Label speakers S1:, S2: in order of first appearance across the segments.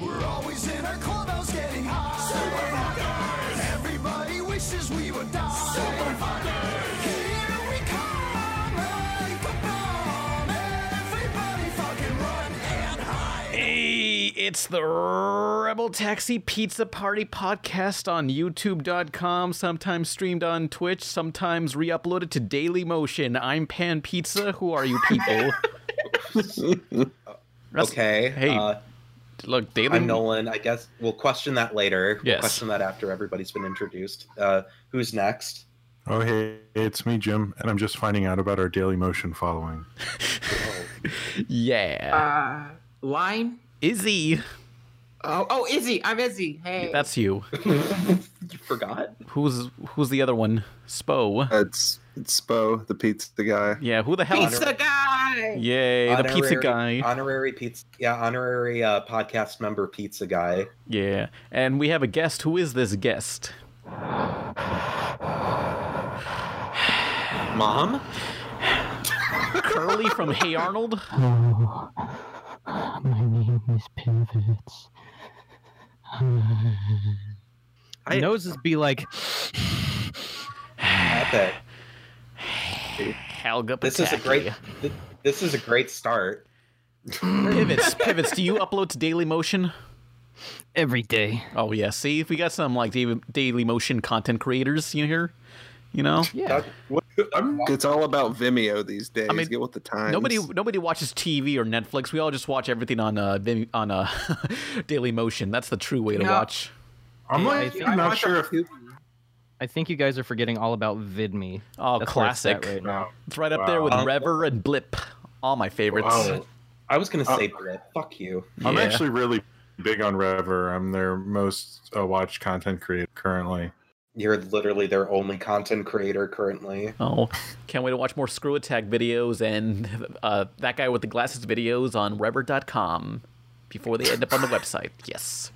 S1: boys in our clubhouse getting high. Super fuckers! Everybody wishes we would die. Super fuckers! Here we come, like a bomb. Everybody fucking run and hide.
S2: Hey, it's the Rebel Taxi Pizza Party podcast on YouTube.com, sometimes streamed on Twitch, sometimes re uploaded to Daily Motion. I'm Pan Pizza. Who are you people? Russ-
S3: Okay.
S2: Hey.
S3: Uh,
S2: Look, Daily
S3: I'm Nolan. I guess we'll question that later.
S2: Yes.
S3: We'll question that after everybody's been introduced. Uh, who's next?
S4: Oh, hey, it's me, Jim, and I'm just finding out about our Daily Motion following.
S5: Uh,
S2: Yeah.
S5: Line?
S2: Izzy.
S5: Oh, oh, Izzy. I'm Izzy. Hey.
S2: That's you.
S3: You forgot?
S2: Who's who's the other one? Spo.
S6: It's it's Spo, the pizza guy.
S2: Yeah, who the hell?
S5: pizza guy.
S2: Yay, the pizza
S3: Honorary-
S2: guy.
S3: Honorary pizza. Yeah, honorary uh, podcast member pizza guy.
S2: Yeah, and we have a guest. Who is this guest?
S3: Mom?
S2: Curly from Hey Arnold.
S7: Hello. Oh, My name is Pivots.
S3: I-
S8: Noses be like,
S3: Epic.
S2: Helga.
S3: This is a
S2: Pataki.
S3: great. th- This is a great start.
S2: pivots. Pivots. Do you upload to Daily Motion?
S8: every day.
S2: Oh yeah. See, if we got some like Daily, Daily Motion content creators, you hear, you know,
S8: Yeah.
S6: It's all about Vimeo these days.
S2: mean,
S6: Get with the times.
S2: nobody nobody watches TV or Netflix. We all just watch everything on uh Vim- on uh Daily Motion. That's the true way to
S5: Yeah.
S2: watch.
S4: I'm
S8: Yeah, I
S4: like,
S8: think-
S4: I'm
S5: I
S4: not
S5: watch
S4: sure if
S8: I think you guys are forgetting all about VidMe.
S2: Oh,
S8: That's where it's at
S2: classic.
S8: right now.
S2: It's right up there with
S3: Wow.
S2: Rever and Blip. All my favorites.
S4: Wow.
S3: I was gonna
S4: Uh,
S3: say Brit. Fuck you.
S4: I'm
S2: Yeah.
S4: actually really big on Rever. I'm their most uh, watched content creator currently.
S3: You're literally their only content creator currently.
S2: Oh, can't wait to watch more Screw Attack videos and uh, that guy with the glasses videos on Rever.com before they end up on the website. Yes.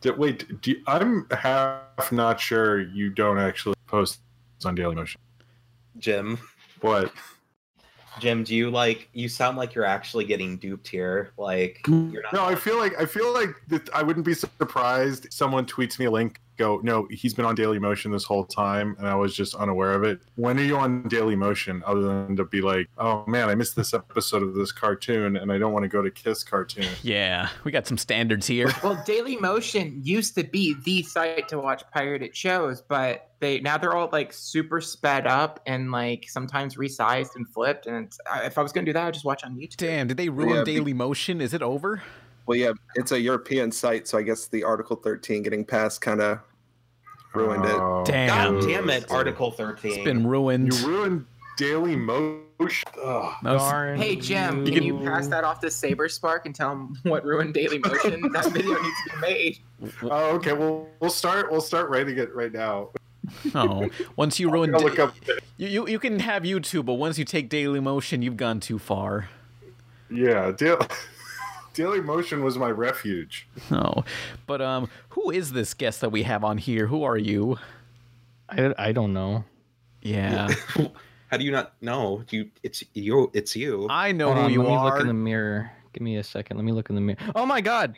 S4: D- Wait, do you- I'm half not sure you don't actually post on Daily Motion.
S3: Jim.
S4: What?
S3: Jim, do you like? You sound like you're actually getting duped here. Like you're not.
S4: No, I feel like I feel like that I wouldn't be surprised. if Someone tweets me a link. Go, no, he's been on Daily Motion this whole time, and I was just unaware of it. When are you on Daily Motion? Other than to be like, oh man, I missed this episode of this cartoon, and I don't want to go to Kiss cartoon.
S2: Yeah, we got some standards here.
S5: Well, Daily Motion used to be the site to watch pirated shows, but they now they're all like super sped up and like sometimes resized and flipped. And it's, I- if I was gonna do that, I'd just watch on YouTube.
S2: Damn, did they ruin
S6: Yeah, be-
S2: Daily Motion? Is it over?
S6: Well, yeah, it's a European site, so I guess the Article 13 getting passed kind of ruined it.
S4: Oh,
S2: Damn.
S3: God damn it, Article 13.
S2: It's been ruined.
S4: You ruined Daily Motion. Ugh.
S2: No, it's-
S5: Hey Jim,
S2: You
S5: can
S2: can-
S5: you pass that off to Saber Spark and tell him what ruined Daily Motion? that video needs to be made.
S4: Oh, okay. Well, we'll start. We'll start writing it right now.
S2: no. Oh. Once you ruin,
S4: I'll look up.
S2: you, you you can have YouTube, but once you take Daily Motion, you've gone too far.
S4: Yeah, Daily, Daily Motion was my refuge.
S2: No, but um, who is this guest that we have on here? Who are you?
S8: I, I don't know.
S2: Yeah,
S3: How do you not know? Do you? It's you. It's you.
S2: I know
S8: Hold
S2: who
S8: on,
S2: you
S8: let me
S2: are.
S8: look in the mirror. Give me a second. Let me look in the mirror. Oh my god.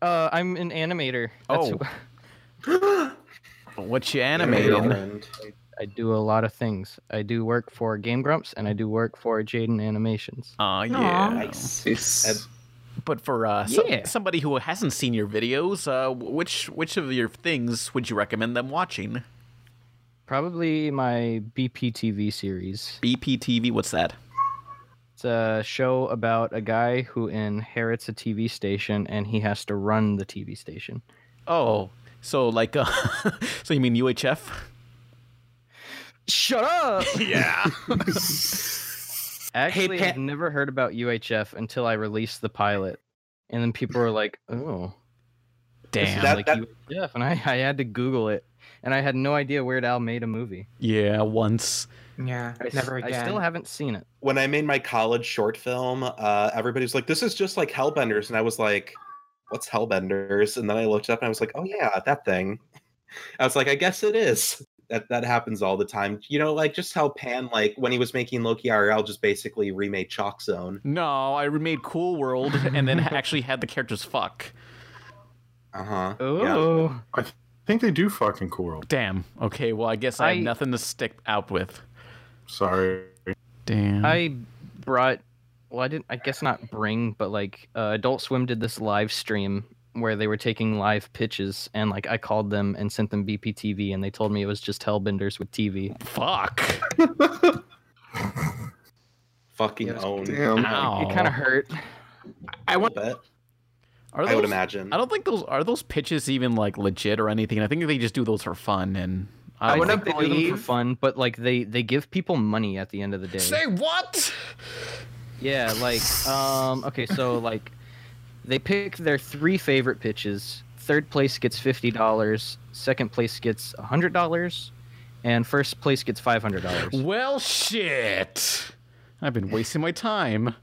S8: Uh, I'm an animator. That's
S2: Oh.
S8: wh-
S2: What you
S3: Your
S2: animating?
S3: friend.
S8: I do a lot of things. I do work for Game Grumps and I do work for Jaden Animations.
S2: Aw, yeah.
S3: Nice.
S6: It's-
S2: But for uh, some-
S8: Yeah.
S2: somebody who hasn't seen your videos, uh, wh- which which of your things would you recommend them watching?
S8: Probably my BPTV series.
S2: BPTV, what's that?
S8: It's a show about a guy who inherits a TV station and he has to run the TV station.
S2: Oh, so like, uh, so you mean UHF?
S8: Shut up!
S2: Yeah.
S8: Actually,
S3: Pat-
S8: I've never heard about UHF until I released the pilot. And then people were like, oh, this
S2: Damn.
S8: is
S3: That-
S8: like
S3: that-
S8: UHF. And I, I had to Google it. And I had no idea Weird Al made a movie.
S2: yeah, once.
S5: Yeah,
S8: I, s-
S5: never
S8: I
S5: again.
S8: still haven't seen it.
S3: When I made my college short film, uh, everybody was like, "This is just like Hellbenders," and I was like, "What's Hellbenders?" And then I looked up and I was like, "Oh yeah, that thing." I was like, "I guess it is." That that happens all the time. You know, like just how Pan, like when he was making Loki RL, just basically remade Chalk Zone.
S2: No, I remade Cool World and then actually had the characters fuck.
S3: Uh huh.
S8: Oh,
S4: I think they do fucking Cool World.
S2: Damn. Okay, well, I guess I, have
S8: I-
S2: nothing to stick out with.
S4: Sorry.
S2: Damn.
S8: I brought. Well, I didn't. I guess not bring, but like uh, Adult Swim did this live stream where they were taking live pitches, and like I called them and sent them BPTV, and they told me it was just Hellbenders with TV.
S2: Fuck.
S3: Fucking
S8: Yes,
S3: own.
S6: Damn.
S2: Ow.
S8: It kind of hurt.
S5: I
S3: I
S5: want
S3: bet.
S2: Are
S3: I would
S2: those-
S3: imagine.
S2: I don't think those are those pitches even like legit or anything. I think they just do those for fun and I
S8: I,
S2: don't
S5: wanna
S8: think they do them for
S5: believe-
S8: fun, but like they they give people money at the end of the day.
S2: know. Say what?
S8: Yeah, like um okay, so like they pick their three favorite pitches. Third place gets fifty dollars, second place gets hundred dollars, and first place gets five hundred dollars.
S2: Well, shit. I've been wasting my time.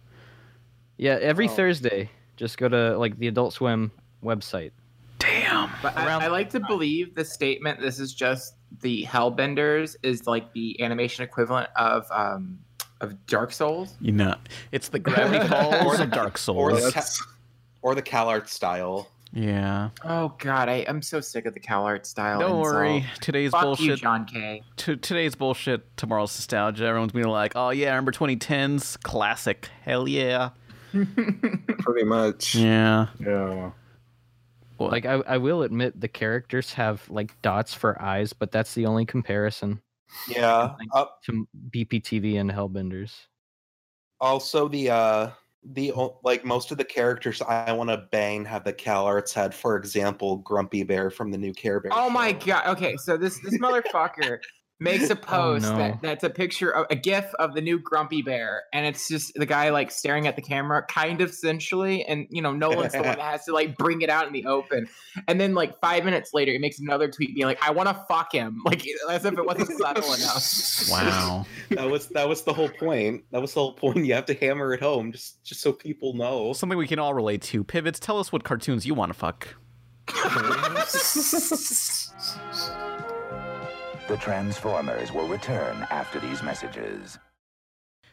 S8: Yeah, every Thursday, just go to like the Adult Swim website.
S2: Damn.
S5: But I,
S8: Around-
S5: I like to believe the statement. This is just the Hellbenders is like the animation equivalent of um, of Dark Souls.
S2: You know, it's the gravity falls of Dark
S3: or
S2: Souls.
S3: the ca- or the CalArt style.
S2: yeah.
S5: Oh God, I am so sick of the CalArt style.
S2: Don't
S5: insult.
S2: worry. Today's
S5: Fuck you,
S2: bullshit.
S5: John K.
S2: to today's bullshit, tomorrow's nostalgia. Everyone's gonna be like, "Oh yeah, remember 2010s classic? Hell yeah,
S6: pretty much.
S2: yeah."
S4: Yeah.
S8: Like I, I will admit the characters have like dots for eyes, but that's the only comparison
S3: Yeah. Uh,
S8: to BPTV and Hellbenders.
S3: also, the uh, the o- like most of the characters I want to bang have the CalArts head. For example, Grumpy Bear from the new Care Bear.
S5: Oh my
S3: show.
S5: God. Okay, so this this motherfucker makes
S2: Oh,
S5: a post
S8: no.
S5: that, that's a picture of a GIF of the new Grumpy Bear, and it's just the guy like staring at the camera, kind of sensually, and you know Nolan's the one that has to like bring it out in the open, and then like five minutes later, he makes another tweet being like, "I want to fuck him," like as if it wasn't subtle enough.
S2: Wow.
S3: that was that was the whole point. That was the whole point. You have to hammer it home, just just so people know.
S2: Something we can all relate to. Pivots, tell us what cartoons you want to fuck.
S1: The Transformers will return after these messages.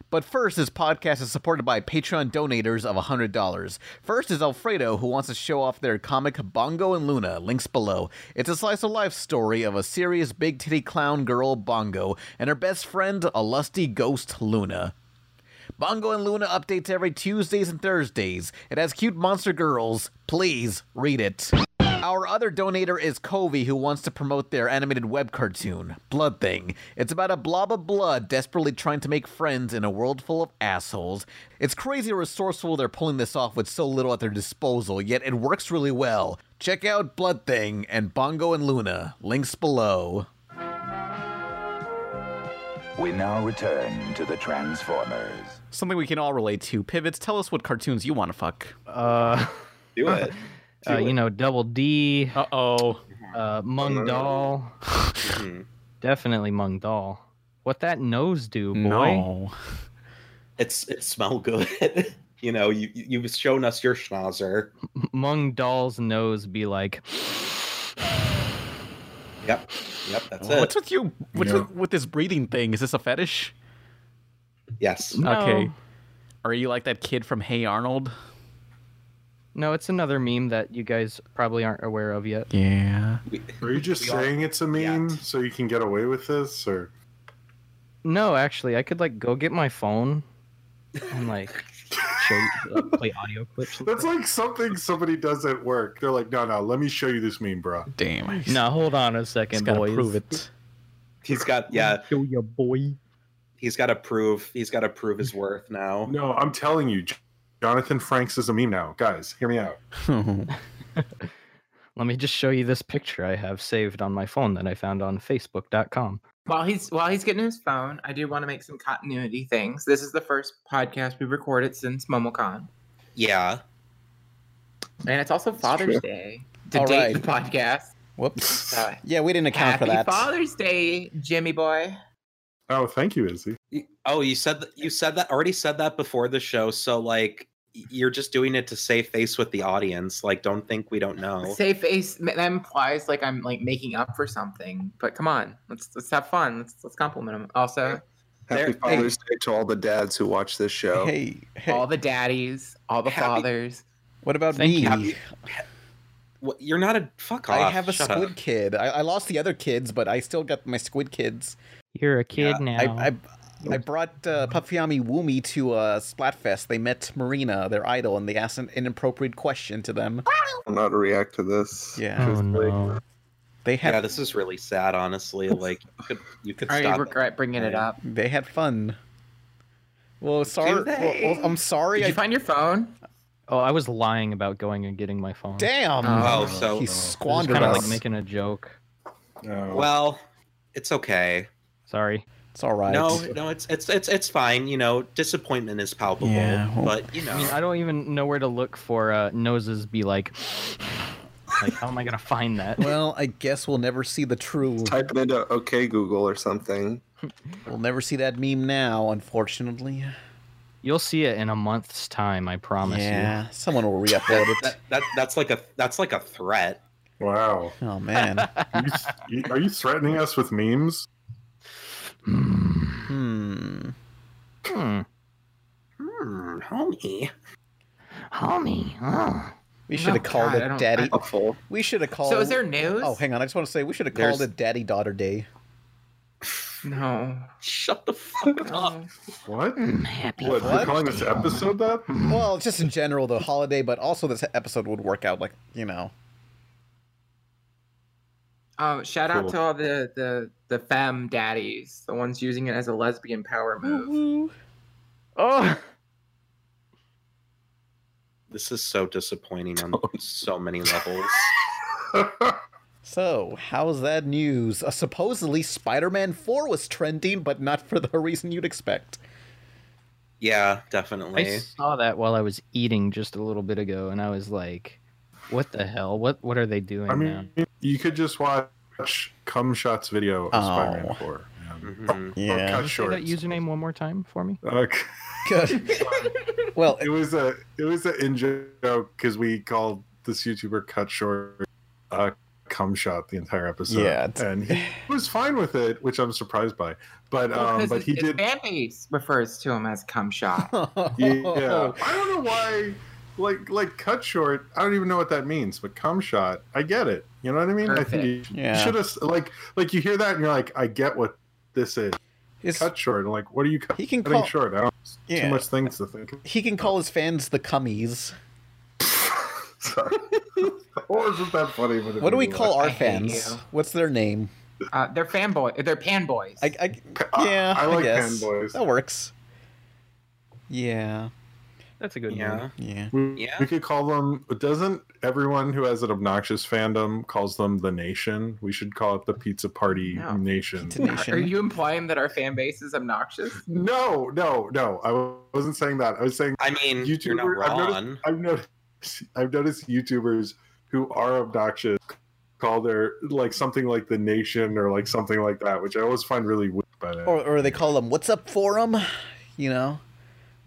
S2: But first, this podcast is supported by Patreon donators of $100. First is Alfredo, who wants to show off their comic Bongo and Luna, links below. It's a slice of life story of a serious big titty clown girl, Bongo, and her best friend, a lusty ghost, Luna. Bongo and Luna updates every Tuesdays and Thursdays. It has cute monster girls. Please read it. Our other donator is Covey, who wants to promote their animated web cartoon, Blood Thing. It's about a blob of blood desperately trying to make friends in a world full of assholes. It's crazy resourceful they're pulling this off with so little at their disposal, yet it works really well. Check out Blood Thing and Bongo and Luna. Links below.
S1: We now return to the Transformers.
S2: Something we can all relate to. Pivots, tell us what cartoons you want to fuck.
S8: Uh,
S3: Do it.
S8: uh you know, Double D,
S2: Uh oh.
S8: uh, Mung Doll.
S3: Mhm.
S8: Definitely Mung Doll. What that nose do, boy?
S3: It's it smell good. you know, you you- you've shown us your schnauzer.
S8: M- Mung Doll's nose be like,
S3: Yep. Yep, that's
S8: Oh,
S2: What's
S3: it.
S2: with you? What's
S4: Yeah.
S2: with, with this breathing thing? Is this a fetish?
S3: Yes.
S8: no.
S2: Okay. Are you like that kid from Hey Arnold?
S8: No, it's another meme that you guys probably aren't aware of yet.
S2: Yeah.
S4: Are you just
S3: We all-
S4: saying it's a meme
S3: Yeah.
S4: so you can get away with this, or
S8: No, actually, I could like go get my phone and like show you, like, play audio clips.
S4: that's like something somebody does at work? They're like, no, no, let me show you this meme, bro.
S2: Damn. I
S8: No, hold on a second,
S2: Just gotta
S8: boys.
S2: prove it.
S3: He's got yeah,
S8: Show your boy.
S3: he's gotta prove he's gotta prove his worth now.
S4: No, I'm telling you, J- Jonathan Franks is a meme now, guys. Hear me out.
S8: Let me just show you this picture I have saved on my phone that I found on Facebook.com.
S5: While he's while he's getting his phone, I do want to make some continuity things. This is the first podcast we've recorded since MomoCon,
S3: Yeah.
S5: and it's also Father's Day to
S2: All
S5: date
S2: right.
S5: the podcast.
S2: Whoops.
S5: Sorry.
S2: Yeah, we didn't account
S5: Happy
S2: for that.
S5: Father's Day, Jimmy boy.
S4: Oh, thank you, Izzy.
S3: Y- Oh, you said that you said that already said that before the show, so like y- you're just doing it to save face with the audience. Like don't think we don't know.
S5: Say face that implies like I'm like making up for something. But come on, let's let's have fun. Let's let's compliment him. Also,
S3: There-
S6: Happy Father's Day to all the dads who watch this show.
S2: Hey, hey.
S5: all the daddies, all the
S3: Happy-
S5: fathers.
S2: What about
S8: Thank
S2: me?
S3: you. What, you're not a fuck off.
S2: I have a
S3: Shut
S2: squid
S3: Up.
S2: kid. I, I lost the other kids, but I still got my squid kids.
S7: You're a kid now.
S2: I, I I brought uh, Papayami Woomy to uh, Splatfest. They met Marina, their idol, and they asked an inappropriate question to them.
S6: I'm not to react to this.
S2: Yeah,
S8: Hmm.
S7: oh no.
S2: they had
S3: Yeah, this is really sad. Honestly, like you could you could
S5: I
S3: stop.
S5: regret bringing it up.
S2: they had fun. Well, sorry.
S3: they?
S2: well, well, I'm sorry.
S5: Did
S2: I,
S5: you find your phone?
S8: Oh, I was lying about going and getting my phone.
S2: damn.
S3: Oh, so-
S2: he
S3: Just
S8: Kind
S2: squandered
S8: of
S2: us.
S8: like making a joke.
S3: it.
S4: No.
S3: Well, it's okay.
S8: Sorry.
S2: it's all right.
S3: No, no, it's it's it's it's fine. You know, disappointment is palpable,
S2: Yeah, well-
S3: but you know,
S8: I mean, I don't even know where to look for uh, noses. Be like, like how am I gonna find that?
S2: Well, I guess we'll never see the true.
S6: Type it into OK Google or something.
S2: We'll never see that meme now, unfortunately.
S8: You'll see it in a month's time. I promise
S2: yeah, someone will re-upload it.
S3: that, that that's like a that's like a threat.
S4: Wow.
S2: Oh man.
S4: Are you, are you threatening us with memes?
S2: Hmm.
S8: you. Hmm.
S3: Hmm, homie.
S7: Homie. Oh.
S2: We should have
S5: Oh,
S2: called
S5: God, I
S2: it
S5: don't-
S2: Daddy.
S6: Awful.
S2: We should have called.
S5: So is there news?
S2: Oh, hang on. I just want to say we should have called
S3: There's-
S2: it Daddy Daughter Day.
S5: No.
S3: Shut the fuck up.
S5: Oh.
S4: What?
S7: Happy
S4: What? We're
S2: What?
S4: calling this episode that?
S2: Well, just in general, the holiday, but also this episode would work out like you know.
S5: Um, shout out
S4: Cool.
S5: to all the, the the femme daddies, the ones using it as a lesbian power move.
S8: Oh,
S3: This is so disappointing on so many levels.
S2: So, how's that news? Uh, supposedly, Spider-Man Four was trending, but not for the reason you'd expect.
S3: Yeah,
S8: I
S3: definitely.
S8: saw that while I was eating just a little bit ago, and I was like, "What the hell? What what are they doing
S4: I
S8: now?"
S4: mean, you could just watch Cum Shot's video of
S2: Oh.
S4: Spider-Man 4. man.
S3: Mhm.
S4: Or
S8: Can
S4: cut
S8: you say
S4: short.
S8: that username one more time for me.
S4: Okay.
S2: Good. well,
S4: it was a it was an in joke because we called this YouTuber cut short uh cum shot the entire episode.
S2: Yeah, it's-
S4: and he was fine with it, which I'm surprised by. But
S5: Well,
S4: um,
S5: 'cause
S4: but
S5: his-
S4: he
S5: his
S4: did.
S5: Fan base refers to him as cum shot.
S4: Yeah, I don't know why. Like like cut short, I don't even know what that means. But cum shot, I get it. You know what I mean? I think you,
S2: Yeah.
S4: should have like like you hear that and you're like, I get what this is.
S2: It's-
S4: cut short. I'm like, what are you cut-
S2: He can
S4: cutting
S2: call-
S4: short? I don't.
S2: Yeah.
S4: Too much things to think.
S2: he can call his fans the cummies.
S4: Sorry. or is it that funny? but it
S2: What do we
S4: made me laugh.
S2: call our
S5: I hate
S2: fans?
S5: you.
S2: What's their name?
S5: Uh, they're fanboy. They're panboys.
S2: I, I yeah,
S4: Ah, I like
S2: guess. Oh,
S4: fanboys.
S2: That works. Yeah,
S8: That's a good
S3: Yeah.
S2: yeah.
S4: We,
S3: Yeah.
S4: we could call them. Doesn't everyone who has an obnoxious fandom calls them the Nation? We should call it the Pizza Party
S5: No.
S4: Nation.
S2: Pizza Nation.
S5: Are you implying that our fan base is obnoxious?
S4: No, no, no. I wa- wasn't saying that. I was saying
S3: I mean, you're not
S4: YouTuber- I've noticed-
S3: wrong.
S4: I've noticed. I've noticed YouTubers who are obnoxious call their like something like the Nation or like something like that, which I always find really weird. By that.
S2: or, or they call them "What's up, forum?" You know.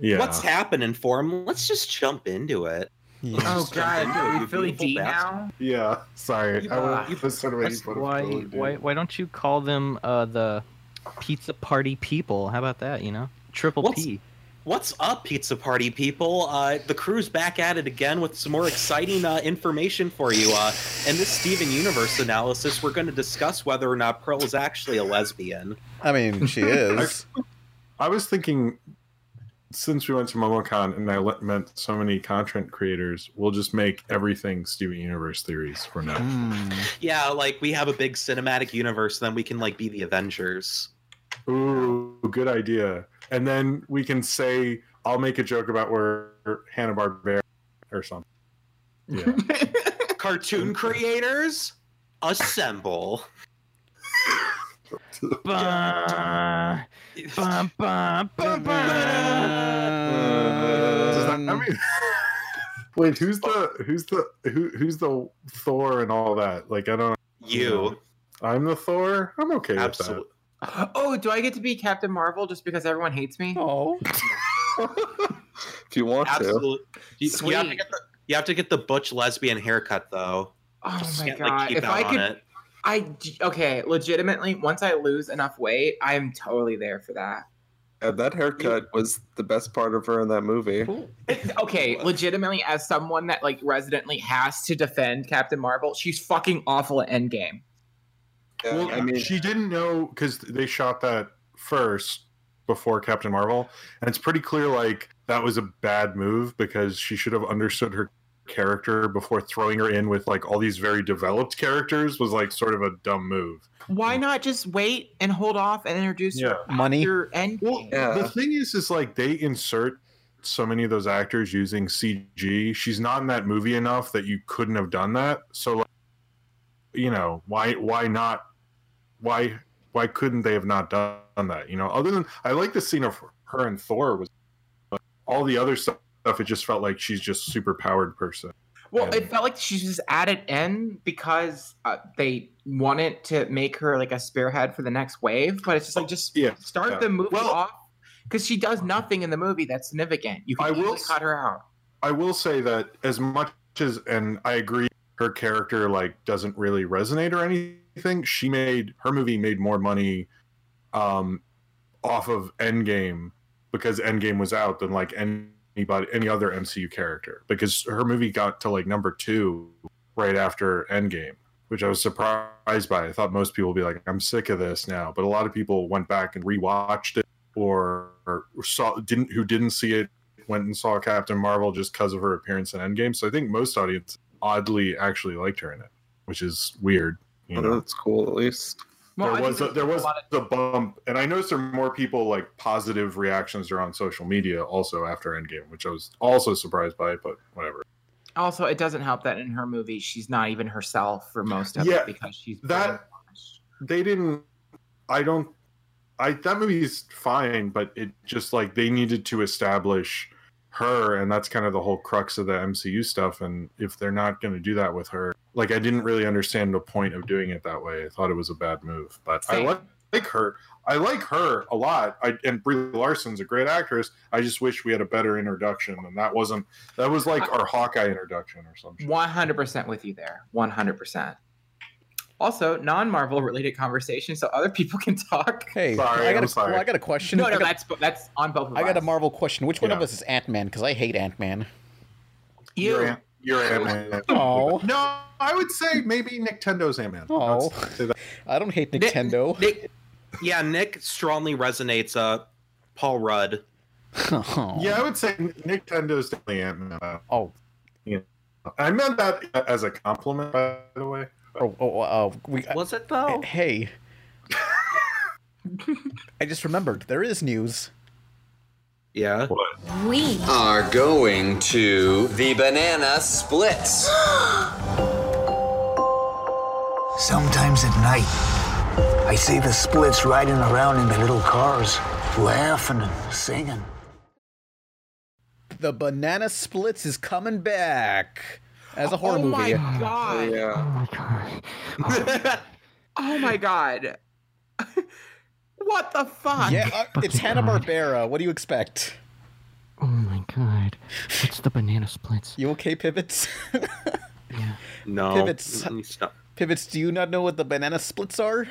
S4: yeah.
S3: What's happening for him? Let's just jump into it.
S2: Yeah.
S3: Let's
S5: Oh
S3: just jump
S5: God,
S3: into it,
S5: are we
S3: you
S5: Philly
S3: beautiful
S5: D
S3: bastard.
S5: now?
S4: Yeah, sorry. I
S5: Ah.
S4: was- I was sort of making fun of
S8: Why
S4: Philly, dude.
S8: why why don't you call them uh, the pizza party people? How about that? You know, triple
S3: What's-
S8: P.
S3: What's up, pizza party people? Uh, the crew's back at it again with some more exciting uh, information for you. Uh, in this Steven Universe analysis, we're going to discuss whether or not Pearl is actually a lesbian.
S2: I mean, she is.
S4: I was thinking, since we went to MomoCon and I le- met so many content creators, we'll just make everything Steven Universe theories for now.
S2: Hmm.
S3: Yeah, like we have a big cinematic universe, then we can like be the Avengers.
S4: Ooh, good idea. And then we can say, I'll make a joke about where Hanna Barbera or something. Yeah.
S3: Cartoon creators, assemble.
S8: Bah, bah, bah, bah, bah.
S4: Does that- I
S2: Um,
S4: mean, wait, who's the who's the who, who's the Thor and all that? Like, I don't.
S3: You
S4: I'm the Thor. I'm okay
S3: absolutely.
S5: Oh, do I get to be Captain Marvel just because everyone hates me?
S2: oh,
S6: If you want to.
S3: Absolutely. You, you have to
S5: Sweet.
S3: get the, you have to get the butch lesbian haircut though.
S5: Oh
S3: Just
S5: my
S3: can't,
S5: god!
S3: like, keep
S5: if
S3: out
S5: I
S3: on
S5: could,
S3: it.
S5: I d- okay. Legitimately, once I lose enough weight, I'm totally there for that.
S6: Yeah, that haircut was the best part of her in that movie.
S5: Okay, legitimately, as someone that like residently has to defend Captain Marvel, she's fucking awful at Endgame.
S6: Yeah,
S4: Well,
S6: I mean,
S4: she didn't know because they shot that first before Captain Marvel, and it's pretty clear like that was a bad move because she should have understood her character before throwing her in with like all these very developed characters was like sort of a dumb move.
S3: Hmm.
S5: Why not just wait and hold off and introduce her
S2: Money.
S5: after Endgame?
S4: Well,
S6: Yeah.
S4: the thing is, is like they insert so many of those actors using CG. She's not in that movie enough that you couldn't have done that. So, like, you know, why why not? Why why couldn't they have not done that? You know, other than I like the scene of her and Thor was but all the other stuff. It just felt like she's just super powered person.
S5: Well,
S4: And-
S5: it felt like she was added in because uh, they wanted to make her like a spearhead for the next wave, but it's just like just
S4: Yeah,
S5: start
S4: yeah.
S5: the movie
S4: Well-
S5: off because she does nothing in the movie that's significant. You can
S4: I will
S5: easily
S4: s-
S5: cut her out.
S4: I will say that as much as and I agree her character like doesn't really resonate or anything, she made her movie made more money um off of Endgame because Endgame was out than like anybody any other MCU character because her movie got to like number 2 right after Endgame, which I was surprised by. I thought most people would be like I'm sick of this now, but a lot of people went back and rewatched it or, or saw didn't who didn't see it went and saw Captain Marvel just because of her appearance in Endgame. So I think most audience oddly actually liked her in it, which is weird. You know,
S6: that's cool. At least
S5: Well,
S4: there
S5: I think
S4: was a,
S5: there's
S4: there was
S5: a lot of
S4: the bump, and I noticed there were more people like positive reactions are on social media also after Endgame, which I was also surprised by, but whatever.
S5: also it doesn't help that in her movie she's not even herself for most of
S4: Yeah,
S5: it because she's
S4: that- They didn't. I don't. I that movie is fine, but it just like they needed to establish her, and that's kind of the whole crux of the MCU stuff. And if they're not going to do that with her, like I didn't really understand the point of doing it that way. I thought it was a bad move, but
S5: Same.
S4: I like, like her. I like her a lot. I, and Brie Larson's a great actress. I just wish we had a better introduction, and that wasn't. That was like our Hawkeye introduction or something.
S5: One hundred percent with you there. One hundred percent. Also, non-Marvel related conversation, so other people can talk.
S2: Hey,
S4: Sorry,
S2: I got
S4: I'm
S2: a,
S4: sorry.
S2: Well, I got a question.
S5: No, no,
S2: I, got,
S5: that's that's on both. Of
S2: I got a
S5: us.
S2: Marvel question. Which one of
S4: Yeah.
S2: us is Ant Man? Because I hate Ant Man.
S5: You.
S4: Ant- You're Ant Man.
S2: Oh,
S4: No, I would say maybe Nintendo's Ant Man.
S2: Oh. I don't hate Nintendo.
S3: Nick, yeah, Nick strongly resonates. Uh, Paul Rudd.
S2: Oh.
S4: Yeah, I would say Nintendo's definitely Ant Man.
S2: Oh,
S4: I meant that as a compliment, by the way.
S2: oh, oh, oh, we,
S3: Was it though?
S2: Hey. I just remembered there is news.
S3: Yeah.
S9: We
S1: Are going to the banana splits.
S10: Sometimes at night, I see the splits riding around in their little cars, laughing and singing.
S2: The Banana Splits is coming back as a horror
S5: oh
S2: movie.
S5: my god!
S6: yeah.
S7: my god.
S5: Oh my god! what the fuck?
S2: Yeah, uh, it's
S7: Fucking
S2: Hanna
S7: God.
S2: Barbera. What do you expect?
S7: Oh my god. What's the banana splits?
S2: You okay, pivots?
S7: Yeah.
S3: No.
S2: Pivots.
S3: Mm, stop.
S2: pivots, do you not know what the banana splits are?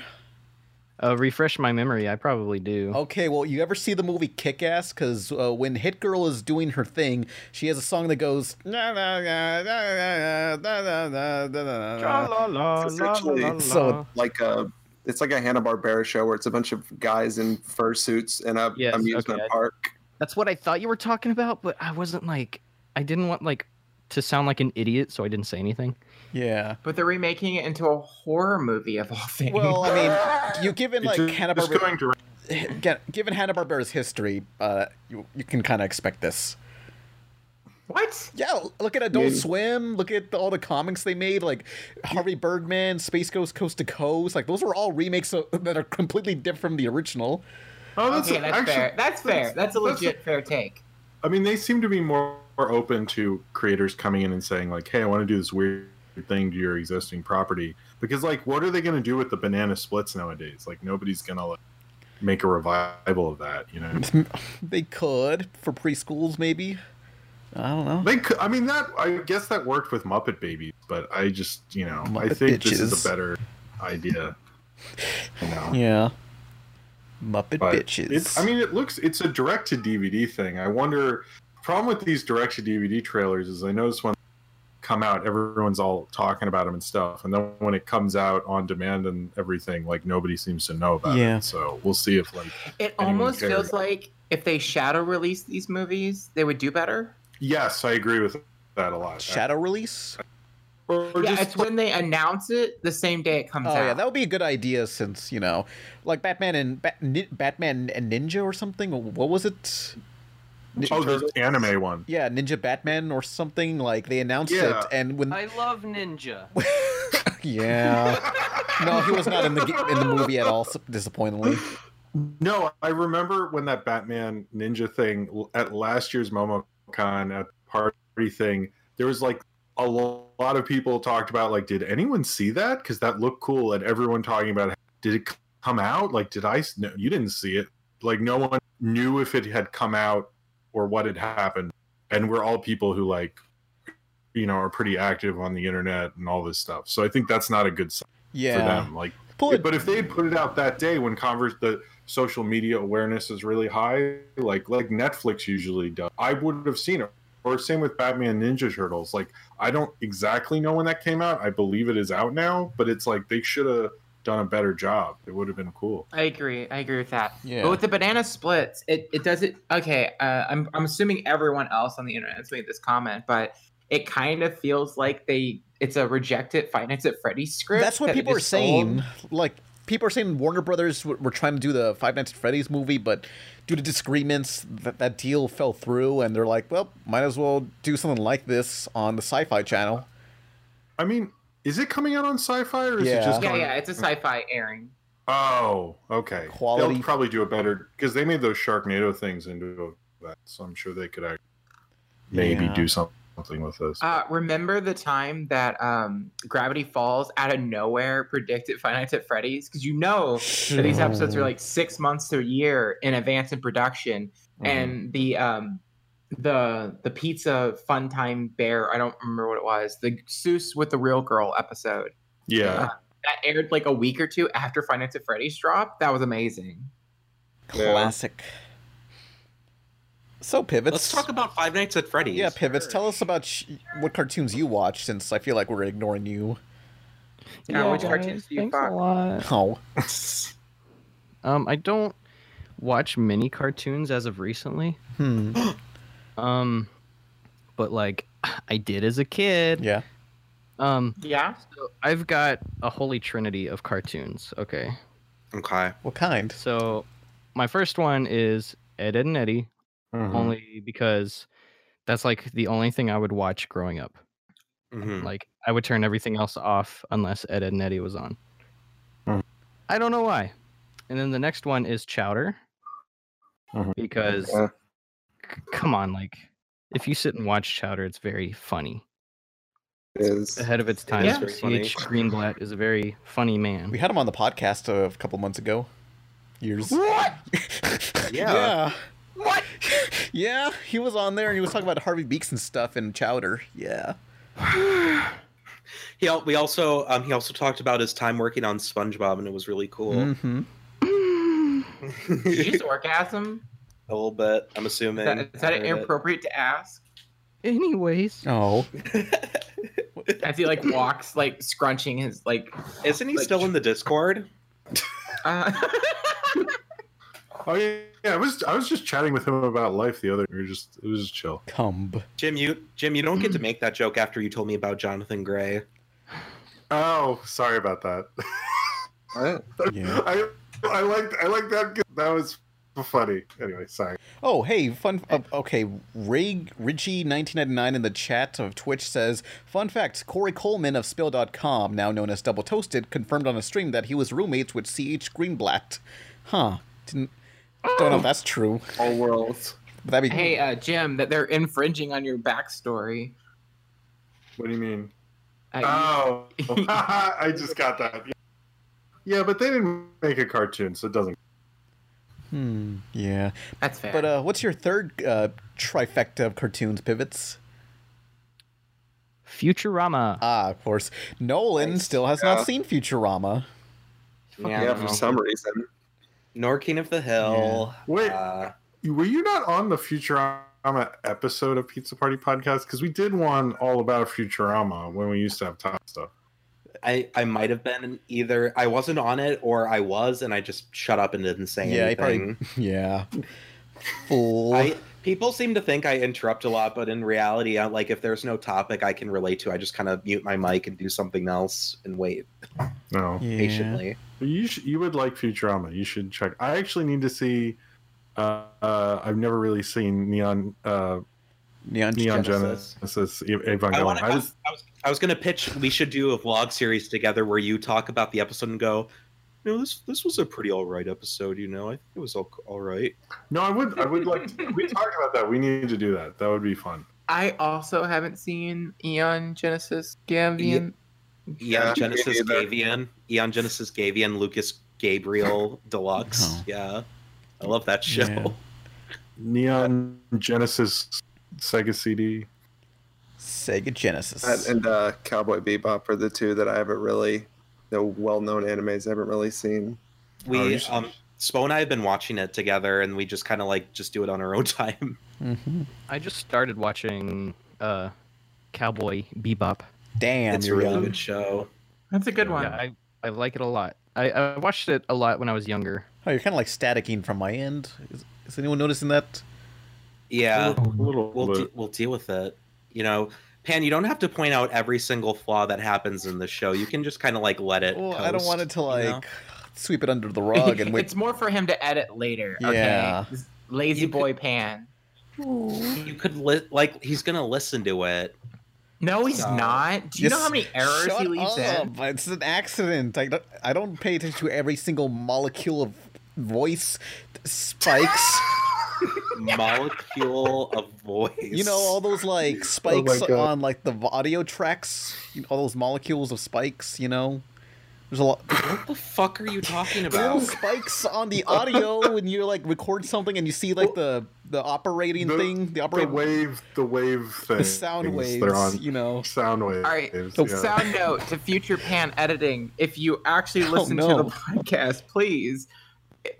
S8: Uh, refresh my memory. I probably do.
S2: Okay, well, you ever see the movie Kick Ass? Because uh, when Hit Girl is doing her thing, she has a song that goes. "Na, na, na, na, na, na, na, na, na, na, na."
S6: It's essentially
S2: So-
S6: like a it's like a Hanna Barbera show where it's a bunch of guys in fursuits in a
S8: Yes,
S6: amusement
S8: okay.
S6: park.
S8: That's what I thought you were talking about, but I wasn't like I didn't want like to sound like an idiot, so I didn't say anything.
S2: Yeah.
S5: But they're remaking it into a horror movie of all things.
S2: Well, I mean, you given like
S4: It's
S2: Hanna
S4: just
S2: Barbera,
S4: going to
S2: given Hanna Barbera's history, uh, you, you can kind of expect this.
S5: what?
S2: Yeah, look at Adult Swim. Look at the, all the comics they made, like Harvey Birdman, Space Ghost Coast to Coast. Like those are all remakes of, that are completely different from the original.
S4: Oh, that's,
S5: Okay, that's
S4: actually,
S5: fair. That's fair. That's a legit fair take.
S4: I mean, they seem to be more, more open to creators coming in and saying like, "Hey, I want to do this weird thing to your existing property," because like, what are they going to do with the banana splits nowadays? Like, nobody's going to like, make a revival of that, you know?
S2: They could for preschools, maybe. I don't know.
S4: They, cou- I mean, that I guess that worked with Muppet Babies, but I just, you know, I
S2: Muppet
S4: think this is
S2: Bitches.
S4: a better idea. You know?
S2: Yeah. Muppet
S4: But
S2: bitches.
S4: It's, I mean, it looks it's a direct to DVD thing. I wonder. Problem with these direct to DVD trailers is I notice when they come out, everyone's all talking about them and stuff, and then when it comes out on demand and everything, like nobody seems to know about
S2: Yeah.
S4: it. So we'll see if like
S5: It
S4: anyone
S5: almost
S4: cares.
S5: feels like if they shadow release these movies, they would do better.
S4: Yes, I agree with that a lot.
S2: Shadow release?
S4: Or
S5: yeah, it's when they announce it the same day it comes
S2: Oh
S5: out.
S2: yeah, that would be a good idea since you know, like Batman and Bat- Ni- Batman and Ninja or something. What was it? Ni-
S4: oh, the anime one.
S2: yeah, Ninja Batman or something. Like they announced
S4: Yeah.
S2: it, and when
S8: I love Ninja.
S2: yeah, no, he was not in the ga- in the movie at all. s- Disappointingly,
S4: No, I remember when that Batman Ninja thing l- at last year's MomoCon at the party thing. There was like a lo- lot of people talked about like, did anyone see that? Because that looked cool, and everyone talking about did it c- come out? Like, did I? s- No, you didn't see it. Like, no one knew if it had come out or what had happened. And we're all people who like, you know, are pretty active on the internet and all this stuff. So I think that's not a good sign for
S2: yeah.
S4: them. Like,
S2: Pull
S4: yeah,
S2: it-
S4: but if they had put it out that day when converse the social media awareness is really high, like like Netflix usually does, I would have seen it. Or same with Batman Ninja Turtles. Like I don't exactly know when that came out. I believe it is out now, but it's like they should have done a better job. It would have been cool.
S5: I agree. I agree with that.
S2: Yeah.
S5: But with the banana splits, it, it does it. Okay, uh, I'm I'm assuming everyone else on the internet has made this comment, but it kind of feels like they it's a reject it, finance it, Freddy script.
S2: That's what
S5: that they
S2: people are
S5: just sold.
S2: saying. Like people are saying Warner Brothers w- were trying to do the Five Nights at Freddy's movie, but due to disagreements, that that deal fell through, and they're like, well, might as well do something like this on the Sci-Fi Channel.
S4: I mean, is it coming out on sci-fi or is
S2: Yeah.
S4: it just
S5: Yeah,
S4: going-
S5: yeah, it's a sci-fi airing.
S4: Oh, okay.
S2: Quality-
S4: They'll probably do a better because they made those Sharknado things into that, so I'm sure they could act- maybe
S2: Yeah.
S4: do something with this.
S5: Uh, remember the time that um, Gravity Falls out of nowhere predicted Five Nights at Freddy's? Because you know that these episodes are like six months to a year in advance in production,
S2: Mm-hmm.
S5: and the um, the the pizza fun time bear I don't remember what it was the Seuss with the real girl episode
S4: yeah.
S5: that aired like a week or two after Five Nights at Freddy's dropped. That was amazing.
S6: Yeah.
S2: Classic. So pivots.
S3: Let's talk about Five Nights at Freddy's.
S2: Yeah, pivots. Tell us about sh- what cartoons you watch, since I feel like we're ignoring you.
S5: Yeah, which cartoons do you
S8: thanks
S5: fuck?
S8: a lot.
S2: Oh,
S8: Um, I don't watch many cartoons as of recently.
S2: hmm.
S8: Um, but like I did as a kid.
S2: yeah.
S8: Um,
S5: Yeah,
S8: so I've got a holy trinity of cartoons. Okay,
S3: Okay.
S2: What kind?
S8: so my first one is Ed, Ed and Eddie,
S5: Mm-hmm.
S4: Mhm.
S8: only because that's like the only thing I would watch growing up.
S6: Mm-hmm.
S3: Mhm.
S8: Like I would turn everything else off unless Ed, Ed and Eddie was on.
S4: Mhm.
S8: I don't know why. And then the next one is Chowder.
S4: Mhm.
S8: Because
S6: Yeah.
S8: c- come on, like if you sit and watch Chowder, it's very funny.
S6: It is.
S8: Ahead of its time.
S5: Yeah.
S8: Yeah.
S3: very funny.
S8: CH Greenblatt is a very funny
S2: We
S8: man.
S2: had him on the podcast uh, a couple months ago. Years.
S5: What?
S2: yeah.
S5: What?
S2: Yeah, he was on there and he was talking about Harvey Beaks and stuff and Chowder. Yeah.
S3: He al- we also um he also talked about his time working on SpongeBob and it was really cool.
S2: Mm-hmm.
S5: Did you just orgasm?
S3: A little bit, I'm assuming.
S5: Is that, is that
S3: I heard it.
S5: inappropriate to ask?
S8: Anyways,
S2: Oh.
S5: as he like walks like scrunching his like
S3: Isn't he
S5: Like-
S3: still in the Discord?
S5: uh,
S4: Oh yeah, yeah. I was I was just chatting with him about life the other. We were just it was just chill.
S2: Cumb.
S3: Jim, you Jim, you don't
S2: Mm.
S3: get to make that joke after you told me about Jonathan Gray.
S4: Oh, sorry about that.
S6: Alright.
S2: Yeah.
S4: I I liked I liked that. That was funny. Anyway, sorry.
S2: Oh, hey, fun. Uh, okay, Ray Richie1999 in the chat of Twitch says, Fun fact Corey Coleman of Spill.com, now known as Double Toasted, confirmed on a stream that he was roommates with C.H. Greenblatt. Huh. Didn't. Don't know if that's true.
S6: All worlds.
S2: But that'd be.
S5: hey uh, Jim that they're infringing on your backstory.
S4: What do you mean?
S5: Uh, you-
S4: Oh, I just got that. Yeah, but they didn't make a cartoon, so it doesn't.
S2: Hmm, yeah.
S5: that's fair.
S2: But uh, what's your third uh, trifecta of cartoons pivots?
S8: Futurama.
S2: Ah, of course. Nolan still has
S6: Yeah.
S2: not seen Futurama.
S6: Yeah, for some reason.
S3: Norking of the Hill.
S4: Wait,
S3: Uh,
S4: were you not on the Futurama episode of Pizza Party Podcast? Because we did one all about Futurama when we used to have top stuff.
S3: I I might have been either I wasn't on it or I was and I just shut up and didn't say
S2: Yeah, I probably-
S3: anything.
S2: Yeah. Fool.
S3: I people seem to think I interrupt a lot, but in reality, I, like if there's no topic I can relate to, I just kind of mute my mic and do something else and wait
S4: No,
S2: Yeah.
S3: patiently.
S4: you sh- you would like Futurama. You should check. I actually need to see. Uh, uh, I've never really seen Neon uh,
S2: Neon,
S4: Neon
S3: Genesis.
S4: Genesis, Ev- Evangelion.
S3: I, wanna,
S4: I was
S3: I was I was gonna pitch we should do a vlog series together where you talk about the episode and go, no, this this was a pretty all right episode. You know, I think it was all all right.
S4: no, I would I would like to, we talked about that. We need to do that. That would be fun.
S5: I also haven't seen Eon Genesis Gambian.
S3: Eon
S6: Yeah,
S3: Genesis
S6: me neither.
S3: Gavian, Eon Genesis Gavian, Lucas Gabriel Deluxe.
S2: Oh.
S3: Yeah, I love that show.
S2: Yeah.
S4: Neon Genesis Sega CD.
S2: Sega Genesis.
S6: That and uh, Cowboy Bebop are the two that I haven't really, the well-known animes I haven't really seen.
S4: Oh,
S3: We
S4: you should-
S3: um, Spo and I have been watching it together, and we just kind of like just do it on our own time.
S2: Mhm.
S8: I just started watching uh, Cowboy Bebop.
S2: Damn,
S3: it's a
S2: you're
S3: really
S2: young.
S3: good show.
S5: That's a good one.
S8: Yeah, I, I like it a lot. I, I watched it a lot when I was younger.
S2: Oh, you're kind of like staticking from my end. Is, is anyone noticing that?
S3: Yeah,
S8: Oh,
S4: A little
S3: we'll
S4: bit.
S3: de- we'll deal with it. You know, Pan, you don't have to point out every single flaw that happens in the show. You can just kind of like let it.
S2: Well, Oh, I don't
S3: coast,
S2: want it to
S3: you
S2: like
S3: know?
S2: sweep it under the rug and wait.
S5: it's more for him to edit later.
S2: Yeah.
S5: Okay? This Lazy
S3: You could-
S5: boy Pan.
S3: You could li- like he's gonna listen to it.
S5: No, he's
S3: Stop.
S5: not. Do you know
S2: Just
S5: how many errors
S2: Shut
S5: he leaves
S2: up!
S5: in?
S2: It's an accident. I don't, I don't pay attention to every single molecule of voice spikes.
S3: Molecule of voice.
S2: you know all those
S5: Oh
S2: like spikes
S6: God.
S2: on like the audio tracks. You know, all those molecules of spikes. You know, there's a lot.
S3: What the fuck are you talking
S2: little
S3: about?
S2: spikes on the audio when you like record something and you see like the the operating
S4: The-
S2: thing, the
S4: the
S2: operating
S4: wave, the wave thing.
S2: the sound waves.
S4: They're on
S2: You know,
S4: sound waves.
S5: All right,
S4: yeah.
S5: Sound note to future Pan editing: If you actually listen
S2: Oh, no.
S5: to the podcast, please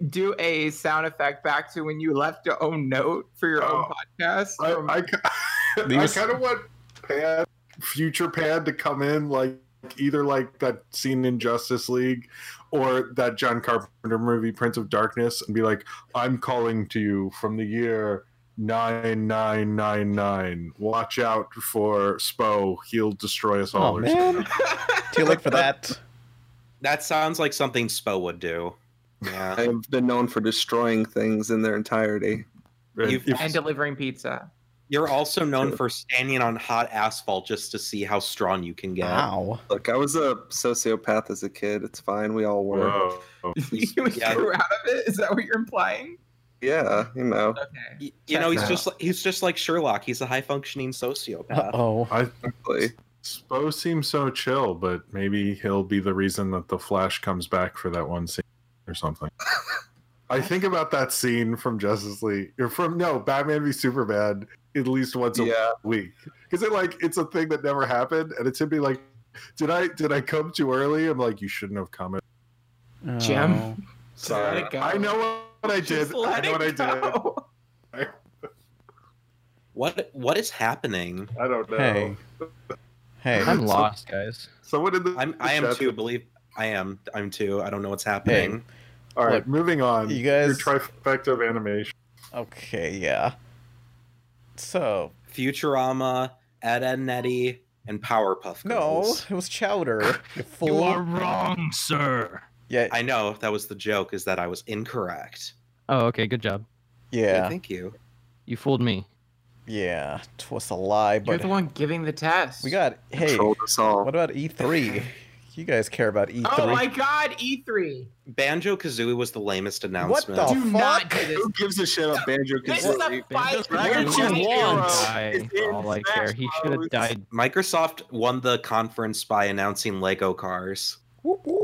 S5: do a sound effect back to when you left your own note for your own
S4: Oh.
S5: podcast.
S4: I,
S5: Um,
S4: I, ki-
S2: Leave
S4: I
S2: us-
S4: kind of want Pad, future Pad, to come in like either like that scene in Justice League or that John Carpenter movie Prince of Darkness and be like, "I'm calling to you from the year." 9999 watch out for spo he'll destroy us all
S2: oh
S4: or
S2: man, too late for that.
S3: That sounds like something Spo would do. Yeah.
S6: I've been known for destroying things in their entirety.
S4: something.
S3: You've-
S5: and delivering pizza.
S3: You're also known
S6: Sure.
S3: for standing on hot asphalt just to see how strong you can get.
S2: Wow.
S6: Look, I was a sociopath as a kid. It's fine. We all were.
S4: Whoa.
S5: You
S3: Yeah.
S5: grew out of it. Is that what you're implying?
S6: Yeah, you know.
S5: Okay.
S3: Y- You know, he's just like, he's just like Sherlock. He's a high functioning sociopath.
S2: Uh oh.
S4: I,
S6: hopefully.
S4: spo seems so chill but maybe he'll be the reason that the flash comes back for that one scene or something. I think about that scene from Justice League or from no Batman v Superman at least once a
S6: Yeah.
S4: week because it like it's a thing that never happened and it's him being like, did I did I come too early? I'm like, you shouldn't have come.
S5: Jim?
S4: Sorry,
S5: Let it go.
S4: I know what I did.
S5: Just
S4: I
S5: let
S4: know
S5: it
S4: what I did.
S5: go.
S3: What what is happening?
S4: I don't know.
S2: Hey. Hey.
S8: I'm lost, guys.
S4: Someone in the
S3: I'm I am
S4: chat-
S3: too. Believe I am. I'm too. I don't know what's happening.
S4: All right,
S2: Look,
S4: moving on.
S2: you guys-
S4: your trifecta of animation.
S2: Okay. Yeah. So
S3: Futurama, Ed and Nettie, and Powerpuff
S2: no,
S3: Girls.
S2: it was Chowder. You fool.
S8: wrong, sir.
S2: Yeah.
S3: I know that was the joke. Is that I was incorrect?
S8: Oh, okay. Good job.
S3: Hey,
S2: yeah.
S3: thank you.
S8: You fooled me.
S2: Yeah. Twas a lie,
S5: You're
S2: but
S5: the one giving the test.
S2: we got. Hey,
S6: Trolled
S2: what
S6: us all.
S2: about E3? You guys care about E E3?
S5: Oh my God, E3!
S3: Banjo Kazooie was the lamest
S2: what
S3: announcement.
S2: the
S5: Do not
S2: fuck?
S5: do this.
S6: Who gives a shit about Banjo
S5: This is a
S6: Kazooie?
S5: fight.
S2: Dragon
S5: with
S2: Ball
S5: the
S2: wants.
S5: hero.
S8: Die, for all I care. He should have died.
S3: Microsoft won the conference by announcing Lego cars.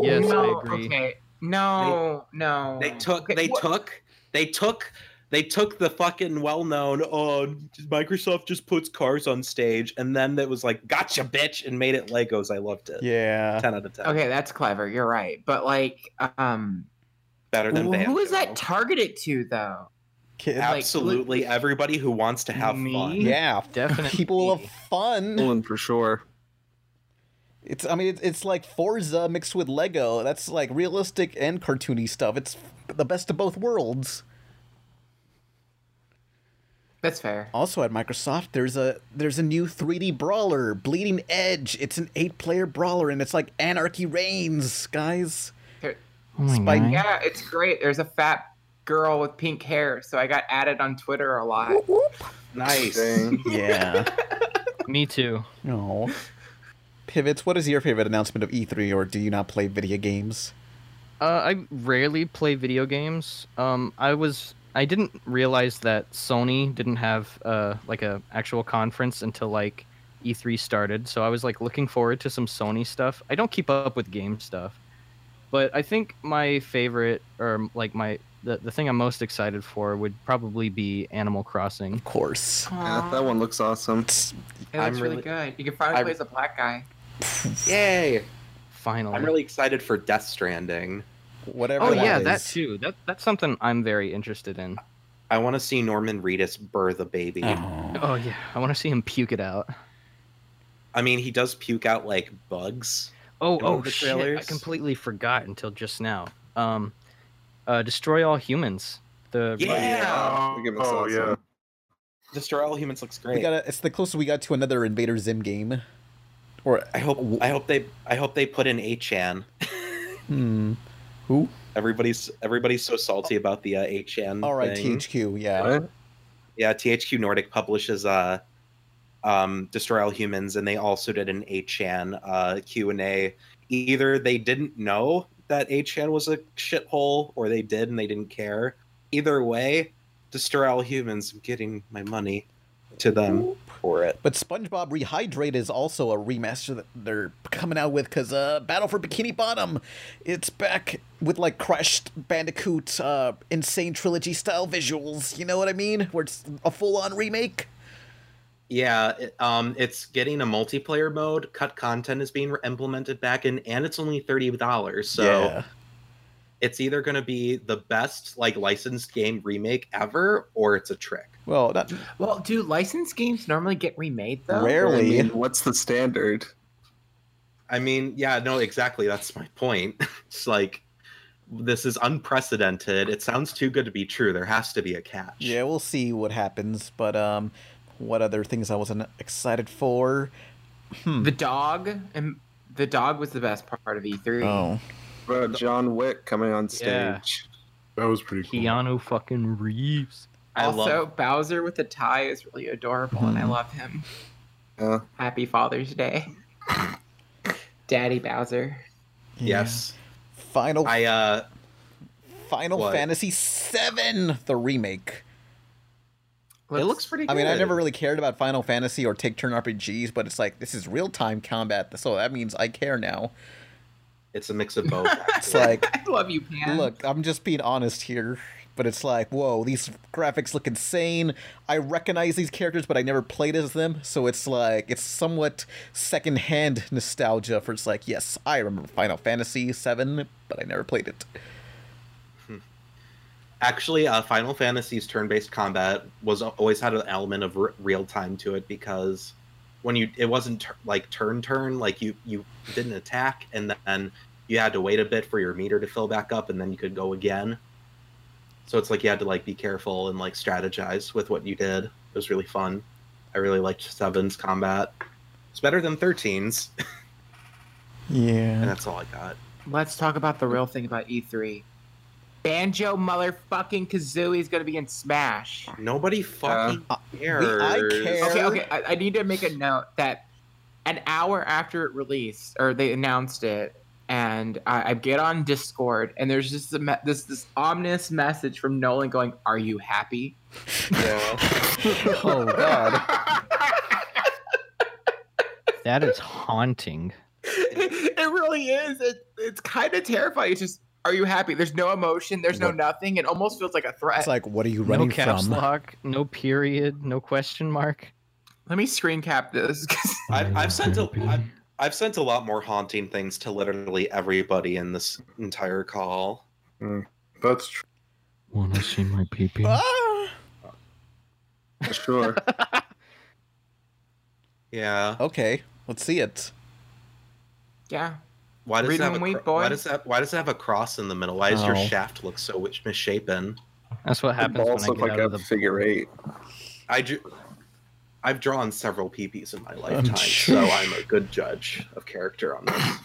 S8: Yes,
S5: no,
S8: I agree.
S5: Okay. No, no.
S3: They took
S5: Um, Okay,
S3: they
S5: what-
S3: took they took they took the fucking well-known oh Microsoft just puts cars on stage and then it was like gotcha bitch and made it Legos. I loved it.
S2: Yeah.
S3: 10 out of 10.
S5: Okay, that's clever. You're right. But like um
S3: better than
S5: Well,
S3: Banjo.
S5: who is that targeted to though?
S3: Absolutely, everybody who wants to have fun.
S2: Yeah,
S8: Definitely.
S2: people of fun.
S6: Pulling for sure.
S2: It's I mean it's, it's like Forza mixed with Lego. That's like realistic and cartoony stuff. It's the best of both worlds.
S5: That's fair.
S2: Also at Microsoft, there's a there's a new 3D brawler, Bleeding Edge. It's an eight-player brawler, and it's like anarchy reigns, guys.
S5: There-
S7: Oh my
S2: Spike-
S7: god.
S5: yeah, it's great. There's a fat girl with pink hair, so I got added on Twitter a lot.
S3: Nice.
S6: Dang.
S2: Yeah.
S8: Me too.
S2: No. Pivots. What is your favorite announcement of E3, or do you not play video games?
S8: Uh, I rarely play video games. Um, I was I didn't realize that Sony didn't have uh like a actual conference until like E3 started. So I was like looking forward to some Sony stuff. I don't keep up with game stuff, but I think my favorite or like my the, the thing I'm most excited for would probably be Animal Crossing.
S2: Of course.
S6: Yeah,
S5: Aw,
S6: that one looks awesome.
S5: it looks
S3: I'm
S5: really,
S3: really-
S5: good. You can finally
S3: I-
S5: play as a black guy.
S3: Yay!
S8: Finally.
S3: I'm really excited for Death Stranding.
S2: Whatever.
S8: Oh
S2: that
S8: yeah, that
S2: is.
S8: too. That that's something I'm very interested in.
S3: I want to see Norman Reedus birth a baby.
S5: Uh-huh.
S8: Oh yeah, I want to see him puke it out.
S3: I mean, he does puke out like bugs.
S8: Oh,
S3: In one
S8: oh
S3: of the
S8: shit! I
S3: trailers?
S8: completely forgot until just now. Um, uh, destroy all humans. The
S3: Yeah,
S4: Oh,
S6: Look at
S4: oh,
S6: this
S4: yeah.
S6: awesome.
S3: Destroy All Humans looks
S2: We
S3: great.
S2: got it's the closest we got to another Invader Zim game. Or
S3: I hope I hope they I hope they put in Achan.
S2: hmm, who?
S3: Everybody's everybody's so salty about the uh, Achan.
S2: All right,
S3: thing.
S2: THQ. Yeah.
S6: What?
S3: Yeah, THQ Nordic publishes uh, um, Destroy All Humans, and they also did an Achan uh, Q and A. Either they didn't know that Achan was a shithole, or they did and they didn't care. Either way, Destroy All Humans. I'm getting my money to them for it.
S2: But SpongeBob Rehydrate is also a remaster that they're coming out with because uh, Battle for Bikini Bottom, it's back with like crushed Bandicoot, uh, insane trilogy style visuals. You know what I mean? Where it's a full on remake.
S3: Yeah, it- um, it's getting a multiplayer mode. Cut content is being re- implemented back in, and it's only thirty dollars. So.
S2: Yeah.
S3: it's either going to be the best like licensed game remake ever or it's a trick
S2: Well, not
S5: Well, do licensed games normally get remade though?
S6: I
S2: rarely.
S6: mean, what's the standard?
S3: i mean yeah no exactly that's my point it's like this is unprecedented it sounds too good to be true there has to be a catch
S2: Yeah, we'll see what happens. But um, what other things I wasn't excited for?
S5: The dog and the dog was the best part of E E3.
S2: Oh,
S6: What about John Wick coming on stage?
S8: Yeah.
S4: That was pretty cool.
S8: Keanu fucking Reeves.
S3: i
S5: also,
S3: love Mm-hmm.
S5: Bowser with a tie is really adorable, and I love him.
S6: Yeah.
S5: Happy Father's Day, Daddy Bowser.
S3: yes
S2: Final
S3: i uh
S2: Final
S3: what?
S2: Fantasy VII, the remake.
S3: it looks pretty good.
S2: I mean, I never really cared about Final Fantasy or take turn RPGs, but it's like this is real time combat, so that means I care now.
S3: it's a mix of both
S2: It's like,
S5: I love you, Pan.
S2: look, I'm just being honest here, but it's like, whoa, these graphics look insane. I recognize these characters, but I never played as them, so it's like it's somewhat secondhand nostalgia for it's like, yes, I remember Final Fantasy VII, but I never played it.
S3: actually uh, final fantasy's turn-based combat was always had an element of r- real time to it because when you it wasn't tur like turn turn like you you did an attack and then you had to wait a bit for your meter to fill back up and then you could go again so it's like you had to like be careful and like strategize with what you did it was really fun i really liked seven's combat it's better than 13's and
S2: Yeah.
S3: that's all i got
S5: Let's talk about the real thing about E3. Banjo motherfucking Kazooie is gonna be in Smash.
S3: nobody fucking cares
S2: Uh, care.
S5: Okay,
S2: Sure.
S5: okay. I, I need to make a note that an hour after it released, or they announced it, and I, I get on Discord, and there's just a me- this this ominous message from Nolan going, "Are you happy?"
S2: Oh god.
S8: That is haunting.
S5: it really is. It, it's kind of terrifying. It's just, "Are you happy?" There's no emotion. There's no
S2: What-
S5: nothing. It almost feels like a threat.
S2: It's like, what are you
S8: No
S2: running
S8: caps
S2: from?
S8: lock. No period. No question mark.
S5: Let me screen cap this. 'cause
S3: I've, I've sent a I've, I've sent a lot more haunting things to literally everybody in this entire call.
S4: That's true.
S7: Wanna see my peepee?
S6: Sure.
S3: Yeah.
S2: Okay, let's see it.
S5: Yeah.
S3: Why does,
S5: Read
S3: it have
S5: 'em,
S3: a,
S5: wee
S3: cro-
S5: boy.
S3: why, does that, why does it have a cross in the middle? Why does your
S2: Oh.
S3: shaft look so witch- misshapen?
S8: That's what
S6: The
S8: happens when
S6: balls
S8: I
S6: look
S8: get
S6: like
S8: out
S6: a
S8: of the.
S6: figure eight.
S3: I do, I've drawn several peepees in my lifetime,
S2: sure.
S3: so I'm a good judge of character on this.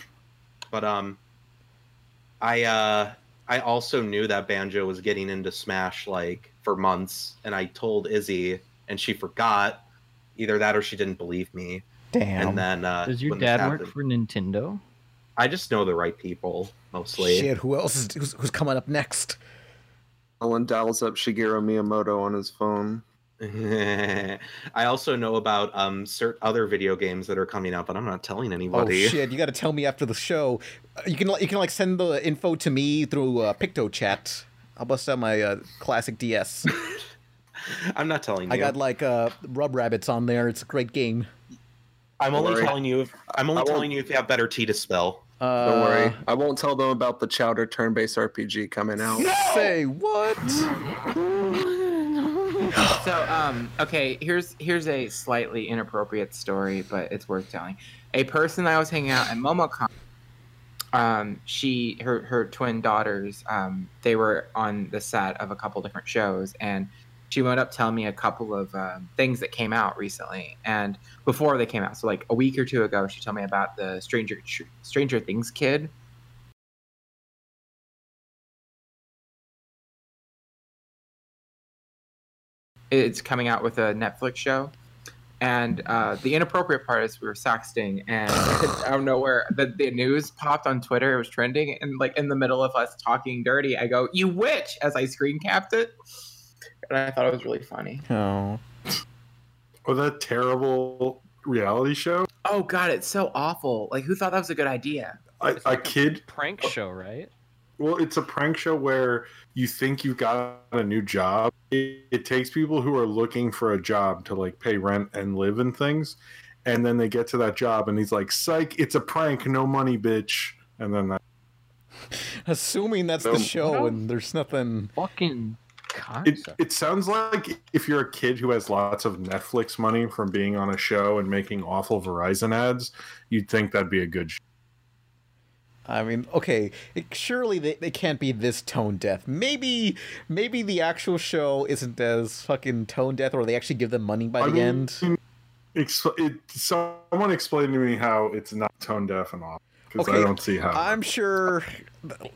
S3: But um, I uh, I also knew that Banjo was getting into Smash like for months, and I told Izzy, and she forgot. Either that, or she didn't believe me.
S2: Damn.
S3: And then uh,
S8: Does your
S3: when this
S8: dad work
S3: happened-
S8: for Nintendo?
S3: I just know the right people mostly.
S2: Shit, who else is who's, who's coming up next?
S6: Ellen dials up Shigeru Miyamoto on his phone.
S3: I also know about um certain other video games that are coming out, but I'm not telling
S2: Oh
S3: anybody.
S2: shit, you got to tell me after the show. Uh, You can like- you can like send the info to me through uh, Picto Chat. I'll bust out my uh, classic DS.
S3: I'm not telling you.
S2: I got like uh, Rub Rabbits on there. It's a great game.
S3: I'm only
S6: Worry.
S3: telling you if I'm only
S6: I won't-
S3: telling you if you have better tea to spell.
S2: Uh,
S6: Don't worry. I won't tell them about the Chowder turn-based RPG coming out.
S2: Say what?
S5: So, um, okay, here's here's a slightly inappropriate story, but it's worth telling. A person I was hanging out at MomoCon, um, she her her twin daughters, um, they were on the set of a couple different shows, and she wound up telling me a couple of um, things that came out recently and before they came out. So, like a week or two ago, she told me about the Stranger Stranger Things kid. it's coming out with a Netflix show. And uh, the inappropriate part is we were sexting, and out of nowhere, the, the news popped on Twitter. It was trending, and like in the middle of us talking dirty, I go, "You witch!" as I screen capped it, and I thought it was really funny.
S2: Oh.
S4: Or Oh, that terrible reality show.
S5: Oh god, it's so awful! Like, who thought that was a good idea?
S4: A, a kid.
S8: Prank show, right?
S4: Well, it's a prank show where you think you've got a new job. It, it takes people who are looking for a job to like pay rent and live and things, and then they get to that job, and he's like, "Psych! It's a prank. No money, bitch." And then that,
S2: Assuming that's the
S6: Boom.
S2: show and there's nothing.
S8: Fucking
S4: it
S8: concept.
S4: it sounds like if you're a kid who has lots of Netflix money from being on a show and making awful Verizon ads, you'd think that'd be a good. Show.
S2: I mean, okay, it, surely they, they can't be this tone deaf. Maybe maybe the actual show isn't as fucking tone deaf, or they actually give them money by
S4: I
S2: the
S4: mean,
S2: end.
S4: Expl- it, someone explained to me how it's not tone deaf and all because
S2: Okay,
S4: I don't see how.
S2: I'm sure.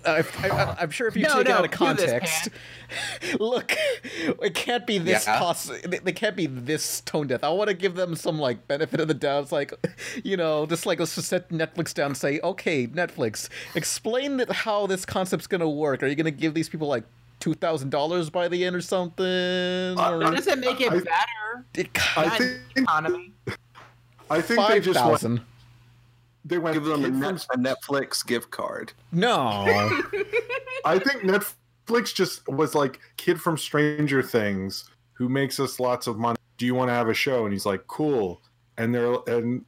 S2: I, I, I'm sure if you
S5: No,
S2: take it
S5: no,
S2: out of
S5: do this,
S2: context, look, it can't be this.
S3: Yeah.
S2: Poss- they, they can't be this tone deaf. I want to give them some like benefit of the doubt. It's like, you know, just like let's just set Netflix down. and Say, okay, Netflix, explain that how this concept's gonna work. Are you gonna give these people like two thousand dollars by the end or something? Or-
S5: That doesn't make it
S4: Uh, I-
S5: better.
S2: it-
S4: I
S5: God,
S4: think
S5: economy.
S4: I think they
S2: Five
S4: just went,
S2: thousand.
S4: they went.
S6: Give them a,
S4: kid from
S6: net, a Netflix gift card.
S2: No.
S4: I think Netflix just was like kid from Stranger Things who makes us lots of money. Do you want to have a show? And he's like, cool. And they're and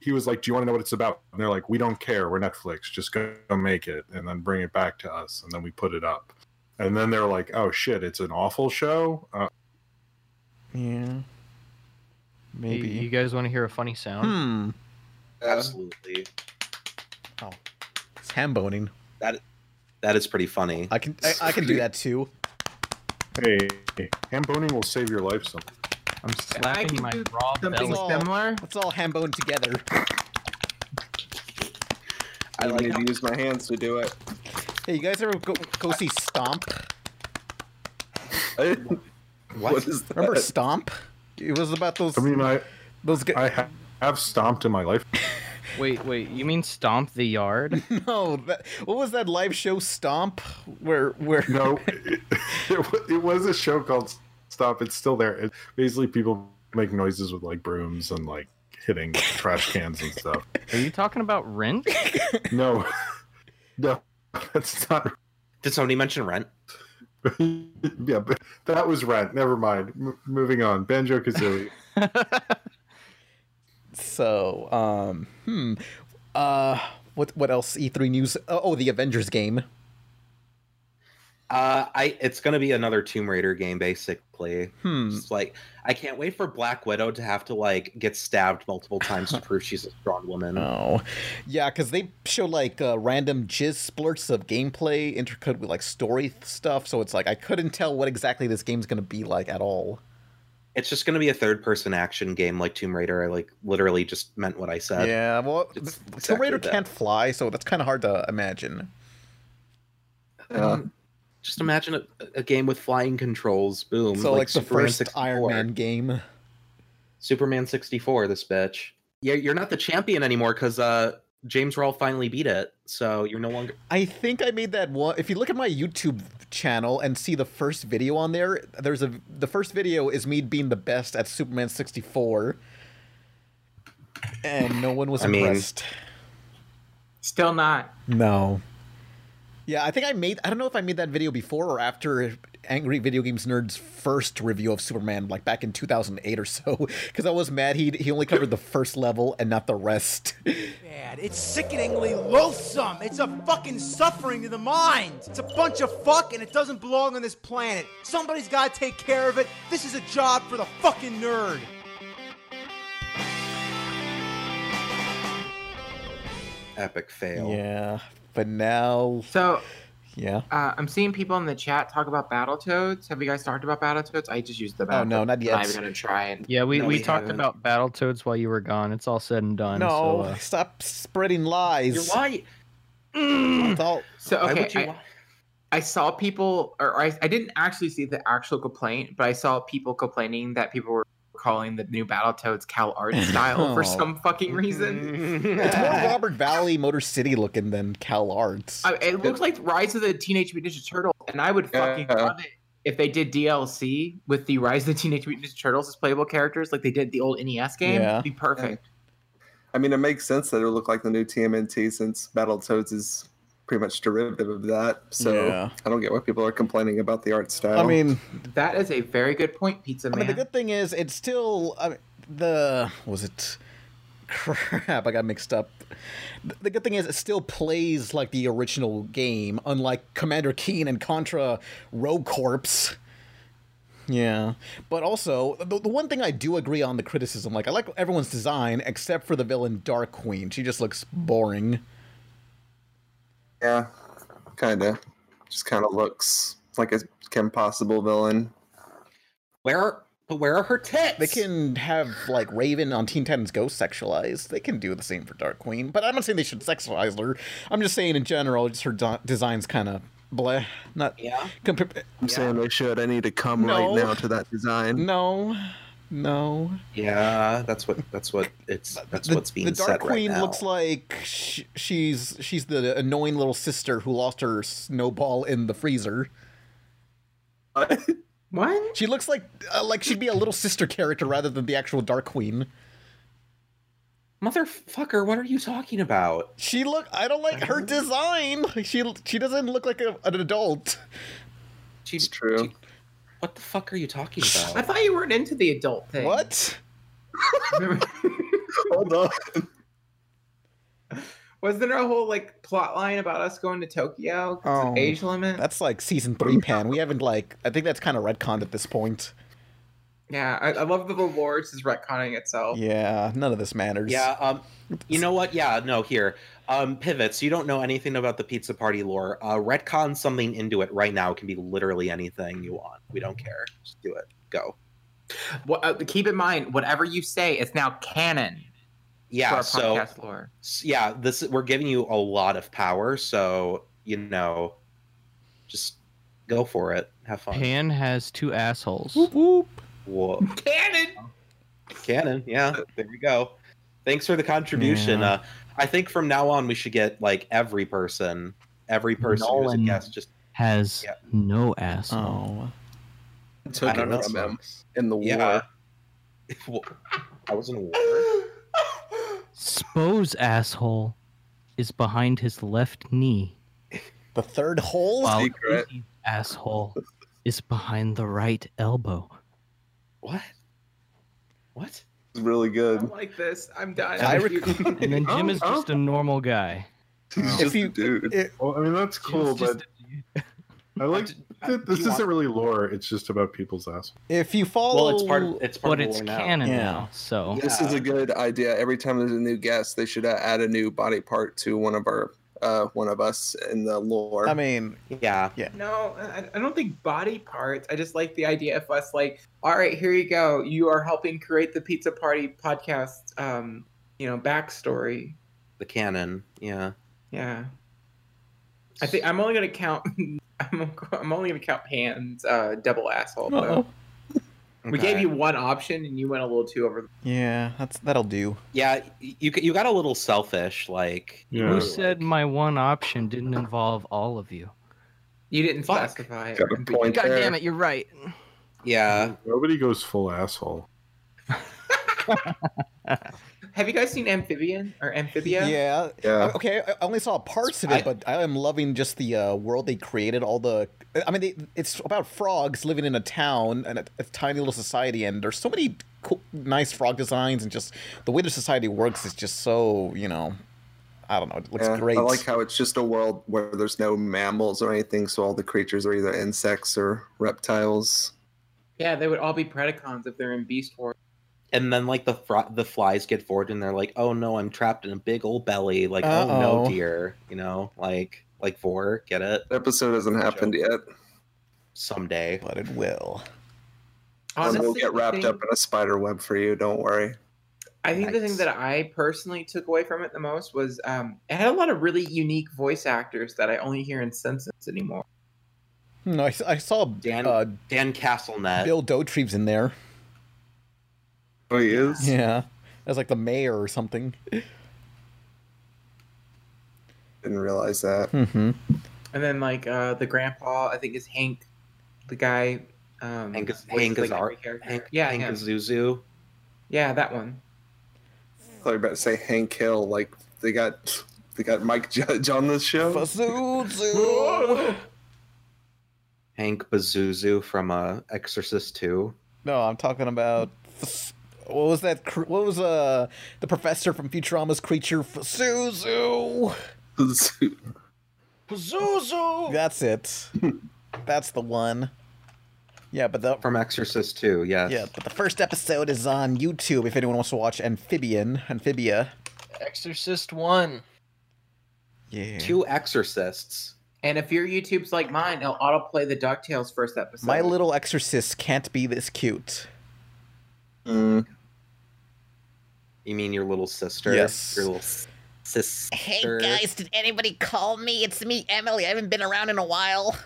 S4: he was like, do you want to know what it's about? And they're like, we don't care. We're Netflix. Just go make it and then bring it back to us. And then we put it up. And then they're like, oh shit, it's an awful show. Uh,
S2: yeah.
S8: You-
S2: Maybe.
S8: You guys want to hear a funny sound?
S2: Hmm.
S3: Absolutely.
S2: It's ham boning.
S3: That is pretty funny.
S2: I can I, I can do that too.
S4: hey, ham boning will save your life. Some.
S8: I'm
S5: I
S8: slapping
S5: can
S8: my
S5: do
S8: raw
S5: something
S8: belly.
S2: all-
S5: similar.
S2: Let's all ham bone together.
S6: I need to use my hands to do it.
S2: Hey, you guys ever go, go see Stomp?
S6: what is that?
S2: Remember Stomp? It was about those
S4: Uh, I mean, I
S2: those guys.
S4: I ha- have stomped in my life.
S8: Wait, wait. You mean stomp the yard?
S2: No, that, what was that live show Stomp? Where where?
S4: No, it, it, wa- it was a show called Stop. It's still there. It, basically, people make noises with like brooms and like hitting trash cans and stuff.
S8: Are you talking about rent?
S4: No, no, that's not.
S3: Did somebody mention Rent?
S4: Yeah, but that was Rent. Never mind. M- moving on. Banjo Kazooie.
S2: So um hmm E uh what what else E3 news? Oh, oh the Avengers game.
S3: Uh, I it's gonna be another Tomb Raider game basically.
S11: Hmm.
S3: It's like I can't wait for Black Widow to have to like get stabbed multiple times to prove she's a strong woman.
S2: Oh, yeah, because they show like uh, random jizz splurts of gameplay intercut with like story th- stuff. So it's like I couldn't tell what exactly this game's gonna be like at all.
S3: It's just gonna be a third person action game like Tomb Raider. I like literally just meant what I said.
S2: yeah, well,
S3: it's
S2: Tomb
S3: exactly
S2: Raider
S3: that.
S2: can't fly, so that's kind of hard to imagine.
S6: Uh,
S3: Just imagine a, a game with flying controls. Boom.
S2: so like, the
S3: Superman
S2: first
S3: 64.
S2: Iron Man game.
S3: Superman 64, this bitch. Yeah, you're not the champion anymore because uh, James Rawl finally beat it. So you're no longer.
S2: I think I made that one. If you look at my YouTube channel and see the first video on there, there's a the first video is me being the best at Superman 64, and no one was
S3: I mean-
S2: impressed.
S5: Still not.
S2: no. Yeah, I think I made. I don't know if I made that video before or after Angry Video Games Nerd's first review of Superman, like back in 2008 or so, because I was mad he he only covered the first level and not the rest.
S1: bad. It's sickeningly loathsome. It's a fucking suffering to the mind. It's a bunch of fuck and it doesn't belong on this planet. Somebody's gotta take care of it. This is a job for the fucking nerd.
S3: Epic fail.
S2: yeah, but now,
S5: So
S2: yeah.
S5: uh, I'm seeing people in the chat talk about Battletoads. Have you guys talked about Battletoads? I just used the
S2: Oh,
S5: Battletoads.
S2: no, not yet.
S5: I'm gonna try it.
S8: Yeah, we,
S3: No,
S8: we
S3: we
S8: talked
S3: haven't.
S8: about Battletoads while you were gone. It's all said and done. so,
S2: No,
S8: uh,
S2: stop spreading lies.
S3: You're lying.
S2: It's all-
S5: So
S3: Why
S5: okay,
S3: would you
S5: I-
S3: lie?
S5: I saw people, or I, I didn't actually see the actual complaint, but I saw people complaining that people were calling the new Battletoads Cal Art style
S2: Oh.
S5: for some fucking reason.
S2: it's more Robert Valley Motor City looking than Cal Arts.
S5: I, it looked like Rise of the Teenage Mutant Ninja Turtle, and I would fucking
S6: Yeah.
S5: love it if they did DLC with the Rise of the Teenage Mutant Ninja Turtles as playable characters, like they did the old NES game.
S2: Yeah.
S5: It'd be perfect.
S6: I mean, it makes sense that it'll look like the new TMNT since Battletoads is pretty much derivative of that. So
S2: Yeah.
S6: I don't get why people are complaining about the art style.
S2: I mean,
S5: That is a very good point, Pizza
S2: I
S5: Man.
S2: mean, the good thing is it's still I mean, the was it crap? I got mixed up. The- The good thing is it still plays like the original game, unlike Commander Keen and Contra Rogue Corps. Yeah, but also the, the one thing I do agree on the criticism, like I like everyone's design except for the villain Dark Queen. She just looks boring.
S6: yeah, kind of. Just kind of looks like a Kim Possible villain.
S3: Where are, but where are her tits?
S2: They can have like Raven on Teen Titans Go sexualized. They can do the same for Dark Queen, but I'm not saying they should sexualize her. I'm just saying in general, just her de- design's kind of bleh. Not
S3: Yeah.
S2: compa-
S6: I'm saying they should. I need to come
S2: No.
S6: right now to that design.
S2: no, no.
S3: Yeah, that's what that's what it's that's
S2: the,
S3: what's being
S2: the Dark
S3: said
S2: Queen
S3: right now.
S2: looks like sh she's she's the annoying little sister who lost her snowball in the freezer.
S5: what?
S2: She looks like uh, like she'd be a little sister character rather than the actual Dark Queen.
S3: motherfucker. What are you talking about?
S2: She look. I don't like her design. She she doesn't look like a, an adult.
S3: She,
S6: It's true.
S3: she- what the fuck are you talking
S5: I
S3: about?
S5: thought you weren't into the adult thing.
S2: What?
S6: Hold on.
S5: Was there a whole like plot line about us going to Tokyo? 'cause
S2: Oh.
S5: It's an age limit.
S2: That's like season three, Pan. We haven't like. I think that's kind of retconned at this point.
S5: Yeah, I, I love that the Lords is retconning itself.
S2: Yeah, none of this matters.
S3: yeah, um, you know what? Yeah, no. Here, um, pivots. You don't know anything about the pizza party lore. Uh, retcon something into it right now. It can be literally anything you want. We don't care. Just do it. Go.
S5: What, uh, keep in mind, whatever you say is now canon for
S3: Yeah.
S5: our
S3: So
S5: podcast lore.
S3: s- yeah, this we're giving you a lot of power. So you know, just go for it. Have fun.
S8: Pan has two assholes.
S3: Whoa.
S5: Canon.
S3: Canon, yeah. There we go. Thanks for the contribution.
S2: Yeah.
S3: Uh, I think from now on we should get like every person, every person who's a
S8: Nolan.
S3: guest. Just
S8: Has
S3: Yeah.
S8: no asshole.
S2: Oh.
S6: Took
S3: I don't know.
S6: it from him in the
S3: yeah.
S6: war.
S3: I was in a war.
S8: Spo's asshole is behind his left knee,
S2: The third hole.
S8: while
S6: Secret.
S8: Izzy's asshole is behind the right elbow.
S3: What? What?
S6: It's really
S5: I
S6: good.
S5: don't like this. I'm done.
S2: I
S5: If you-
S8: And then Jim is just a normal guy.
S6: He's just
S2: you-
S6: a dude.
S2: it-
S4: Well, I mean that's cool,
S8: Jim's just
S4: but
S8: a uh, dude.
S4: I like that this isn't really lore. It's just about people's ass.
S2: If you follow,
S3: Well, it's part. It's part
S8: Oh, but
S3: of the
S8: it's
S3: lore now.
S8: canon
S2: Yeah.
S8: now, so
S6: This is a good idea. Every time there's a new guest, they should uh, add a new body part to one of our uh, one of us in the lore.
S2: I mean,
S3: Yeah.
S5: No, I, I don't think body parts. I just like the idea of us like, all right, here you go. You are helping create the Pizza Party podcast, um, you know, backstory.
S3: The canon. Yeah.
S5: Yeah. I think I'm only gonna count. I'm, I'm only gonna count Pan's uh, double asshole.
S2: Oh.
S5: Though. We
S3: Okay.
S5: gave you one option and you went a little too over. The-
S2: yeah, that's that'll do.
S3: Yeah, y- you you got a little selfish. Like
S4: Yeah.
S8: who
S3: Like,
S8: said my one option didn't involve all of you?
S5: you didn't
S3: Fuck.
S5: specify. it.
S6: Got a point
S8: God
S6: there.
S8: damn it, you're right.
S3: Yeah.
S4: Nobody goes full asshole.
S5: Have you guys seen Amphibian or Amphibia?
S2: Yeah.
S6: Yeah.
S2: Okay, I I only saw parts of
S3: I-
S2: it, but I am loving just the uh, world they created. All the, I mean, they, it's about frogs living in a town and a, a tiny little society, and there's so many cool, nice frog designs, and just the way the society works is just so you know, I don't know, it looks
S6: Yeah,
S2: great.
S6: I like how it's just a world where there's no mammals or anything, so all the creatures are either insects or reptiles.
S5: Yeah, they would all be Predacons if they're in Beast Wars.
S3: And then like the fr- the flies get forward and they're like, oh no, I'm trapped in a big old belly. Like oh
S2: Uh-oh.
S3: no, dear. You know, like like vor, get it
S6: The episode hasn't happened yet.
S3: someday.
S2: but it will.
S6: and we'll
S5: Honestly,
S6: get
S5: the
S6: wrapped
S5: thing-
S6: up in a spider web for you. Don't worry.
S5: I think the thing
S3: Nice.
S5: that I personally took away from it the most was um, it had a lot of really unique voice actors that I only hear in Simpsons anymore.
S2: No, Hmm, I, s- I saw
S3: Dan- uh,
S2: uh,
S3: Dan Castlenet.
S2: Bill Dotrieve's in there.
S6: Oh, he is.
S2: Yeah, as like the mayor or something.
S6: Didn't realize that.
S2: Mm-hmm.
S5: And then like uh, the grandpa, I think is Hank, the guy. Um,
S3: Hank is-
S5: voices,
S3: Hank is our-
S5: every character.
S3: Hank,
S5: yeah,
S3: Hank
S5: him.
S3: Azuzu.
S5: yeah, that one.
S6: thought you were about to say Hank Hill. Like they got they got Mike Judge on this show.
S2: Fazuzu.
S3: Hank Bazuzu from uh, Exorcist 2.
S2: No, I'm talking about f- what was that? cr- What was uh the professor from Futurama's creature Fuzuzu? That's it. That's the one. Yeah, but the
S3: From Exorcist 2, yes.
S2: yeah, but the first episode is on YouTube if anyone wants to watch Amphibian, Amphibia.
S9: Exorcist One.
S2: Yeah.
S3: Two Exorcists.
S5: And if your YouTube's like mine, it'll autoplay the Ducktales first episode.
S2: My little exorcist can't be this cute.
S6: Mm,
S3: You mean your little sister?
S2: Yes.
S3: Your little s- sister.
S2: did anybody call me? It's me, Emily. I haven't been around in a while.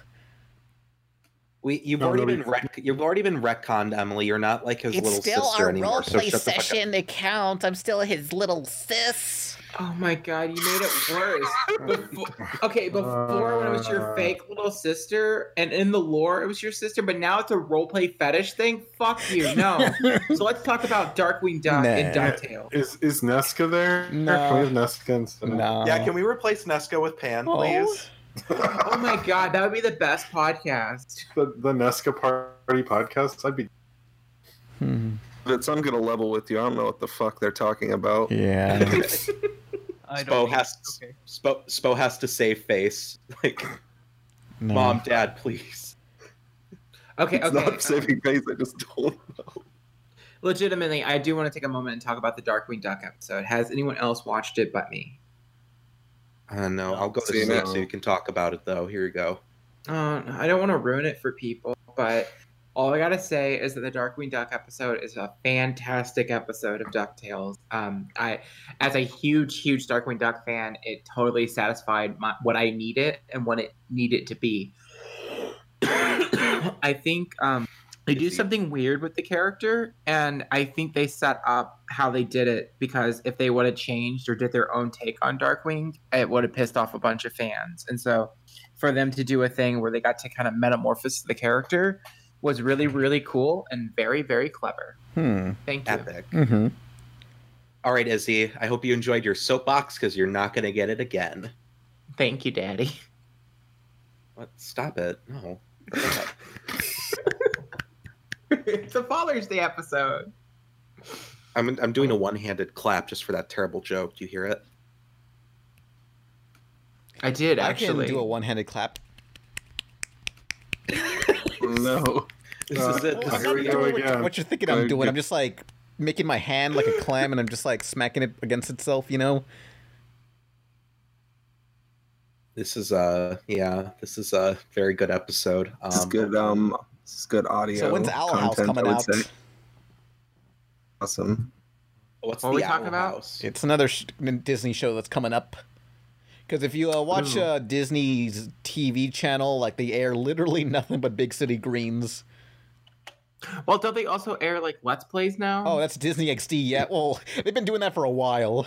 S3: We, you've,
S4: No,
S3: already
S4: really.
S3: been rec- you've already been retconned, Emily. You're not like his little sister anymore. So shut the fuck up.
S2: They count. I'm still his little sis.
S5: Oh my god, you made it worse. Befo- okay, before when it was your
S4: Uh.
S5: fake little sister, and in the lore it was your sister, but now it's a roleplay fetish thing? Fuck you, no.
S2: Oh,
S5: so let's talk about Darkwing Duck and
S2: Nah.
S5: DuckTales.
S4: Is is Nesca there?
S2: No.
S4: Can we have Nesca instead?
S2: No.
S3: we replace Nesco with Pan,
S2: Oh.
S5: Oh my god, that would be the best podcast.
S4: The, the Nesca Party podcast. I'd be.
S2: Hmm.
S6: if it's on gonna level with you, I don't know what the fuck they're talking about.
S2: Yeah.
S8: I
S3: Spo
S8: don't
S3: has,
S8: okay.
S3: Spo, Spo has to save face. Like,
S2: No.
S3: mom, dad, please.
S5: Okay,
S6: It's
S5: okay.
S6: not saving face. I just don't.
S5: Legitimately, I do want to take a moment and talk about the Darkwing Duck episode. Has anyone else watched it but me?
S3: I don't know. I'll go to
S6: See,
S3: sleep
S6: no.
S3: so you can talk about it, though. Here you go.
S5: Uh, I don't want to ruin it for people, but all I gotta say is that the Darkwing Duck episode is a fantastic episode of Ducktales. Um, I, as a huge, huge Darkwing Duck fan, it totally satisfied my, what I needed and what it needed to be. I think um, they do something weird with the character, and I think they set up how they did it because if they would have changed or did their own take on Darkwing, it would have pissed off a bunch of fans, and so for them to do a thing where they got to kind of metamorphose the character was really really cool and very very clever
S2: Hmm.
S5: thank you
S3: Epic.
S2: Mm-hmm.
S3: All right, Izzy. I hope you enjoyed your soapbox because you're not going to get it again.
S5: thank you daddy
S3: What? Stop it. No.
S5: it's a father's day episode
S3: I'm, I'm doing a one handed clap just for that terrible joke. Do you hear it?
S5: i did
S2: I
S5: actually
S2: can do a one-handed clap.
S6: no.
S3: This is
S5: Uh,
S3: it. This
S2: I'm not
S3: is where we
S2: doing
S3: go
S2: what,
S3: again.
S2: what you're thinking I'm doing. I'm just like making my hand like a clam and I'm just like smacking it against itself, you know?
S3: This is uh yeah, this is a very good episode. Um,
S6: This is good. Um, this is good audio.
S2: So when's Owl House
S6: content, I
S2: coming
S6: would
S2: out?
S6: say. Awesome.
S3: What's
S5: What are we talking about?
S2: It's another sh- Disney show that's coming up. Because if you uh, watch
S5: Ooh.
S2: uh, Disney's TV channel, like they air literally nothing but Big City Greens.
S5: Well, don't they also air like Let's Plays now?
S2: Oh, that's Disney XD. Yeah, well, they've been doing that for a while.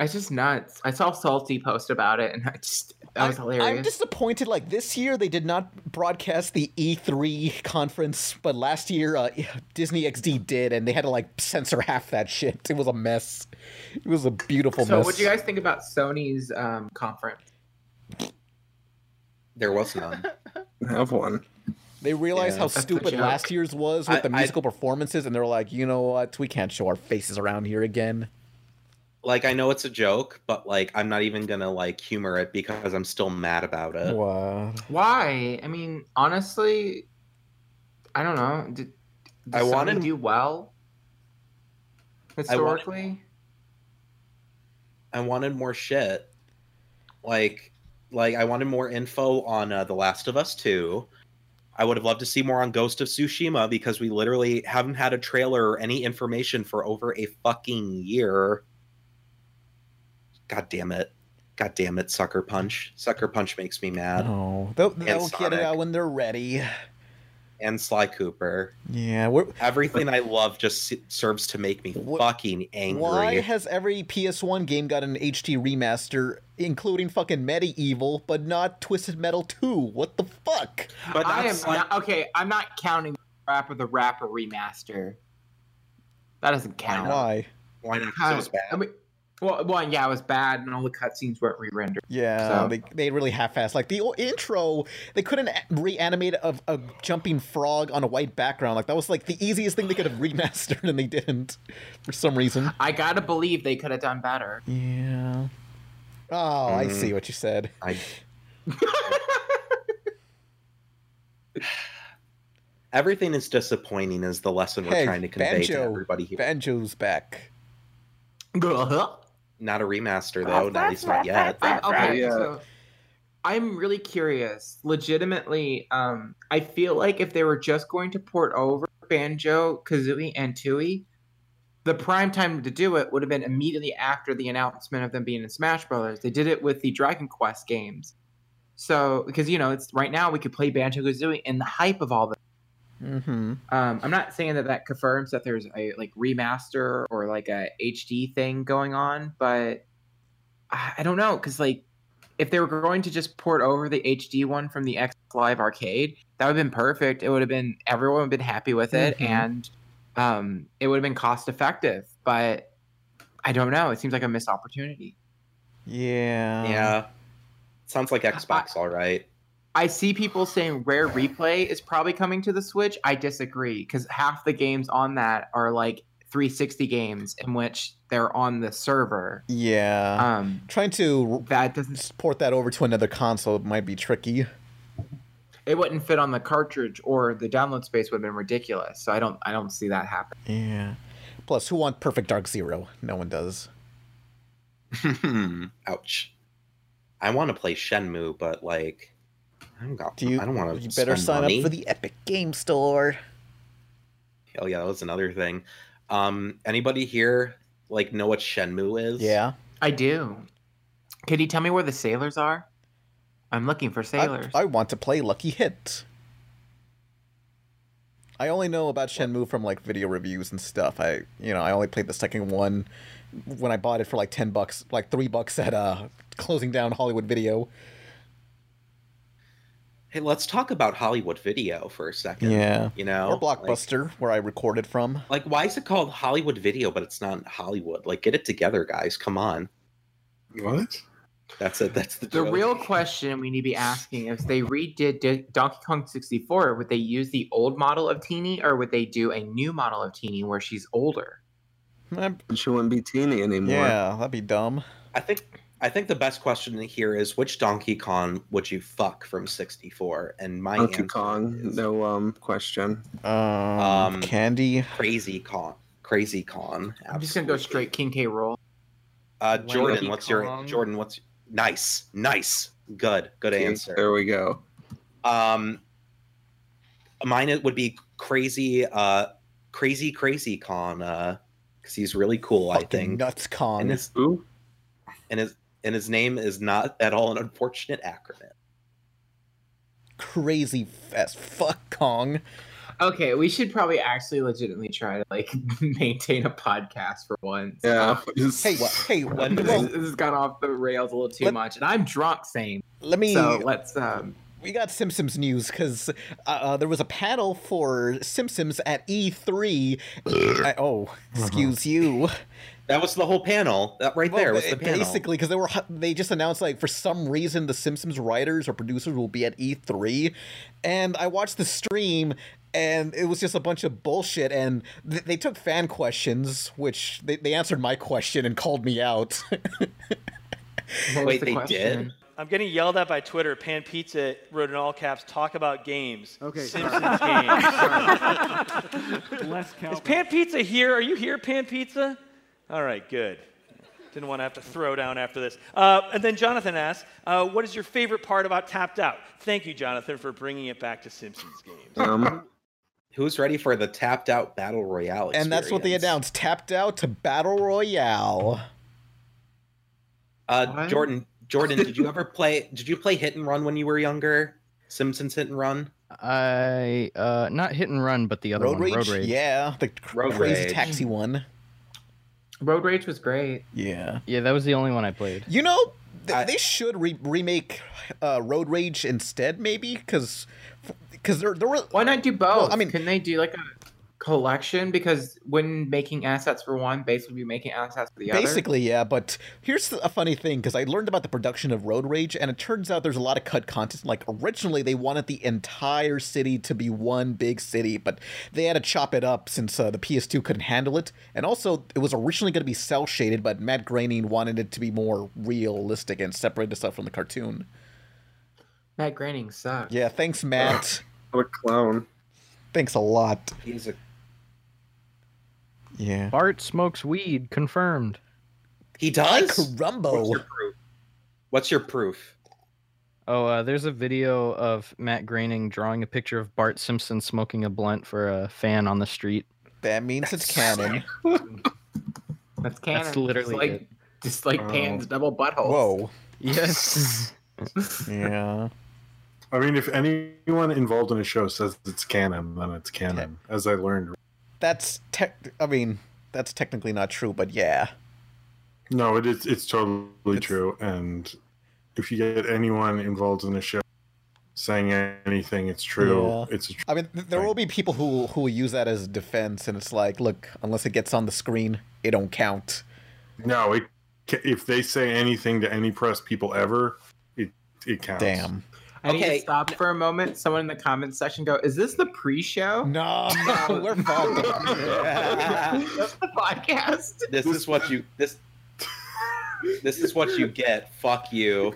S5: It's just nuts. I saw Salty post about it, and I just that was
S2: I'm
S5: hilarious.
S2: disappointed. Like this year, they did not broadcast the E3 conference, but last year uh, Disney XD did, and they had to like censor half that shit. It was a mess. It was a beautiful
S5: so,
S2: mess.
S5: what do you guys think about Sony's um, conference?
S3: There was none.
S6: Have one.
S2: They realized
S3: Yeah,
S2: how
S3: that's a
S2: stupid
S3: joke.
S2: last year's was with
S3: I-
S2: the
S3: I-
S2: musical performances, and they're like, you know what? We can't show our faces around here again.
S3: like I know it's a joke, but like I'm not even gonna like humor it because I'm still mad about it.
S2: Wow.
S5: Why? I mean, honestly, I don't know. Did, did
S3: I
S5: Sony
S3: wanted-
S5: do well
S3: wanted-
S5: historically?
S3: I wanted more shit. Like, like I wanted more info on uh, The Last of Us Two. I would have loved to see more on Ghost of Tsushima because we literally haven't had a trailer or any information for over a fucking year. God damn it! God damn it! Sucker Punch! Sucker Punch makes me mad.
S2: Oh, they'll, they'll get it
S3: Sonic.
S2: out when they're ready.
S3: And Sly Cooper.
S2: Yeah, we're,
S3: Everything I love just s- serves to make me fucking angry.
S2: Why has every PS1 game got an HD remaster, including fucking Medieval, but not Twisted Metal 2? What the fuck?
S3: But
S5: I am
S3: that's
S5: not, okay. I'm not counting Rap of the Rapper remaster. That doesn't count.
S2: Why?
S3: Why not?
S5: How- I mean, well, one, yeah, it was bad, and all the cutscenes weren't re-rendered.
S2: Yeah,
S5: So-
S2: they, they really half-assed. Like the o- intro, they couldn't a- reanimate a, a jumping frog on a white background. Like that was like the easiest thing they could have remastered, and they didn't for some reason.
S5: I gotta believe they could have done better.
S2: Yeah. Oh,
S3: Mm.
S2: I see what you said.
S3: I... Everything is disappointing is the lesson we're
S2: Hey,
S3: trying to convey to
S2: Banjo.
S3: everybody here.
S2: Banjo's back.
S3: Not a remaster though, not at least not yet.
S5: I'm- okay,
S6: Yeah.
S5: so I'm really curious. Legitimately, um, I feel like if they were just going to port over Banjo, Kazooie, and Tui, the prime time to do it would have been immediately after the announcement of them being in Smash Brothers. They did it with the Dragon Quest games. So, because you know, it's right now we could play Banjo Kazooie, and the hype of all this.
S2: Mm-hmm.
S5: Um, I'm not saying that that confirms that there's a like remaster or like a HD thing going on, but I I don't know because like if they were going to just port over the HD one from the X Live Arcade, that would have been perfect. It would have been everyone would have been happy with it,
S2: Mhm.
S5: and um, it would have been cost effective. But I don't know. It seems like a missed opportunity.
S2: Yeah.
S3: Yeah. Sounds like Xbox, all right.
S5: I see people saying Rare Replay is probably coming to the Switch. I disagree because half the games on that are like 360 games in which they're on the server.
S2: Yeah.
S3: Uh,
S5: Um,
S2: Trying to
S5: that doesn't.
S2: r- port that over to another console might be tricky.
S5: It wouldn't fit on the cartridge, or the download space would have been ridiculous. So I don't. I don't see that happen.
S2: Yeah. Plus, who wants Perfect Dark Zero? No one does.
S3: Ouch. I want to play Shenmue, but like I don't got
S2: Do you?
S3: I don't want to
S2: You better sign
S3: money.
S2: up for the Epic Game Store.
S3: Oh yeah, that was another thing. Um anybody here like know what Shenmue is?
S2: Yeah.
S5: I do. Could you tell me where the sailors are? I'm looking for sailors.
S2: I, I want to play Lucky Hit. I only know about Shenmue from like video reviews and stuff. I, you know, I only played the second one when I bought it for like ten bucks, like three bucks at uh closing down Hollywood Video.
S3: Hey, let's talk about Hollywood Video for a second.
S2: Yeah.
S3: You know,
S2: or
S3: Oh, like-
S2: Blockbuster, where I recorded from.
S3: Like, why is it called Hollywood Video, but it's not in Hollywood? Like, get it together, guys. Come on.
S4: What?
S3: That's it. That's the,
S5: The
S3: joke.
S5: real question we need to be asking is they redid Di- Donkey Kong 64, would they use the old model of Teeny or would they do a new model of Teeny where she's older?
S2: Eh,
S6: She wouldn't be teeny anymore.
S2: Yeah, that'd be dumb.
S3: I think I think the best question here is which Donkey Kong would you fuck from 64? And my
S6: Donkey
S3: answer
S6: Kong, no um question.
S2: Um, Candy.
S3: Crazy Con. Crazy Con.
S5: I'm just gonna go straight King K. Roll.
S3: Uh, Jordan,
S5: Donkey
S3: what's your
S5: Kong.
S3: Jordan? What's nice, nice, good, good
S6: Okay,
S3: answer.
S6: There we go.
S3: Um, mine it would be crazy, uh, crazy, crazy con, uh, because he's really cool. I think
S2: Nuts Kong.
S3: And his,
S6: Ooh.
S3: and his and his name is not at all an unfortunate acronym.
S2: Crazy as fuck Kong.
S5: Okay, we should probably actually legitimately try to like maintain a podcast for once.
S6: Yeah.
S2: Uh, Hey, wha- hey,
S5: Um,
S2: what?
S5: this,
S2: well,
S5: this has gone off the rails a little too
S2: Let-
S5: much, and I'm drunk, same.
S2: let me.
S5: So let's um,
S2: we got Simpsons news because uh, uh, there was a panel for Simpsons at E3. I, oh, excuse you.
S3: That was the whole panel. That right Uh-huh. there was
S2: ba-
S3: the panel.
S2: Basically, because they were hu- they just announced like for some reason the Simpsons writers or producers will be at E3, and I watched the stream and it was just a bunch of bullshit and th- they took fan questions which they, they answered my question and called me out
S5: what was
S3: Wait,
S5: the
S3: they
S5: question?
S3: did?
S9: I'm getting yelled at by Twitter. Pan Pizza wrote in all caps, talk about games.
S12: Okay,
S9: Simpsons games.
S12: Less
S9: Is
S12: count.
S9: Pan Pizza here? Are you here, Pan Pizza? All right, good. Didn't want to have to throw down after this. Uh, and then Jonathan asks, uh, what is your favorite part about Tapped Out? Thank you, Jonathan, for bringing it back to Simpsons games.
S6: Um,
S3: Who's ready for the tapped out battle royale?
S2: and that's what they
S3: experience?
S2: announced tapped out to battle royale
S3: Uh,
S5: What?
S3: Jordan, Jordan, did you ever play? Did you play Hit and Run when you were younger? Simpsons Hit and Run.
S8: I uh, not hit and run, but the other
S2: road
S8: one,
S2: rage?
S8: road rage.
S2: yeah the cr-
S3: Road
S2: crazy
S3: Rage. Mm.
S2: taxi one
S5: Road Rage was great.
S2: yeah
S8: Yeah, that was the only one I played.
S2: You know, th-
S3: I-
S2: they should re- remake uh, Road Rage instead, maybe, because because there there were
S5: Why not do both?
S2: Well, I
S5: I
S2: mean-
S5: mean, can they do like a collection? Because when making assets for one, base would be making assets for the other.
S2: basically yeah. But here's a funny thing because I learned about the production of Road Rage, and it turns out there's a lot of cut content. Like originally, they wanted the entire city to be one big city, but they had to chop it up since uh, the PS2 couldn't handle it. And also, it was originally going to be cell shaded, but Matt Groening wanted it to be more realistic and separate the stuff from the cartoon.
S5: Matt Groening sucks.
S2: Yeah, thanks, Matt.
S6: what a clown.
S2: thanks a lot.
S3: He's a
S2: Yeah.
S8: Bart smokes weed, confirmed.
S3: he does. What's your
S2: Carumbo.
S3: proof? What's your proof?
S8: Oh, uh, there's a video of Matt Groening drawing a picture of Bart Simpson smoking a blunt for a fan on the street.
S2: That means it's canon.
S5: That's canon.
S8: That's literally
S5: just like,
S8: it.
S5: Just like Pan's double butthole.
S2: Whoa.
S8: Yes.
S2: Yeah.
S4: I mean, if anyone involved in a show says it's canon, then it's canon, as I learned.
S2: That's tech. I mean, that's technically not true, but yeah.
S4: No, it is. It's totally true. And if you get anyone involved in a show saying anything, it's true.
S2: Yeah.
S4: It's a tr-
S2: I mean, th- there will be people who who will use that as defense, and it's like, look, unless it gets on the screen, it don't count.
S4: no. It ca- if they say anything to any press people ever, it it counts.
S2: Damn.
S5: I need
S3: Okay.
S5: to stop for a moment. Someone in the comments section go, "Is this the pre-show?"
S2: No, no, we're fucked.
S5: That's the podcast.
S3: This is what you this. This is what you get. Fuck you.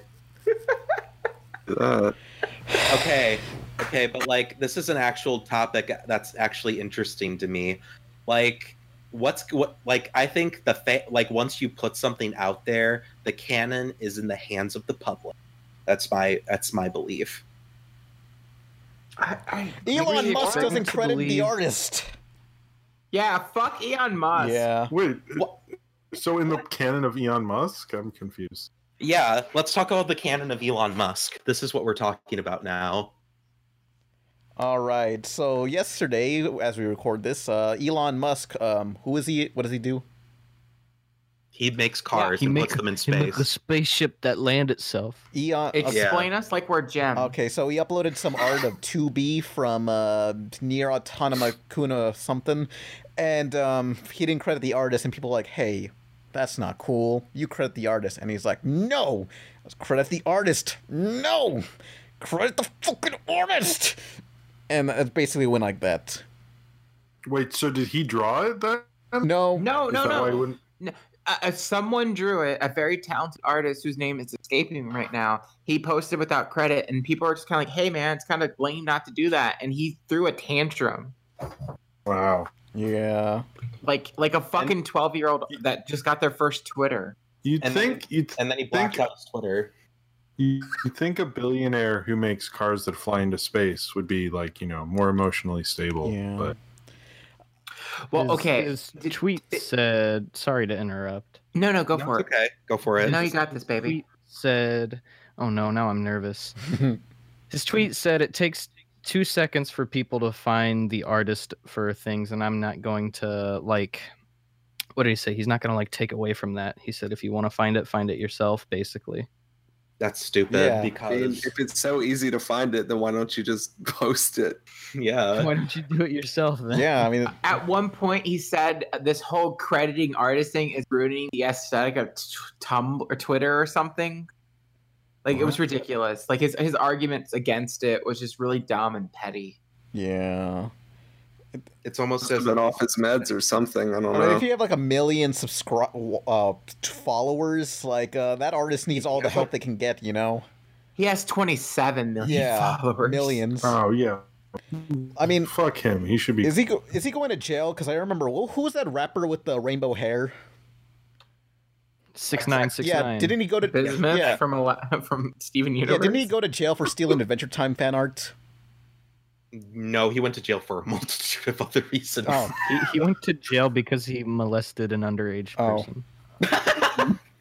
S6: Uh,
S3: Okay, okay, but like this is an actual topic that's actually interesting to me. Like, what's what? Like, I think the fa- like once you put something out there, the canon is in the hands of the public. That's my that's my belief.
S5: I, I
S2: Elon
S5: really
S2: Musk
S5: expect-
S2: doesn't
S8: to
S2: credit the
S8: believe-
S2: artist.
S5: Yeah, fuck Elon Musk.
S2: Yeah.
S4: Wait.
S3: Wha-
S4: So in the canon of Elon Musk, I'm confused.
S3: Yeah, let's talk about the canon of Elon Musk. This is what we're talking about now.
S2: All right. So yesterday, as we record this, uh, Elon Musk, um, who is he? What does he do?
S3: He makes cars
S8: he
S3: and
S8: make-
S3: puts them in
S8: He make the
S3: space.
S8: spaceship that land itself.
S2: Elon.
S5: Explain us like we're gems.
S2: Okay, so he uploaded some art of 2B from uh, near Autonoma Kuna something, and um, he didn't credit the artist, and people were like, hey, that's not cool. You credit the artist. And he's like, no, credit the artist. No, credit the fucking artist. And it basically went like that.
S4: Wait. So did he draw it then?
S2: No,
S5: No,
S4: Is
S5: no,
S4: that why he
S5: no.
S4: wouldn't-
S5: no. uh, uh, someone drew it, a very talented artist whose name is escaping me right now. He posted without credit, and people are just kind of like, "Hey, man, it's kind of lame not to do that." And he threw a tantrum,
S4: Wow.
S2: Yeah.
S5: like like a fucking twelve year old that just got their first Twitter.
S4: You'd
S5: And
S4: think you'd
S3: and then he blacked out his Twitter.
S4: You, you think a billionaire who makes cars that fly into space would be like you know more emotionally stable? Yeah. But
S5: Well, okay.
S8: His tweet said, "Sorry to interrupt."
S5: No, no, go for it.
S3: Okay, go for
S5: No, you got this, baby.
S8: Said, "Oh no, now I'm nervous." his tweet said, "It takes two seconds for people to find the artist for things, and I'm not going to like." What did he say? He's not going to like take away from that. He said, "If you want to find it, find it yourself." Basically.
S3: That's stupid
S8: Yeah.
S2: Oh,
S6: I mean, if it's so easy to find it, then why don't you just post it?
S3: Yeah.
S8: Why don't you do it yourself then?
S2: Uh, Yeah, I mean,
S5: At one point, he said uh, this whole crediting artist thing is ruining the aesthetic of t- Tumblr or Twitter or something. Like it was ridiculous. Like his his arguments against it was just really dumb and petty.
S2: Yeah.
S3: It's almost
S6: as an office meds or something. I don't
S2: I mean,
S6: know.
S2: if you have like a million subscri- uh, t- followers, like uh, that artist needs all the help they can get, you know?
S5: He has 27 million
S2: yeah,
S5: followers.
S2: Millions.
S4: oh yeah,
S2: I mean,
S4: fuck him. He should be.
S2: Is he go- is he going to jail? Because I remember well, who was that rapper with the rainbow hair?
S8: Six nine six
S2: yeah,
S8: nine.
S2: didn't he go to
S5: Bismuth
S2: yeah,
S5: from a, from Steven
S2: yeah,
S5: Universe.
S2: didn't he go to jail for stealing Adventure Time fan art?
S3: No, he went to jail for a multitude of other reasons.
S2: Oh.
S8: he, he went to jail because he molested an underage
S2: Oh.
S8: person.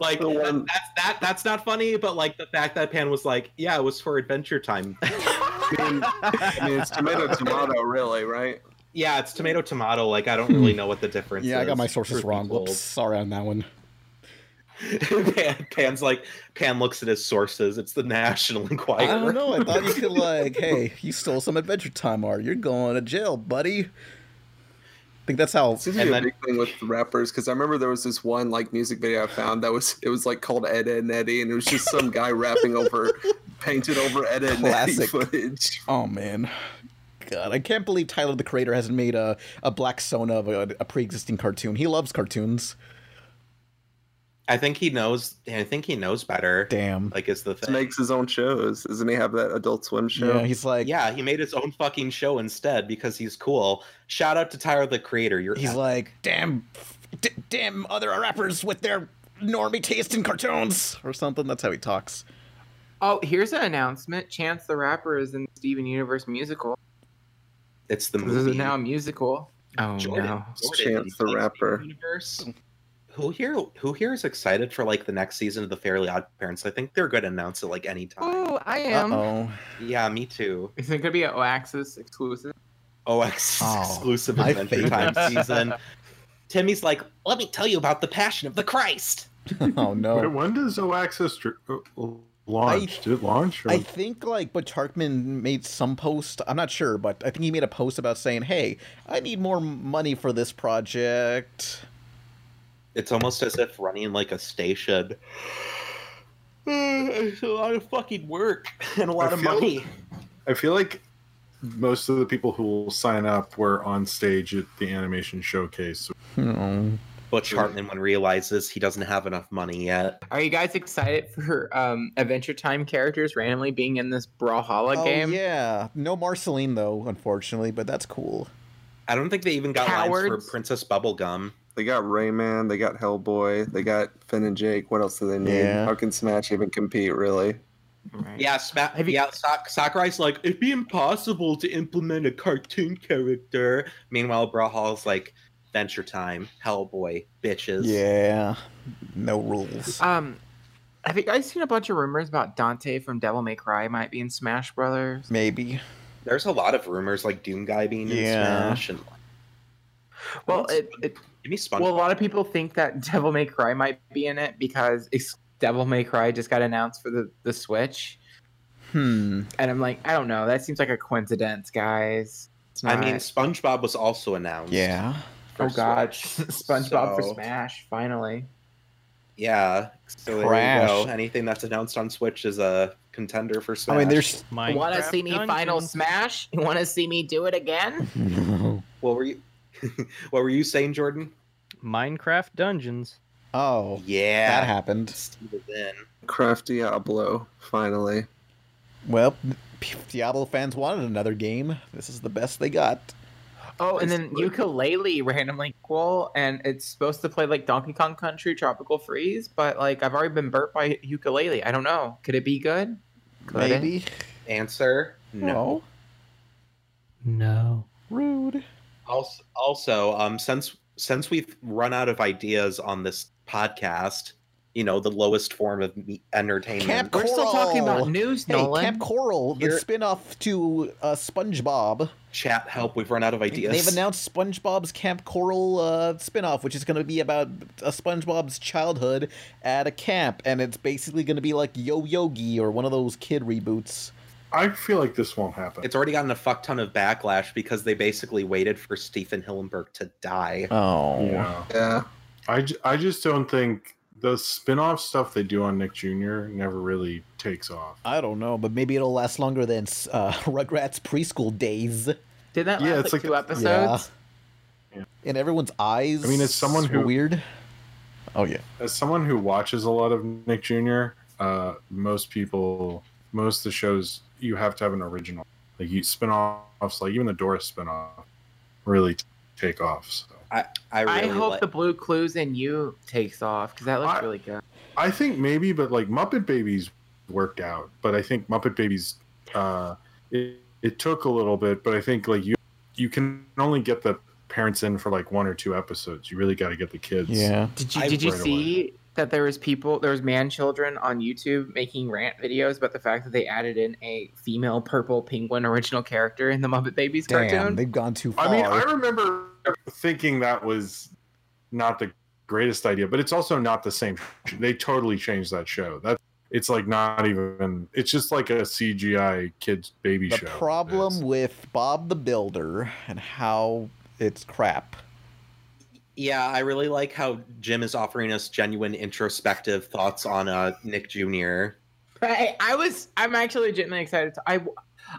S3: Like that,
S5: um,
S3: that's that that's not funny, but like the fact that Pan was like, yeah, it was for Adventure Time.
S6: I mean, it's tomato, tomato, really, right?
S3: yeah, it's tomato tomato. Like I don't really know what the difference.
S2: Hmm. Yeah, I got
S3: is.
S2: my sources
S3: Truth be
S2: wrong.
S3: told.
S2: Whoops, sorry on that one.
S3: Pan, Pan's like Pan looks at his sources. It's the National Enquirer.
S2: I don't know. I thought you could like, hey, you stole some Adventure Time art. You're going to jail, buddy. I think that's how.
S6: It seems to be a big thing with rappers because I remember there was this one like music video I found that was it was like called Ed, Ed and Eddie and it was just some guy rapping over painted over Ed, Ed and Eddie
S2: Classic.
S6: footage.
S2: Oh man, God, I can't believe Tyler the Creator hasn't made a a black Sona of a, a pre-existing cartoon. He loves cartoons.
S3: I think he knows. I think he knows better.
S2: Damn.
S3: Like is the
S6: He
S3: thing.
S6: makes his own shows. Doesn't he have that Adult Swim show?
S2: like
S3: yeah he made his own fucking show instead because he's cool shout out to tyler the creator you're
S2: He's like, Uh, damn, d- damn other rappers with their normie taste in cartoons or something. That's how he talks.
S5: Oh, here's an announcement. Chance the Rapper is in the Steven Universe musical.
S3: it's the
S5: This
S3: movie
S5: is now a musical. Oh
S3: Jordan-
S5: no.
S3: Jordan,
S6: Chance the Rapper.
S3: universe who here who here is excited for like the next season of the fairly odd parents i think they're going to announce it like anytime
S5: Oh, I am.
S3: yeah me too
S5: Is it gonna be an Oaxis exclusive?
S3: ox
S5: Oh,
S3: exclusive
S5: my
S3: adventure time
S5: favorite.
S3: season timmy's like let me tell you about the passion of the christ
S2: oh
S4: Wait,
S2: no.
S4: when does Oaxis dr- uh, launch? Did it launch? Or
S2: I think like but Tarkman made some post. I'm not sure, but I think he made a post about saying, "Hey, I need more money for this project."
S3: it's almost as if running like a station it's a lot of fucking work and a lot
S4: I
S3: of
S4: feel-
S3: money
S4: I feel like most of the people who will sign up were on stage at the animation showcase.
S2: Hmm.
S3: Butch Hartman when realizes he doesn't have enough money yet.
S5: Are you guys excited for um, Adventure Time characters randomly being in this Brawlhalla
S2: oh
S5: game?
S2: yeah, no Marceline though, unfortunately, but that's cool.
S3: I don't think they even got lines for Princess Bubblegum.
S6: They got Rayman, they got Hellboy, they got Finn and Jake. What else do they need?
S2: Yeah.
S6: How can Smash even compete, really?
S3: Yeah, Sma- yeah. Sak- Sakurai's like it'd be impossible to implement a cartoon character. Meanwhile, Brawlhalla's like Venture Time, Hellboy, bitches.
S2: Yeah, no rules.
S5: Um, have you guys seen a bunch of rumors about Dante from Devil May Cry might be in Smash Brothers?
S2: Maybe.
S3: There's a lot of rumors like Doom Guy being
S5: Yeah.
S3: in Smash and
S5: Well, it, it
S3: give me SpongeBob.
S5: Well, a lot of people think that Devil May Cry might be in it because it's Devil May Cry just got announced for the the Switch,
S2: Hmm.
S5: and I'm like, I don't know. That seems like a coincidence, guys. It's
S3: I mean,
S5: not-
S3: SpongeBob was also announced.
S2: Yeah.
S5: oh
S3: for
S5: god,
S3: Switch,
S5: SpongeBob for
S3: so-
S5: Smash finally.
S3: Yeah. So
S2: Crash.
S3: there you go. Anything that's announced on Switch is a contender for Smash.
S2: I mean, there's-
S5: Want to see me final Smash? You want to see me do it again?
S3: What were you? what were you saying, Jordan?
S8: Minecraft Dungeons.
S2: Oh,
S3: yeah,
S2: that happened.
S6: Craft Diablo, finally.
S2: Well, P- Diablo fans wanted another game. This is the best they got.
S5: Oh, and then ukulele randomly cool, and it's supposed to play like Donkey Kong Country Tropical Freeze, but like I've already been burnt by ukulele. I don't know. Could it be good? Could it?
S2: Maybe.
S3: Answer
S2: Oh,
S3: no.
S7: No.
S2: Rude.
S3: Also, also, um, since since we've run out of ideas on this podcast, you know, the lowest form of me- entertainment.
S2: Camp Coral. Oh. hey, Camp Coral, the
S3: You're-
S2: spin-off to uh, SpongeBob.
S3: Chat help. We've run out of ideas.
S2: They've announced SpongeBob's Camp Coral uh, spin-off, which is going to be about a SpongeBob's childhood at a camp, and it's basically going to be like Yo Yogi or one of those kid reboots.
S4: I feel like this won't happen.
S3: It's already gotten a fuck ton of backlash because they basically waited for Stephen Hillenberg to die.
S2: Oh.
S4: Yeah.
S6: yeah.
S4: I, ju- I just don't think the spin-off stuff they do on Nick Jr. never really takes off.
S2: I don't know, but maybe it'll last longer than uh, Rugrats preschool days.
S5: Did that
S4: Yeah,
S5: last
S4: it's
S5: like,
S4: like
S5: two
S4: the-
S5: episodes?
S2: In everyone's eyes.
S4: I mean, as someone
S2: it's
S4: who-
S2: weird. Oh yeah.
S4: As someone who watches a lot of Nick Jr., uh, most people, most of the shows, you have to have an original. Like you spin-offs, like even the Doris spin-off, really t- take off. So.
S3: I I,
S5: I hope the blue clues in you takes off because that looks really good.
S4: I think maybe, but like Muppet Babies worked out, but I think Muppet Babies uh, it, it took a little bit, but I think like you you can only get the parents in for like one or two episodes. You really got to get the kids.
S2: Yeah.
S5: Did you
S4: I-
S5: did you
S4: right away.
S5: see that there was people there was man children on YouTube making rant videos about the fact that they added in a female purple penguin original character in the Muppet Babies
S2: Damn,
S5: cartoon?
S2: they've gone too far.
S4: I mean, I remember thinking that was not the greatest idea, but it's also not the same. They totally changed that show. That it's like not even. It's just like a CGI kids baby
S2: the
S4: show.
S2: problem with Bob the Builder and how it's crap.
S3: Yeah, I really like how Jim is offering us genuine introspective thoughts on uh, Nick Jr.
S5: Right. I was. I'm actually legitimately excited. To, I,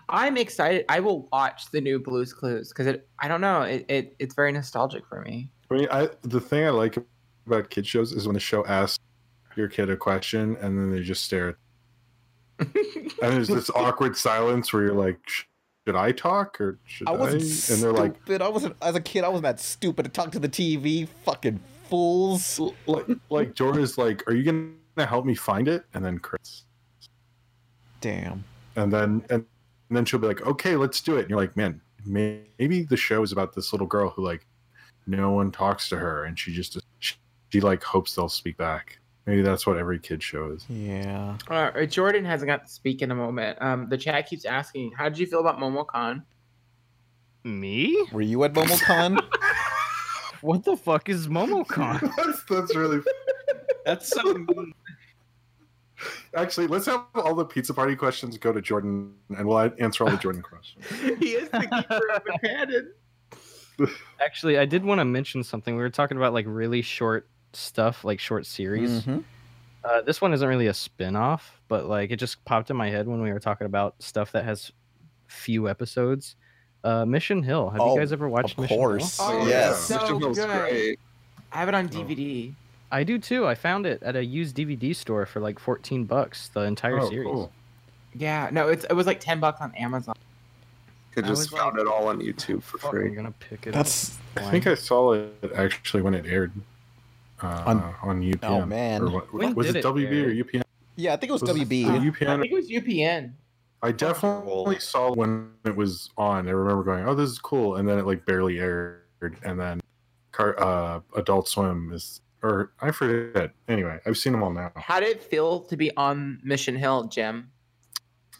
S5: I'm excited. I will watch the new Blue's Clues because it. I don't know. It, it. It's very nostalgic for me.
S4: I mean, I, the thing I like about kid shows is when the show asks your kid a question and then they just stare. and there's this awkward silence where you're like, "Sh- should I talk or should I?
S2: I wasn't
S4: and they're like,
S2: stupid. I wasn't as a kid. I wasn't that stupid to talk to the TV. Fucking fools.
S4: like, like Jordan's like, are you gonna help me find it? And then Chris,
S2: Damn.
S4: and then and, and then she'll be like, okay, let's do it. And you're like, man, may- maybe the show is about this little girl who like no one talks to her and she just she, she like hopes they'll speak back. Maybe that's what every kid show is.
S2: Yeah.
S5: Uh, Jordan hasn't got to speak in a moment. Um, the chat keeps asking, "How did you feel about MomoCon?"
S8: Me?
S2: Were you at MomoCon?
S8: What the fuck is MomoCon?
S4: that's that's really
S3: that's so mean.
S4: Actually, let's have all the pizza party questions go to Jordan, and we'll a- answer all the Jordan questions.
S5: he is the keeper of the canon.
S8: Actually, I did want to mention something. We were talking about like really short stuff, like short series.
S2: Mhm.
S8: Uh, this one isn't really a spin-off, but like it just popped in my head when we were talking about stuff that has few episodes. Uh, Mission Hill. Have
S2: Oh,
S8: you guys ever watched
S2: of
S8: Mission
S2: course.
S8: Hill?
S5: Oh,
S2: Yes.
S5: it's so
S6: Mission Hill's
S5: good.
S6: great.
S5: I have it on DVD.
S8: I do too. I found it at a used DVD store for like 14 bucks, the entire
S4: Oh,
S8: series.
S4: cool.
S5: Yeah. No, it's it was like ten bucks on Amazon.
S6: Could
S8: I
S6: just
S8: was like,
S6: found it all on YouTube for
S8: Fuck, I'm
S6: free.
S8: gonna pick it
S2: That's
S8: up.
S4: I think I saw it actually when it aired uh, on
S2: On-
S4: on UPN.
S2: Oh, man.
S4: Or what-
S8: When
S4: was
S8: did
S4: it,
S8: it
S4: WB
S8: air?
S4: or UPN?
S2: yeah, I think it was,
S4: Was it
S2: WB.
S4: the
S5: Uh, I
S4: UPN.
S5: think it was UPN.
S4: I definitely saw it when it was on. I remember going, "Oh, this is cool," and then it like barely aired, and then car, uh, Adult Swim is, or I forget. Anyway, I've seen them all now.
S5: How did it feel to be on Mission Hill, Jim?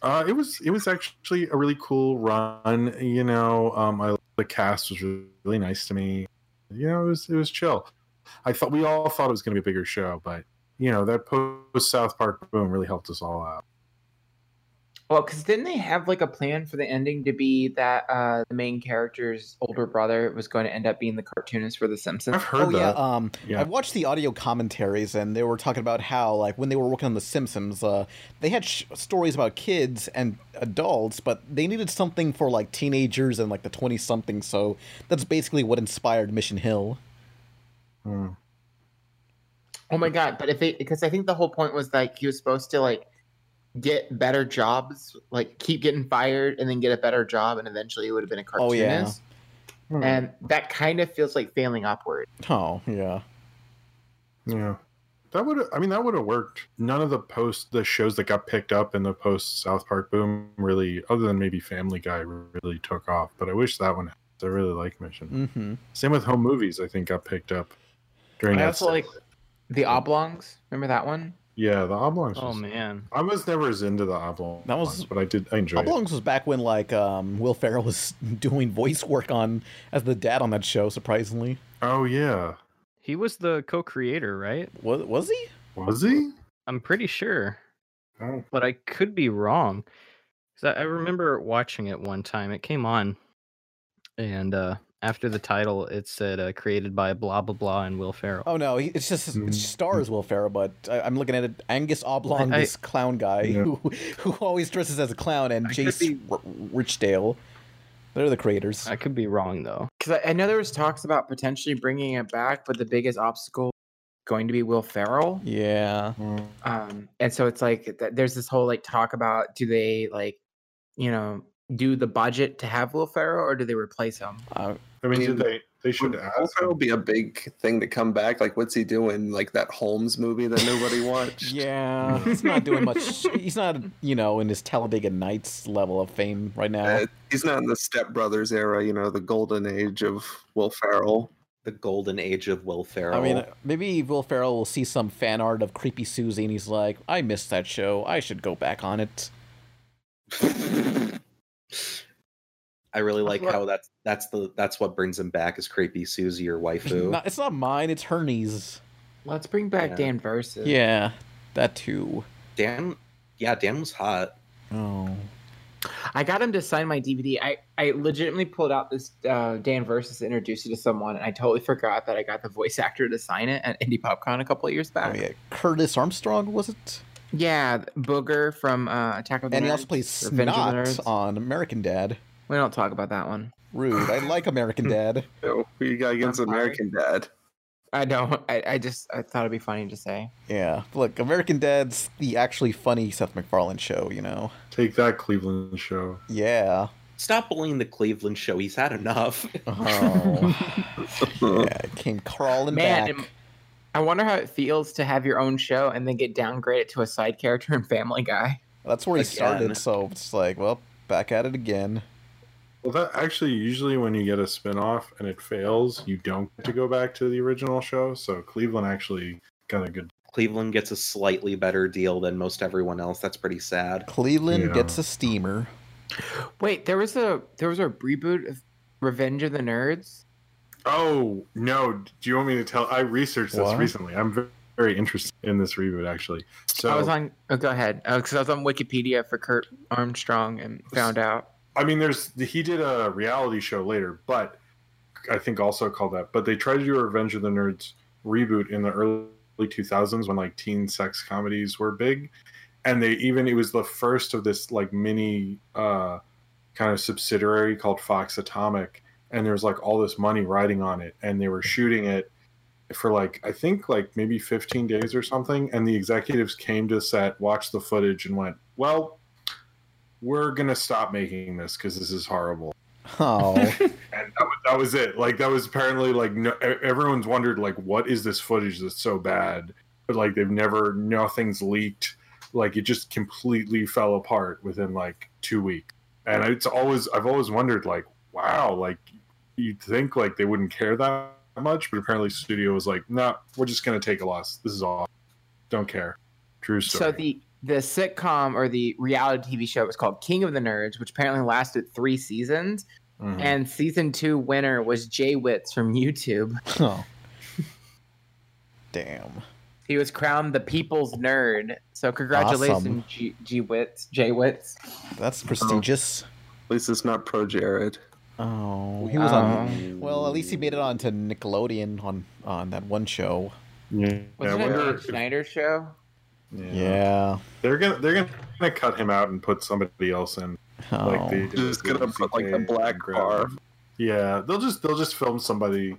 S4: Uh, it was it was actually a really cool run. You know, um, I, the cast was really nice to me. You know, it was it was chill. I thought we all thought it was going to be a bigger show, but you know that post South Park boom really helped us all out.
S5: Well, because didn't they have like a plan for the ending to be that uh, the main character's older brother was going to end up being the cartoonist for The Simpsons?
S4: I've heard
S2: oh
S4: that.
S2: yeah, um,
S4: Yeah.
S2: I watched the audio commentaries, and they were talking about how, like, when they were working on The Simpsons, uh, they had sh- stories about kids and adults, but they needed something for like teenagers and like the twenty something. So that's basically what inspired Mission Hill.
S4: Hmm.
S5: Oh my god! But if they, because I think the whole point was like he was supposed to like get better jobs, like keep getting fired, and then get a better job, and eventually it would have been a cartoonist.
S2: Oh, yeah.
S4: Hmm.
S5: And that kind of feels like failing upward.
S2: Oh yeah.
S4: Yeah. That would I mean that would have worked. None of the post the shows that got picked up in the post South Park boom really other than maybe Family Guy really took off, but I wish that one I really like Mission.
S2: Mm-hmm.
S4: Same with home movies I think got picked up during
S5: I
S4: that.
S5: also like the Oblongs. Remember that one?
S4: yeah, the Oblongs.
S2: Oh,
S8: man.
S4: I was never as into the Oblongs. That was but I did I enjoyed it.
S2: Oblongs was back when like um, Will Ferrell was doing voice work on as the dad on that show. Surprisingly.
S4: Oh yeah.
S8: He was the co-creator, right?
S2: Was was he?
S4: Was he?
S8: I'm pretty sure.
S4: Oh.
S8: But I could be wrong. 'Cause I I remember watching it one time. It came on, and uh, after the title, it said uh, "created by blah blah blah" and Will Ferrell.
S2: Oh no, he- it's just it stars Will Ferrell, but I, I'm looking at it. Angus Oblong,
S8: I-
S2: this clown guy
S8: Yeah.
S2: who who always dresses as a clown, and Jace R- Richdale. They're the creators.
S8: I could be wrong though.
S5: Because I, I know there was talks about potentially bringing it back, but the biggest obstacle going to be Will Ferrell.
S2: Yeah.
S5: Um, and so it's like th- there's this whole like talk about do they like, you know, do the budget to have Will Ferrell or do they replace him?
S4: I mean,
S5: did they-
S4: they should
S6: ask. That'll be a big thing to come back. Like, what's he doing? Like that Holmes movie that nobody watched.
S2: Yeah, he's not doing much. He's not, you know, in his Talladega Nights level of fame right now.
S6: Uh, he's not in the Step Brothers era, you know, the golden age of Will Ferrell. The golden age of Will Ferrell.
S2: I mean, maybe Will Ferrell will see some fan art of Creepy Susie, and he's like, "I missed that show. I should go back on it."
S3: I really like how that's that's the that's what brings him back is creepy Susie or waifu.
S2: Not- it's not mine. It's Hermes.
S5: Let's bring back Dan Versus.
S2: Yeah, that too.
S3: Dan, yeah, Dan was hot.
S2: Oh,
S5: I got him to sign my DVD. I, I legitimately pulled out this uh, Dan Versus to introduce it to someone, and I totally forgot that I got the voice actor to sign it at Indie PopCon a couple of years back.
S2: Oh, yeah. Curtis Armstrong was it?
S5: Yeah, th- Booger from uh, Attack of the
S2: and
S5: Nerds.
S2: he also plays
S5: Revenge of the
S2: Snot
S5: Nerds.
S2: on American Dad.
S5: We don't talk about that one.
S2: Rude. I like American Dad.
S6: Who you got against American Dad?
S5: I don't. I, I just I thought it'd be funny to say.
S2: Yeah, look, American Dad's the actually funny Seth MacFarlane show. You know.
S4: Take that Cleveland show.
S2: Yeah.
S3: Stop bullying the Cleveland show. He's had enough.
S2: Oh. yeah, it came crawling
S5: Man,
S2: back.
S5: it- I wonder how it feels to have your own show and then get downgraded to a side character in Family Guy.
S2: That's where he
S5: Again.
S2: started. So it's like, well, back at it again.
S4: Well, that actually usually when you get a spin-off and it fails, you don't get to go back to the original show. So Cleveland actually got a good.
S3: Cleveland gets a slightly better deal than most everyone else. That's pretty sad.
S2: Cleveland gets a steamer.
S5: Wait, there was a there was a reboot of Revenge of the Nerds.
S4: Oh no! Do you want me to tell? I researched this
S5: What?
S4: recently. I'm very, very interested in this reboot actually. So
S5: I was on. Oh, go ahead. Because I was on Wikipedia for Kurt Armstrong and found out.
S4: I mean, there's he did a reality show later, but I think also called that. But they tried to do a Revenge of the Nerds reboot in the early 2000s when like teen sex comedies were big, and they even it was the first of this like mini uh, kind of subsidiary called Fox Atomic, and there was like all this money riding on it, and they were shooting it for like I think like maybe 15 days or something, and the executives came to set, watched the footage, and went, "Well, we're gonna stop making this because this is horrible."
S2: Oh.
S4: And that was, that was it. Like that was apparently like no, e- everyone's wondered like what is this footage that's so bad, but like they've never nothing's leaked. Like it just completely fell apart within like two weeks, and it's always I've always wondered like wow like you'd think like they wouldn't care that much, but apparently studio was like no, nah, we're just gonna take a loss. This is all don't care. True story.
S5: So the the sitcom or the reality TV show was called King of the Nerds, which apparently lasted three seasons.
S4: Mhm.
S5: And season two winner was Jay Witz from YouTube.
S2: Oh. Damn.
S5: He was crowned the people's nerd. So congratulations,
S2: Awesome.
S5: G, G Witz, Jay Witz.
S2: That's prestigious.
S6: At least it's not pro Jared.
S2: Oh, he was
S5: Um,
S2: on. Well, at least he made it on to Nickelodeon on on that one show.
S4: Yeah.
S5: Wasn't it Dan Schneider's show?
S2: Yeah.
S4: They're gonna they're gonna cut him out and put somebody else in.
S2: Oh.
S4: they did
S6: Just
S4: with
S6: gonna put, like,
S4: CK
S6: a black
S4: and Graham. Yeah, they'll just they'll just film somebody. You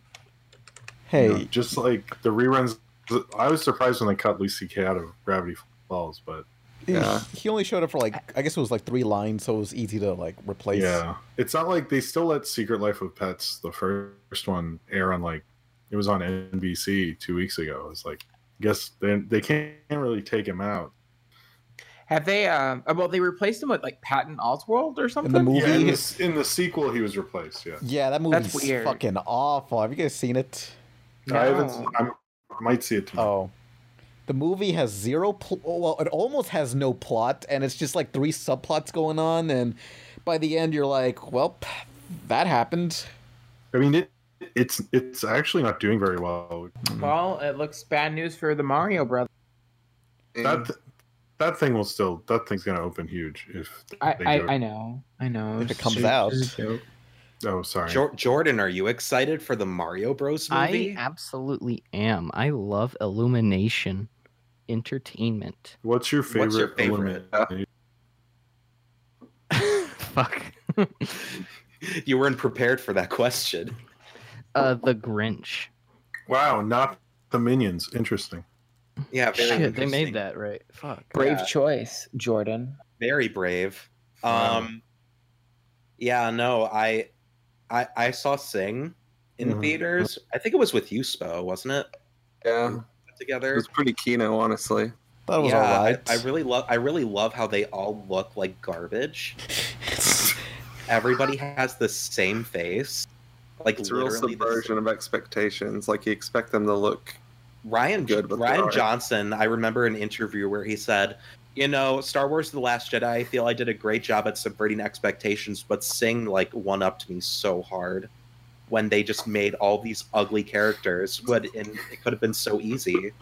S4: know,
S2: Hey.
S4: just like the reruns, I was surprised when they cut Lucy K out of Gravity Falls, but
S2: He only showed up for like I guess it was like three lines, so it was easy to like replace.
S4: Yeah, it's not like they still let Secret Life of Pets, the first one, air on like it was on NBC two weeks ago. It's like, I guess they they can't really take him out.
S5: Have they? Um, uh, well, they replaced him with like Patton Oswald or something.
S4: yeah, in, the, in the sequel, he was replaced. Yeah,
S2: Yeah, that
S5: That's
S2: movie's
S5: weird.
S2: fucking awful. Have you guys seen it?
S4: I haven't. s- I'm- I might see it
S2: tomorrow. Oh. The movie has zero pl- oh, well, it almost has no plot and it's just like three subplots going on and by the end you're like, well, that happened.
S4: I mean, it it's it's actually not doing very well.
S5: Well, it looks bad news for the Mario brother.
S4: That th- that thing will still that thing's gonna open huge if
S5: I,
S4: they
S5: I,
S4: do it.
S5: I know, I know.
S4: If it
S5: It's
S4: comes
S5: just-
S4: out.
S5: it's a joke.
S4: Oh, sorry.
S3: Jor- Jordan, are you excited for the Mario Bros
S8: I
S3: movie?
S8: absolutely am. I love Illumination Entertainment.
S4: What's your favorite?
S8: What's your
S3: favorite?
S4: Illuminati?
S3: you weren't prepared for that question.
S8: Uh, the Grinch.
S4: Wow, not the minions. Interesting.
S3: Yeah, very
S8: Shit, they
S3: interesting.
S8: made that right. Fuck.
S5: Brave
S3: Yeah.
S5: choice, Jordan.
S3: very brave.
S5: Wow.
S3: Um, yeah, no, I, I, I saw Sing in
S6: Mhm.
S3: theaters. I think it was with you, Spo, wasn't it?
S6: Yeah,
S3: together.
S6: it's pretty kino, honestly.
S3: Yeah, I- I, really love. I really love how they all look like garbage. Everybody has the same face. Like
S6: it's a real
S3: literally, the
S6: subversion of expectations. Like you expect them to look
S3: Ryan
S6: good, but they
S3: Ryan
S6: aren't.
S3: Johnson, I remember an interview where he said, "You know, Star Wars: The Last Jedi. I feel I did a great job at subverting expectations, but Sing like one upped me so hard when they just made all these ugly characters. Would and it could have been so easy.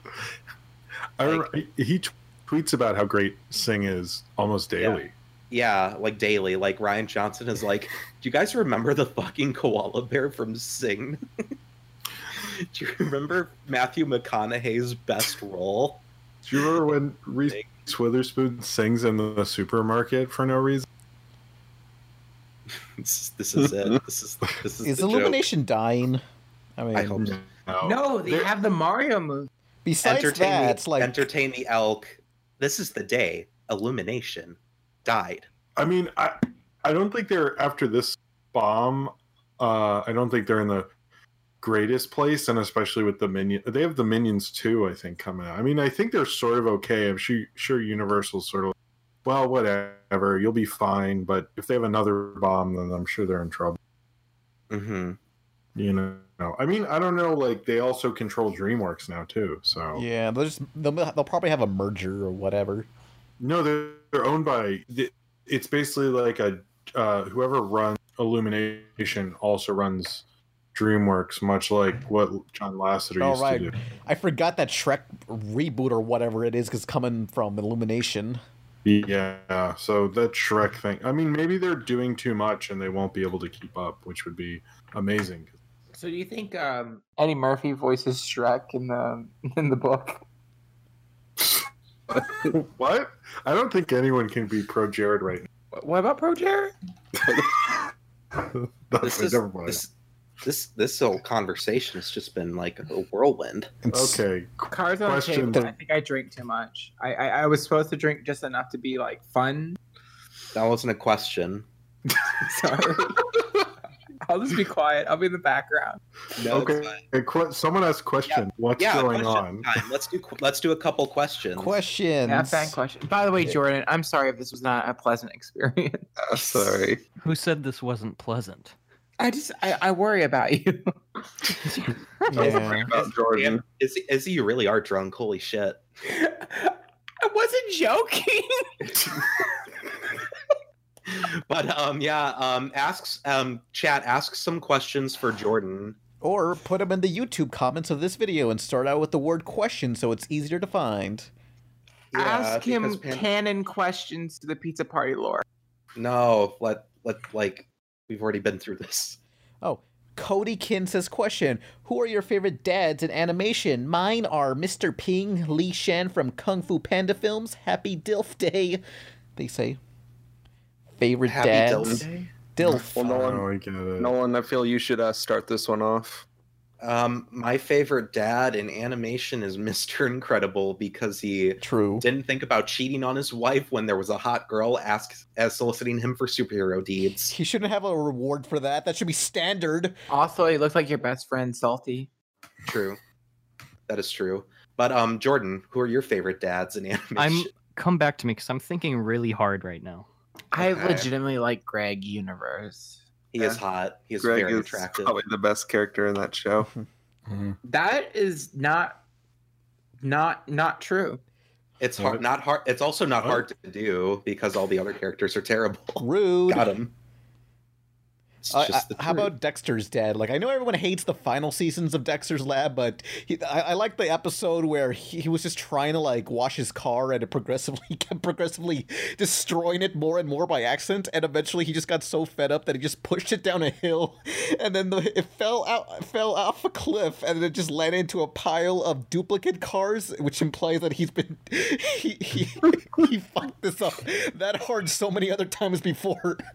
S4: I remember, he- he t- tweets about how great Sing is almost daily.
S3: Yeah, like daily. Like Ryan Johnson is like, do you guys remember the fucking koala bear from Sing? do you remember Matthew McConaughey's best role?
S4: Do you remember when Reese Witherspoon sings in the supermarket for no reason?
S3: This, is it. This is this
S2: Is Illumination dying? I mean,
S3: hope so.
S5: No, they have the Mario movie.
S2: Besides
S3: entertain
S2: that,
S3: the,
S2: it's like
S3: entertain the elk. This is the day Illumination died.
S4: I mean, I I don't think they're after this bomb. Uh, I don't think they're in the greatest place, and especially with the minion, they have the minions too. I think coming out. I mean, I think they're sort of okay. I'm sure sure Universal's sort of well, whatever, you'll be fine. But if they have another bomb, then I'm sure they're in trouble.
S3: Mm-hmm.
S4: You know, I mean, I don't know. Like they also control DreamWorks now too, so
S2: yeah, they'll just they'll, they'll probably have a merger or whatever.
S4: No, they're, they're owned by. th- It's basically like a uh, whoever runs Illumination also runs DreamWorks, much like what John Lasseter
S2: All
S4: used
S2: right,
S4: to do.
S2: I forgot that Shrek reboot or whatever it is is coming from Illumination.
S4: Yeah, so that Shrek thing. I mean, maybe they're doing too much and they won't be able to keep up, which would be amazing.
S5: So do you think um, Eddie Murphy voices Shrek in the in the book?
S4: what? I don't think anyone can be pro Jared right
S5: What about Pro Jared?
S4: now.
S3: This is
S4: Never mind.
S3: this this this whole conversation has just been like a whirlwind.
S4: okay.
S5: Cars on
S3: Question.
S5: tape. I think I drink too much. I, I I was supposed to drink just enough to be like fun.
S3: That wasn't a question.
S5: Sorry. I'll just be quiet. I'll be in the background.
S4: okay. Hey, que- someone asked question. What's
S3: yeah,
S4: going
S3: question
S4: on?
S3: time. Let's do qu- let's do a couple questions.
S2: Questions.
S5: Yeah, fan question. By the way, Jordan, I'm sorry if this was not a pleasant experience.
S6: uh, sorry.
S8: Who said this wasn't pleasant?
S5: I just I, I worry about you.
S2: Yeah.
S6: About Jordan.
S3: Is is you really are drunk? Holy shit!
S5: I wasn't joking.
S3: But um, yeah, um, asks um, chat asks some questions for Jordan.
S2: Or put them in the YouTube comments of this video and start out with the word question so it's easier to find.
S5: Ask him
S3: because Pan-
S5: canon questions to the pizza party lore.
S3: No, let let like we've already been through this.
S2: Oh, Cody Kin says question. Who are your favorite dads in animation? Mine are Mr. Ping, Lee Shan from Kung Fu Panda films. Happy Dilf Day, they say. Favorite
S6: Happy
S2: dads.
S6: Dilf Day?
S2: Dilf.
S3: Oh,
S6: Well, Nolan,
S4: Oh, I get it.
S6: Nolan, I feel you should uh, start this one off.
S3: Um, my favorite dad in animation is Mr. Incredible because he
S2: True.
S3: didn't think about cheating on his wife when there was a hot girl ask as soliciting him for superhero deeds.
S2: He shouldn't have a reward for that. That should be standard.
S5: Also, he looks like your best friend, Salty.
S3: True. That is true. But um, Jordan, who are your favorite dads in animation?
S8: I'm come back to me because I'm thinking really hard right now.
S5: I
S3: Okay.
S5: legitimately like Greg Universe.
S3: He is hot. He is
S6: Greg
S3: very
S6: is
S3: attractive. Mm-hmm.
S6: probably the best character in that show.
S5: That is not, not, not true.
S3: It's hard, not hard. It's also not hard to do because all the other characters are terrible.
S2: Rude.
S3: Got him.
S2: Uh,
S3: just
S2: uh,
S3: the
S2: how about Dexter's dad? Like, I know everyone hates the final seasons of Dexter's Lab, but he, I, I like the episode where he, he was just trying to like wash his car, and it progressively kept progressively destroying it more and more by accident. And eventually, he just got so fed up that he just pushed it down a hill, and then the, it fell out, it fell off a cliff, and it just landed into a pile of duplicate cars, which implies that he's been he he, he fucked this up that hard so many other times before.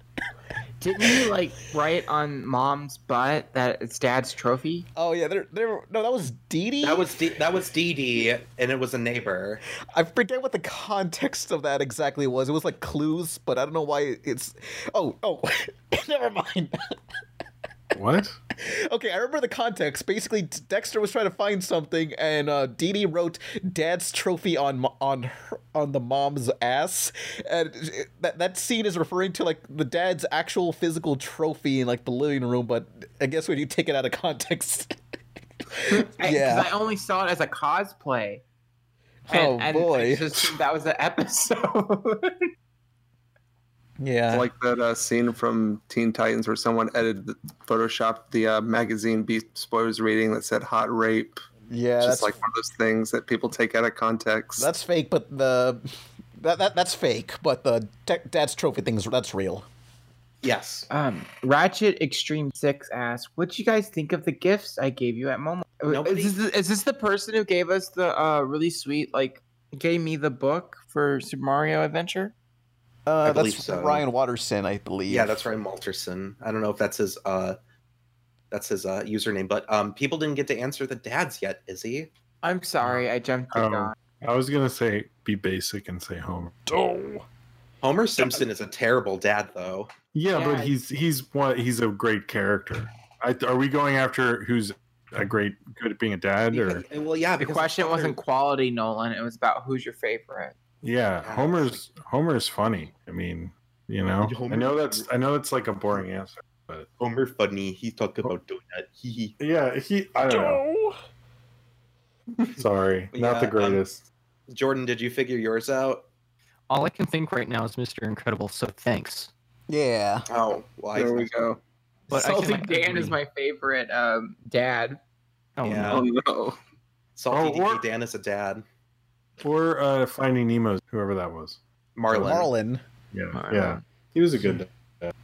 S5: Didn't you like write on mom's butt that it's dad's trophy?
S2: Oh yeah, there, there. No, that was Dee Dee.
S3: That was D, that was Dee Dee, and it was a neighbor.
S2: I forget what the context of that exactly was. It was like clues, but I don't know why it's. Oh, oh, never mind.
S4: What?
S2: Okay, I remember the context. Basically, Dexter was trying to find something, and uh, Dee Dee wrote "Dad's trophy" on mo- on her, on the mom's ass, and it- that that scene is referring to like the dad's actual physical trophy in like the living room. But I guess when you take it out of context,
S5: I, 'cause
S2: Yeah.
S5: I only saw it as a cosplay.
S2: Oh, boy.
S5: I just assumed that was the episode.
S2: Yeah,
S6: it's like that uh, scene from Teen Titans where someone edited, photoshopped the uh, magazine Beast Boy was reading that said "hot rape."
S2: yeah, that's
S6: It's just like one of those things that people take out of context.
S2: That's fake, but the that, that that's fake, but the te- dad's trophy thing's that's real.
S3: Yes.
S5: Um, Ratchet Extreme Six asked, "What do you guys think of the gifts I gave you at Momo? Uh,
S3: Nobody-
S5: Is, this, is this the person who gave us the uh, really sweet, like, gave me the book for Super Mario Adventure?
S2: Uh,
S3: I
S2: that's
S3: believe so.
S2: Ryan Watterson, I believe.
S3: Yeah, that's Ryan Malterson. I don't know if that's his uh, that's his uh, username, but um, people didn't get to answer the dads yet. Is he?
S5: I'm sorry, I jumped
S3: Oh.
S5: the
S4: Um,
S5: gun.
S4: I was gonna say be basic and say Homer.
S3: Homer Simpson is a terrible dad, though.
S4: Yeah,
S5: Yeah.
S4: but he's he's what he's a great character. I, are we going after who's a great good at being a dad or
S3: Well, yeah,
S5: The
S3: because
S5: question wasn't quality, Nolan. It was about who's your favorite.
S4: yeah? Homer's Homer's funny. I mean, you know, I know that's I know that's like a boring answer.
S3: Homer funny. He talked about doing that. He.
S4: Yeah, he. I don't know. Sorry, not the
S3: Yeah, um,
S4: greatest.
S3: Jordan, did you figure yours out?
S8: All I can think right now is Mr. Incredible, so thanks.
S2: Yeah.
S3: Oh, why?
S6: there we go.
S8: But
S5: Salty
S8: I can
S5: Dan is
S8: agree.
S5: my favorite um, dad.
S8: Oh,
S3: Yeah.
S8: no.
S6: Oh no!
S3: Salty
S4: Oh, or-
S3: DD Dan is a dad.
S4: Or uh, Finding Nemo's, whoever that was.
S3: Marlin.
S2: Marlin.
S4: Yeah,
S5: Marlin.
S4: yeah, he was a good.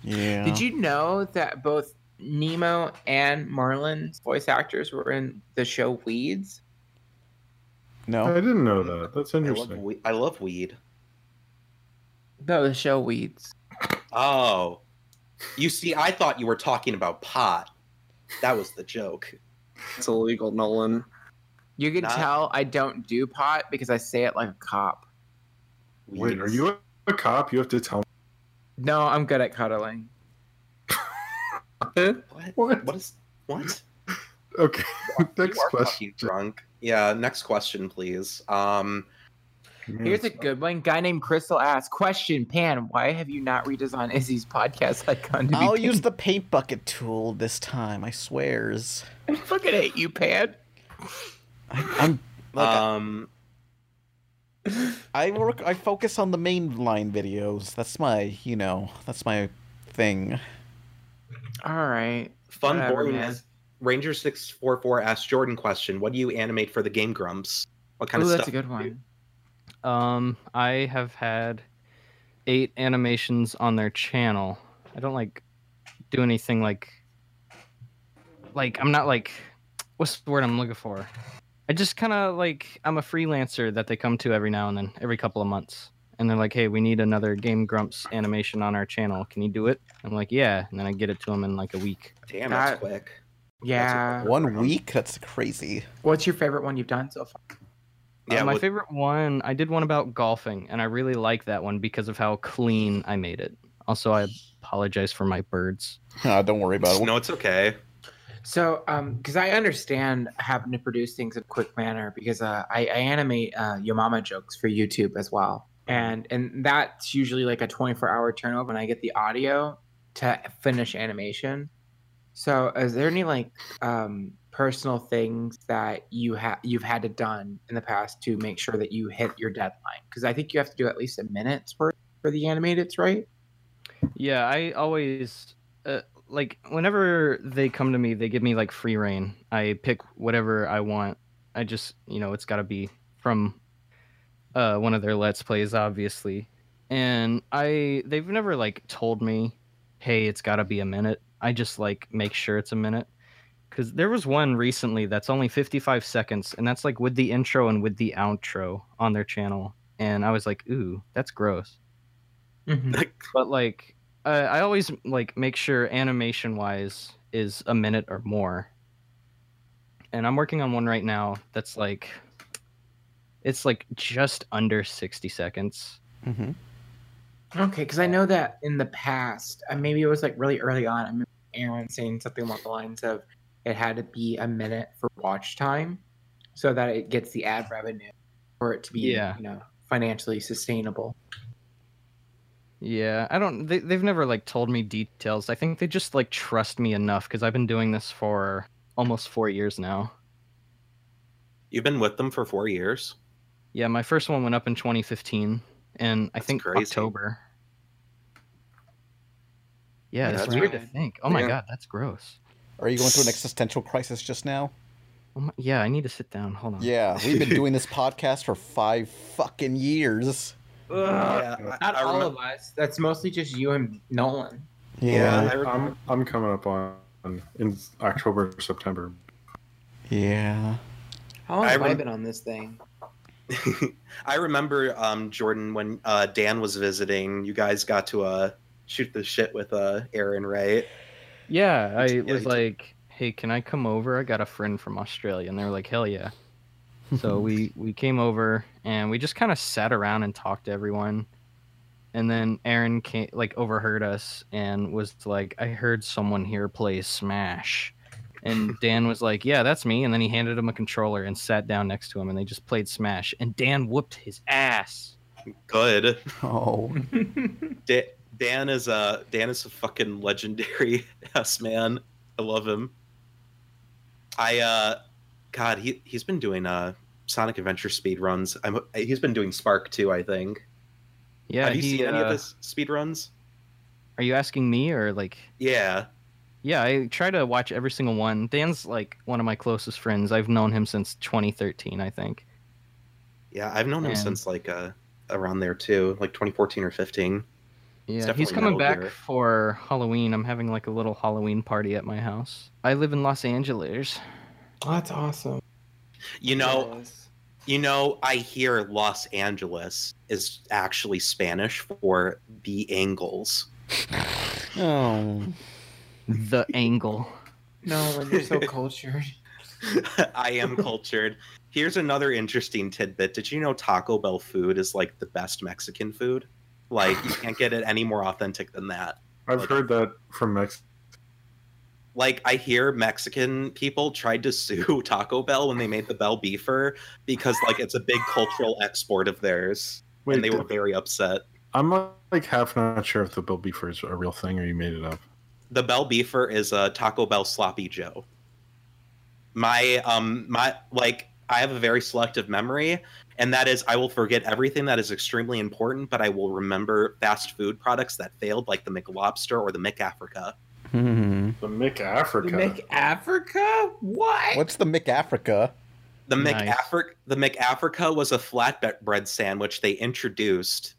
S2: Yeah.
S5: Did you know that both Nemo and Marlin's voice actors were in the show Weeds?
S4: I
S2: No.
S4: didn't know that. That's
S3: I love,
S4: interesting.
S3: we- I love weed.
S5: No, the show Weeds.
S3: Oh. You see, I thought you were talking about pot. That was the joke.
S6: It's illegal, Nolan.
S5: You can
S3: Not-
S5: tell I don't do pot because I say it like a cop.
S4: Wait, are you a, a cop? You have to tell. Me.
S5: No, I'm good at cuddling.
S6: Eh?
S3: What?
S4: What?
S3: What is. What?
S4: Okay.
S3: you
S4: Next
S3: are
S4: question.
S3: fucking drunk. Yeah, next question, please. Um,
S8: Hmm.
S5: Here's a good one. Guy named Crystal asked, "Question, Pan, why have you not redesigned Izzy's podcast icon to be?"
S2: I'll
S5: pink?"
S2: use the paint bucket tool this time. I swears.
S5: I fucking hate you, Pan.
S2: I'm. Look,
S3: um,
S2: I work. I focus on the mainline videos. That's my, you know, that's my thing.
S5: All right.
S3: fun
S5: Whatever,
S3: boring.
S5: man.
S3: as- Ranger six four four asked Jordan question. What do you animate for the Game Grumps? What kind
S5: Ooh,
S3: of
S5: that's
S3: stuff?
S5: a good one.
S8: Um, I have had eight animations on their channel. I don't like do anything like like I'm not like what's the word I'm looking for. I just kind of like I'm a freelancer that they come to every now and then, every couple of months, and they're like, "Hey, we need another Game Grumps animation on our channel. Can you do it?" I'm like, "Yeah," and then I get it to them in like a week.
S3: Damn, that's
S5: That-
S3: quick.
S5: Yeah.
S2: One week? That's crazy.
S5: What's your favorite one you've done so far?
S8: Yeah,
S2: Yeah,
S8: Uh, my
S2: what-
S8: favorite one. I did one about golfing, and I really like that one because of how clean I made it. Also, I apologize for my birds.
S2: don't worry about
S3: it. No, it's okay.
S5: So, um, because I understand having to produce things in a quick manner because uh, I, I animate uh, your mama jokes for YouTube as well, and and that's usually like a 24 hour turnover, and I get the audio to finish animation. So, is there any like um, personal things that you have you've had to done in the past to make sure that you hit your deadline? Because I think you have to do at least a minute's worth for the animated, right?
S8: Yeah, I always uh, like whenever they come to me, they give me like free reign. I pick whatever I want. I just you know it's got to be from uh, one of their let's plays, obviously. And I they've never like told me, hey, it's got to be a minute. I just like make sure it's a minute. Cause there was one recently that's only 55 seconds, and that's like with the intro and with the outro on their channel, and I was like, ooh, that's gross but like uh, I always like make sure animation wise is a minute or more. And I'm working on one right now that's like it's like just under 60 seconds.
S2: Mm-hmm.
S5: Okay, because I know that in the past, uh, maybe it was like really early on. I remember Aaron saying something along the lines of it had to be a minute for watch time, so that it gets the ad revenue for it to be,
S8: Yeah.
S5: you know, financially sustainable.
S8: Yeah, I don't. They, they've never like told me details. I think they just like trust me enough because I've been doing this for almost four years now.
S3: You've been with them for four years.
S8: Yeah, my first one went up in 2015, and I think
S3: crazy.
S8: October. Yeah,
S2: Yeah,
S8: it's
S2: that's
S8: weird
S2: right.
S8: to think. Oh my
S2: Yeah.
S8: god, that's gross.
S2: Are you going through an existential crisis just now?
S8: Oh my, yeah, I need to sit down. Hold on.
S2: Yeah, we've been doing this podcast for five fucking years.
S5: Ugh, Uh, not all of us. That's mostly just you and Nolan.
S4: Yeah,
S5: I remember-
S4: I'm I'm coming up on in October September.
S2: Yeah.
S5: How long
S3: I
S5: have I
S3: rem-
S5: been on this thing?
S3: I remember um, Jordan when uh, Dan was visiting. You guys got to uh, shoot the shit with uh, Aaron, right?
S8: Yeah, I was like, "Hey, can I come over? I got a friend from Australia," and they were like, "Hell yeah!" So we we came over and we just kind of sat around and talked to everyone, and then Aaron came like overheard us and was like, "I heard someone here play Smash," and Dan was like, "Yeah, that's me," and then he handed him a controller and sat down next to him and they just played Smash, and Dan whooped his ass.
S3: Good.
S2: Oh.
S3: Da- Dan is uh, Dan is a fucking legendary ass man. I love him. I uh, God, he he's been doing uh Sonic Adventure speed runs. I'm, he's been doing Spark too, I think.
S8: Yeah,
S3: Have you
S8: he,
S3: seen any
S8: uh,
S3: of his speed runs?
S8: Are you asking me or like?
S3: Yeah.
S8: Yeah, I try to watch every single one. Dan's like one of my closest friends. I've known him since 2013, I think.
S3: Yeah, I've known him
S8: And-
S3: since like uh, around there too, like 2014 or 15. It's
S8: Yeah, he's
S3: definitely Metal
S8: coming back
S3: Gear.
S8: for Halloween. I'm having like a little Halloween party at my house. I live in Los Angeles.
S5: Oh, that's awesome.
S3: You know, you know, I hear Los Angeles is actually Spanish for the angles.
S2: Oh.
S8: The angle.
S5: Nolan, you're so cultured.
S3: I am cultured. Here's another interesting tidbit. Did you know Taco Bell food is like the best Mexican food? Like you can't get it any more authentic than that.
S4: I've heard that from Mexico.
S3: Like I hear Mexican people tried to sue Taco Bell when they made the Bell Beefer because like it's a big cultural export of theirs.
S4: Wait,
S3: and they were
S4: did-
S3: very upset.
S4: I'm uh, like half not sure if the Bill Beefer is a real thing or you made it up.
S3: the Bell Beefer is a Taco Bell sloppy Joe. My um my like I have a very selective memory, and that is I will forget everything that is extremely important, but I will remember fast food products that failed, like the McLobster or the McAfrica.
S4: The Mick Africa.
S5: Africa? What?
S2: What's the Mick Africa?
S3: The
S2: Nice.
S3: McAfric the McAfrica was a flatbread bread sandwich they introduced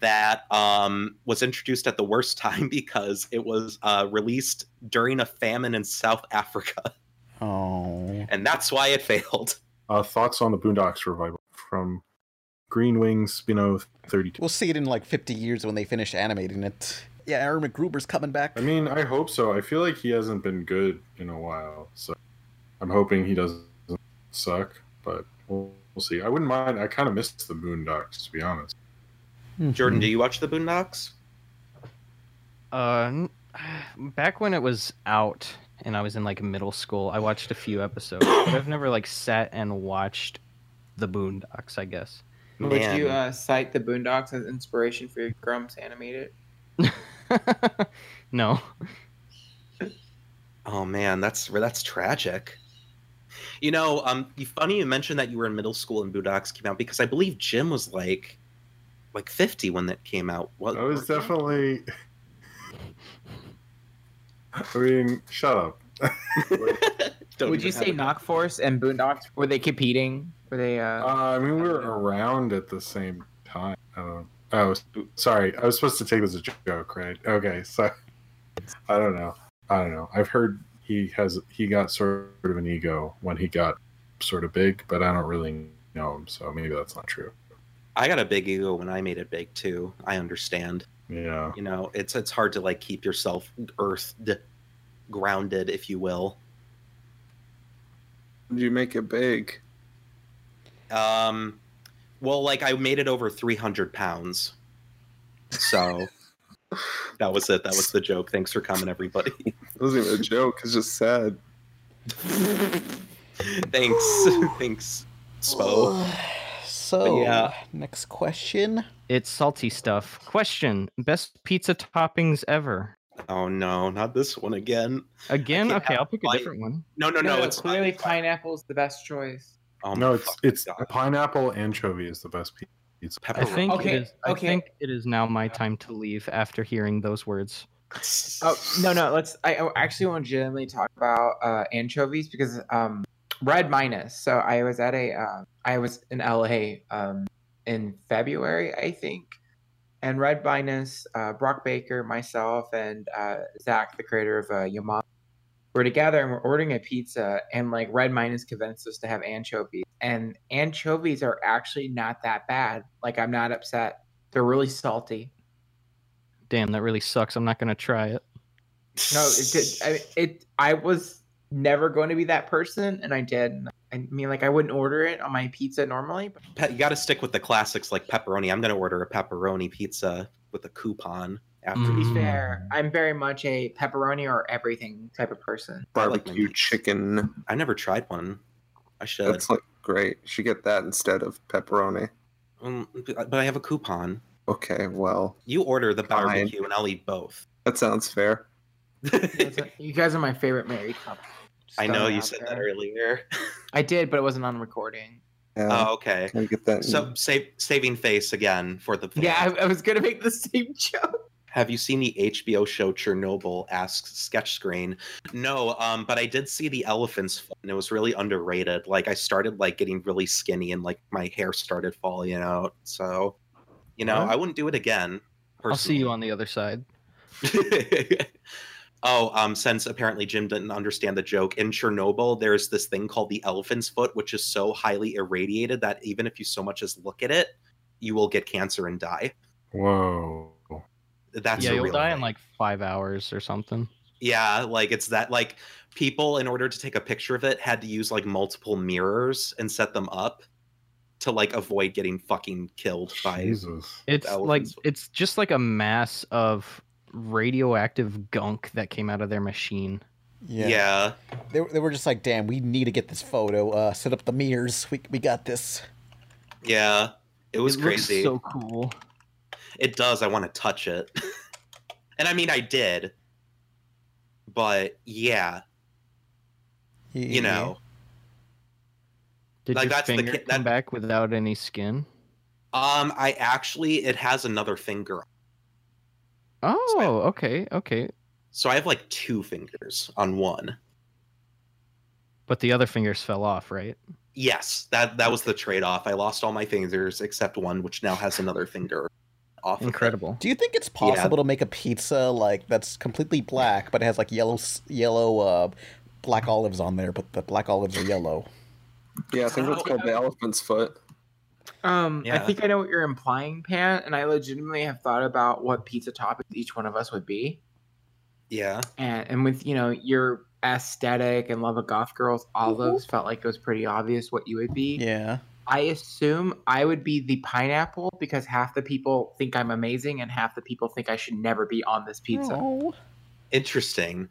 S3: that um, was introduced at the worst time because it was uh, released during a famine in South Africa,
S2: Oh.
S3: and that's why it failed.
S4: Uh, thoughts on the Boondocks revival from Green Wing Spino 32.
S2: We'll see it in like 50 years when they finish animating it. yeah, Aaron McGruber's coming back.
S4: I mean, I hope so. I feel like he hasn't been good in a while, so I'm hoping he doesn't suck. But we'll, we'll see. I wouldn't mind. I kind of missed the Boondocks, to be honest.
S3: Jordan, do
S4: Mm-hmm.
S3: you watch the Boondocks?
S8: Uh, n- back when it was out and I was in like middle school, I watched a few episodes. but I've never like sat and watched the Boondocks. I guess.
S5: Would you uh, cite the Boondocks as inspiration for your Grumps animated?
S8: no.
S3: Oh man, that's that's tragic. You know, um, you- funny you mentioned that you were in middle school and Boondocks came out because I believe Jim was like, like fifty when that came out. What?
S4: I was definitely. I mean, shut up.
S5: Would you say Knock Force and Boondocks were they competing? Were they? Uh,
S4: I mean, we were around at the same time. Uh, oh, s- sorry. I was supposed to take this as a joke, right? Okay, so I don't know. I don't know. I've heard he has he got sort of an ego when he got sort of big, but I don't really know him, so maybe that's not true.
S3: I got a big ego when I made it big too. I understand.
S4: Yeah.
S3: You know, it's it's hard to like keep yourself earthed, grounded, if you will.
S6: Did you make it big?
S3: Um, well, like I made it over three hundred pounds, so that was it. That was the joke. Thanks for coming, everybody.
S6: It wasn't even a joke. It's just sad.
S3: Thanks, thanks,
S5: Oh.
S3: Spo.
S2: So,
S8: yeah.
S2: next question.
S8: It's salty stuff. Question: Best pizza toppings ever?
S3: Oh no, not this one again.
S8: Again? Okay, I'll pick a different one.
S3: No, no, no. It's Um,
S5: clearly pineapple's the best choice.
S4: no, it's it's pineapple anchovy is the best pizza.
S8: I think
S5: Okay,
S8: it is. I
S5: okay.
S8: think it is now my time to leave after hearing those words.
S5: Oh no, no. Let's. I, I actually want to genuinely talk about uh, anchovies because um, red minus. So I was at a. Um, I was in LA um, in February, I think, and red minus, uh, Brock Baker, myself, and uh, Zach, the creator of uh, Yamama, we're together and we're ordering a pizza, and like red minus convinced us to have anchovies, and anchovies are actually not that bad. Like I'm not upset. They're really salty.
S8: Damn, that really sucks. I'm not gonna try it.
S5: No, it did. I, it. I was never going to be that person, and I did. I mean, like, I wouldn't order it on my pizza normally, but
S3: Pe- you got to stick with the classics like pepperoni. I'm gonna order a pepperoni pizza with a coupon after
S5: to be
S3: these.
S5: fair, I'm very much a pepperoni or everything type of person.
S6: Barbecue chicken.
S3: I never tried one. I should.
S6: That's like great. You should get that instead of pepperoni.
S3: Um, but I have a coupon.
S6: Okay, well,
S3: You order the barbecue and I'll eat both.
S6: that sounds fair.
S5: You guys are my favorite married couple.
S3: I know
S5: Stunning
S3: you
S5: out
S3: said
S5: there.
S3: that earlier.
S5: I did, but it wasn't on recording.
S3: oh, okay.
S6: I get that.
S3: So save, saving face again for the.
S5: Yeah, uh I, I was gonna make the same joke.
S3: Have you seen the HBO show Chernobyl? Asks Sketch Screen. No, um, but I did see the elephant's foot, and it was really underrated. Like I started like getting really skinny, and like my hair started falling out. So, you know,
S8: Huh?
S3: I wouldn't do it again.
S8: I'll see
S3: Personally.
S8: you on the other side.
S3: Oh, um, since apparently Jim didn't understand the joke, in Chernobyl, there's this thing called the elephant's foot, which is so highly irradiated that even if you so much as look at it, you will get cancer and die.
S4: Whoa.
S3: That's
S8: yeah,
S3: a
S8: you'll
S3: real
S8: die in like five hours or something.
S3: Yeah, like it's that like people in order to take a picture of it had to use like multiple mirrors and set them up to like avoid getting fucking killed by
S4: Jesus.
S8: It's
S3: the
S8: like
S3: elephants.
S8: it's just like a mass of radioactive gunk that came out of their machine.
S2: Yeah. They, were- they were just like, damn, we need to get this photo. Uh, set up the mirrors. We, we got this.
S3: yeah, it was
S8: It looks
S3: crazy.
S8: so cool.
S3: It does. I want to touch it. and I mean, I did. But yeah,
S2: Mm-hmm.
S3: you know,
S8: Did
S3: Like,
S8: your
S3: that's the
S8: finger
S3: ki-
S8: come back without any skin?
S3: um, I actually it has another finger,
S8: Oh, okay, okay.
S3: so I have like two fingers on one.
S8: But the other fingers fell off, right?
S3: Yes, that that was the trade off. I lost all my fingers except one, which now has another finger off. of it.
S8: Incredible.
S2: Do you think it's possible to make a pizza like that's completely black but it has like yellow s- yellow uh, black olives on there, but the black olives are yellow?
S6: Yeah, I think it's called the elephant's foot.
S5: Um, I
S9: Yeah.
S5: think I know what you're implying, Pan, and I legitimately have thought about what pizza toppings each one of us would be.
S3: Yeah.
S5: And, and with, you know, your aesthetic and love of goth girls, olives felt like it was pretty obvious what you would be.
S2: Yeah.
S5: I assume I would be the pineapple because half the people think I'm amazing and half the people think I should never be on this pizza.
S8: Oh.
S3: Interesting.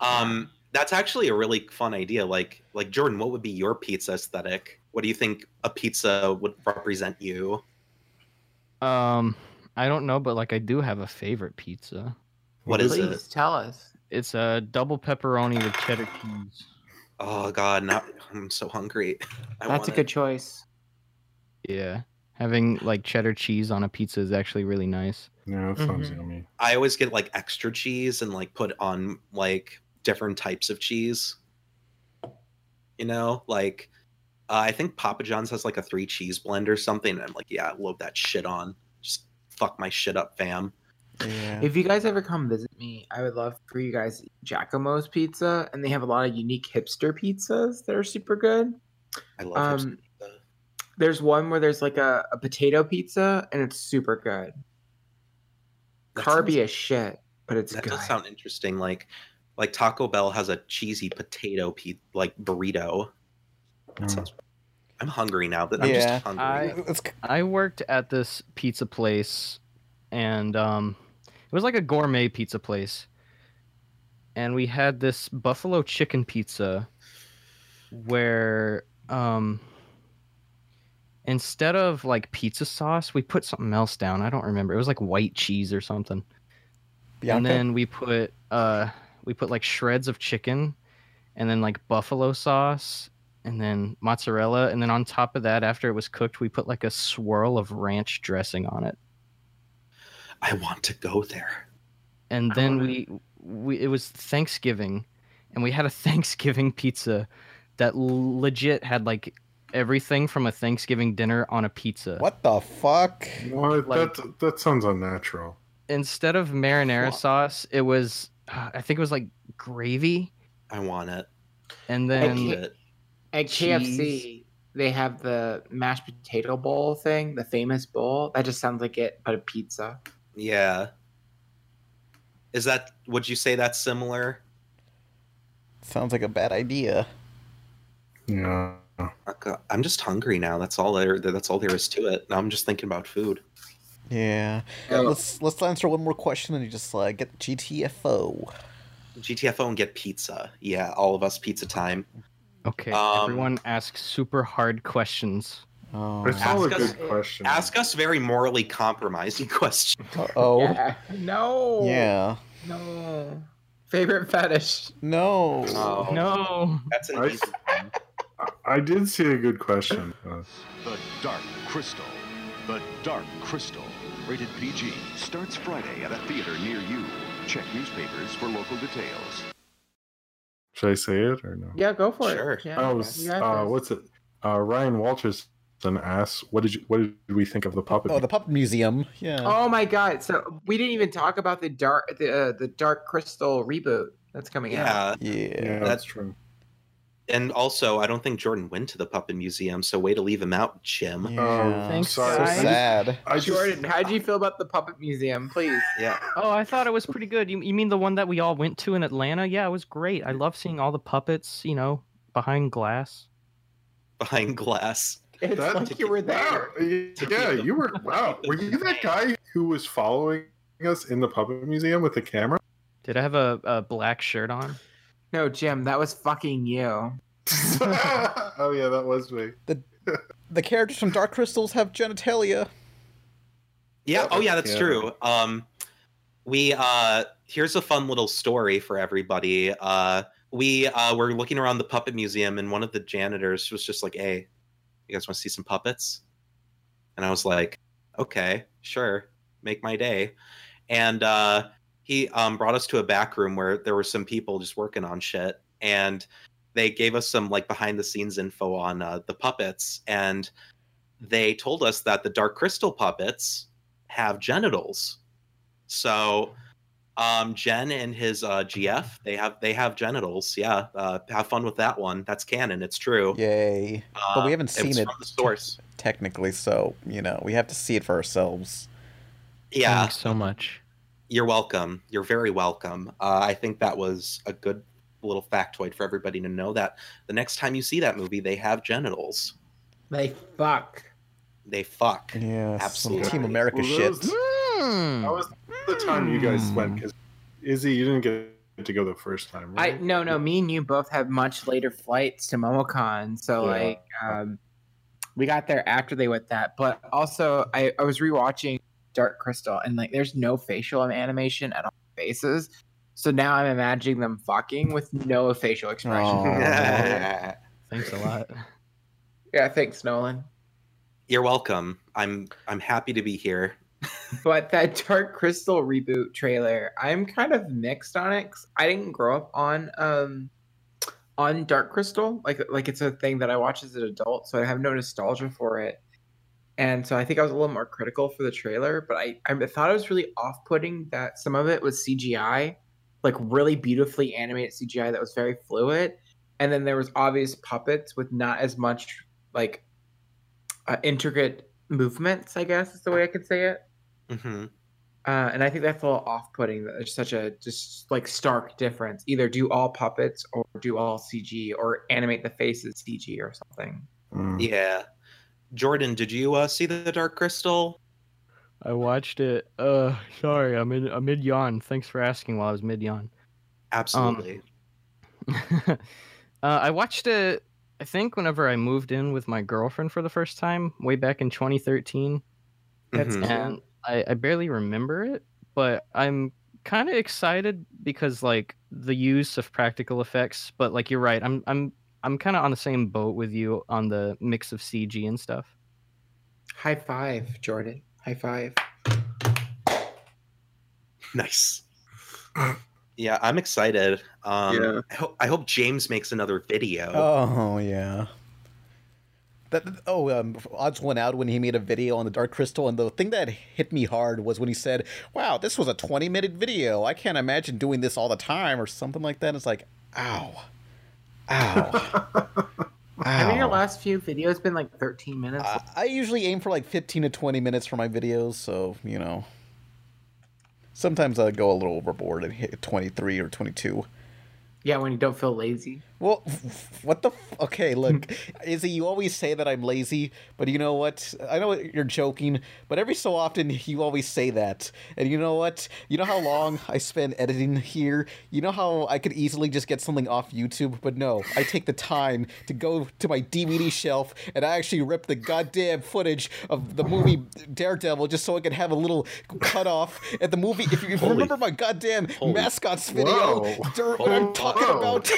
S3: Um, that's actually a really fun idea. Like, like Jordan, what would be your pizza aesthetic? What do you think a pizza would represent you?
S8: Um, I don't know, but like I do have a favorite pizza.
S3: What is Please it?
S5: tell us.
S8: It's a double pepperoni with cheddar cheese.
S3: Oh God, now I'm so hungry. I
S8: That's
S3: want
S8: a
S3: it.
S8: good
S5: choice.
S8: Yeah, having like cheddar cheese on a pizza is actually really nice.
S4: No,
S3: that sounds Mhm.
S4: yummy.
S3: I always get like extra cheese and like put on like different types of cheese. You know, like uh, I think Papa John's has like a three cheese blend or something. And I'm like, yeah, I love that shit on. Just fuck my shit up, fam.
S2: Yeah.
S5: If you guys ever come visit me, I would love for you guys to eat Giacomo's pizza, and they have a lot of unique hipster pizzas that are super good.
S3: I
S5: love um, There's one where there's like a, a potato pizza, and it's super good. Carby as shit, but it's
S3: that
S5: good.
S3: does sound interesting. Like, like Taco Bell has a cheesy potato pe- like burrito. That sounds. I'm hungry now. That I'm just hungry.
S8: Mm. I, I worked at this pizza place, and um, it was like a gourmet pizza place, and we had this buffalo chicken pizza, where um, instead of like pizza sauce, we put something else down. I don't remember. It was like white cheese or something.
S2: Bianca?
S8: And then we put uh we put like shreds of chicken and then like buffalo sauce and then mozzarella and then on top of that after it was cooked we put like a swirl of ranch dressing on it.
S3: I want to go there.
S8: And then we we it was Thanksgiving and we had a Thanksgiving pizza that legit had like everything from a Thanksgiving dinner on a pizza.
S2: What the fuck?
S4: What?
S8: Like-
S4: that that sounds unnatural.
S8: instead of marinara sauce, it was uh, I think it was like gravy.
S3: I want it.
S8: And then
S5: At KFC,
S8: Cheese.
S5: they have the mashed potato bowl thing, the famous bowl. That just sounds like it, but a pizza.
S3: Yeah. Is that? Would you say that's similar?
S2: Sounds like a bad idea.
S4: Yeah.
S5: Oh,
S3: I'm just hungry now. That's all there. That's all there is to it. Now I'm just thinking about food.
S2: Yeah.
S3: Uh,
S2: Let's let's answer one more question and you just uh, get GTFO.
S3: GTFO and get pizza. Yeah, all of us pizza time.
S8: Okay,
S3: Um,
S8: everyone asks super hard questions.
S2: Oh.
S4: It's all a good question.
S3: Ask us very morally compromising questions.
S2: Oh.
S5: No.
S2: Yeah.
S5: No. Favorite fetish.
S2: No.
S3: Oh.
S8: No.
S3: That's an
S4: I, I did see a good question. Uh,
S13: The Dark Crystal. The Dark Crystal, rated PG, starts Friday at a theater near you. Check newspapers for local details.
S4: should I say it or no?
S5: Yeah, go for it. Yeah,
S4: Oh,
S5: you got
S4: uh,
S5: this.
S4: what's it? Uh, Ryan Walterson asks, "What did you? What did we think of the puppet?
S2: Oh, the puppet museum. Yeah.
S5: Oh my god! So we didn't even talk about the dark, the uh, the Dark Crystal reboot that's coming
S3: Yeah.
S5: out.
S2: Yeah,
S3: that's
S4: true.
S3: And also, I don't think Jordan went to the Puppet Museum, so way to leave him out, Jim.
S2: Yeah.
S8: Thanks, sorry. guys. So sad. I just-
S5: Jordan, how would you feel about the Puppet Museum? Please.
S3: Yeah.
S8: Oh, I thought it was pretty good. You, you mean the one that we all went to in Atlanta? Yeah, it was great. I love seeing all the puppets, you know, behind glass.
S3: Behind glass.
S5: It's
S4: That-
S5: like you were there.
S4: yeah, you were. Wow, were you that guy who was following us in the puppet museum with the camera?
S8: Did I have a, a black shirt on?
S5: No, Jim, that was fucking you.
S4: oh yeah, that was me.
S2: The the characters from Dark Crystals have genitalia.
S3: Yeah. Oh, yeah, that's
S2: Yeah.
S3: true. Um, we uh, here's a fun little story for everybody. Uh, we uh, were looking around the puppet museum, and one of the janitors was just like, "Hey, you guys want to see some puppets?" And I was like, "Okay, sure, make my day." And uh, he um, brought us to a back room where there were some people just working on shit, and they gave us some like behind the scenes info on uh, the puppets, and they told us that the Dark Crystal puppets have genitals. So Um, Jen and his uh, GF, they have they have genitals. Yeah, uh, have fun with that one. That's canon. It's true.
S2: Yay! but we
S3: Uh,
S2: haven't
S3: it's
S2: seen it
S3: from the source.
S2: technically, so you know we have to see it for ourselves.
S3: Yeah.
S2: Thanks
S8: so much.
S3: You're welcome. You're very welcome. Uh, I think that was a good little factoid for everybody to know that the next time you see that movie, they have genitals.
S5: They fuck.
S3: They fuck.
S2: Yeah,
S3: absolutely.
S2: Team America
S4: Well,
S2: shit.
S4: That was,
S8: Hmm. Oh.
S4: that was the time you guys went because Izzy, you didn't get to go the first time.
S5: I
S4: Right?
S5: no no. Me and you both have much later flights to MomoCon, so
S4: Yeah.
S5: like um, we got there after they went that. But also, I, I was rewatching Dark Crystal, and like there's no facial animation at all faces. So now I'm imagining them fucking with no facial expression.
S3: Aw.
S8: Thanks a lot.
S5: yeah, thanks, Nolan.
S3: You're welcome. I'm I'm happy to be here.
S5: But that Dark Crystal reboot trailer, I'm kind of mixed on it. 'cause I didn't grow up on um on Dark Crystal, like like it's a thing that I watched as an adult, so I have no nostalgia for it. And so I think I was a little more critical for the trailer, but I I thought it was really off putting that some of it was CGI, like really beautifully animated CGI that was very fluid, and then there was obvious puppets with not as much like uh, intricate movements. I guess is the way I could say it.
S3: Mm-hmm.
S5: Uh, and I think that's a little off-putting. That there's such a just like stark difference. Either do all puppets or do all CG or animate the faces CG or something.
S3: Yeah. Jordan, did you uh, see the Dark Crystal?
S8: I watched it. Uh, sorry, I'm in I'm mid yawn. Thanks for asking while I was mid yawn.
S3: Absolutely.
S8: Uh, I watched it. I think whenever I moved in with my girlfriend for the first time, way back in 2013.
S5: That's Mhm. cute.
S8: and I, I barely remember it, but I'm kind of excited because like the use of practical effects. But like you're right, I'm I'm I'm kind of on the same boat with you on the mix of CG and stuff.
S5: High five, Jordan. High five.
S3: Nice. yeah, I'm excited. Um, I, ho- I hope James makes another video.
S2: Oh yeah. That oh um, odds went out when he made a video on the Dark Crystal, and the thing that hit me hard was when he said, "Wow, this was a 20 minute video. I can't imagine doing this all the time," or something like that. It's like, ow, ow,
S5: Haven't your
S2: ow. Uh,
S5: last few videos been like 13 minutes?
S2: I usually aim for like 15 to 20 minutes for my videos, so you know. Sometimes I go a little overboard and hit 23 or 22.
S5: yeah, when you don't feel lazy.
S2: Well, f- f- what the? F- okay, look, Izzy, you always say that I'm lazy, but you know what? I know you're joking, but every so often you always say that. And you know what? You know how long I spend editing here? You know how I could easily just get something off YouTube? But no, I take the time to go to my DVD shelf and I actually rip the goddamn footage of the movie Daredevil just so I could have a little cut off at the movie. If you, if you remember my goddamn mascots video,
S1: Whoa.
S2: dur- when I'm talking
S1: Whoa.
S2: about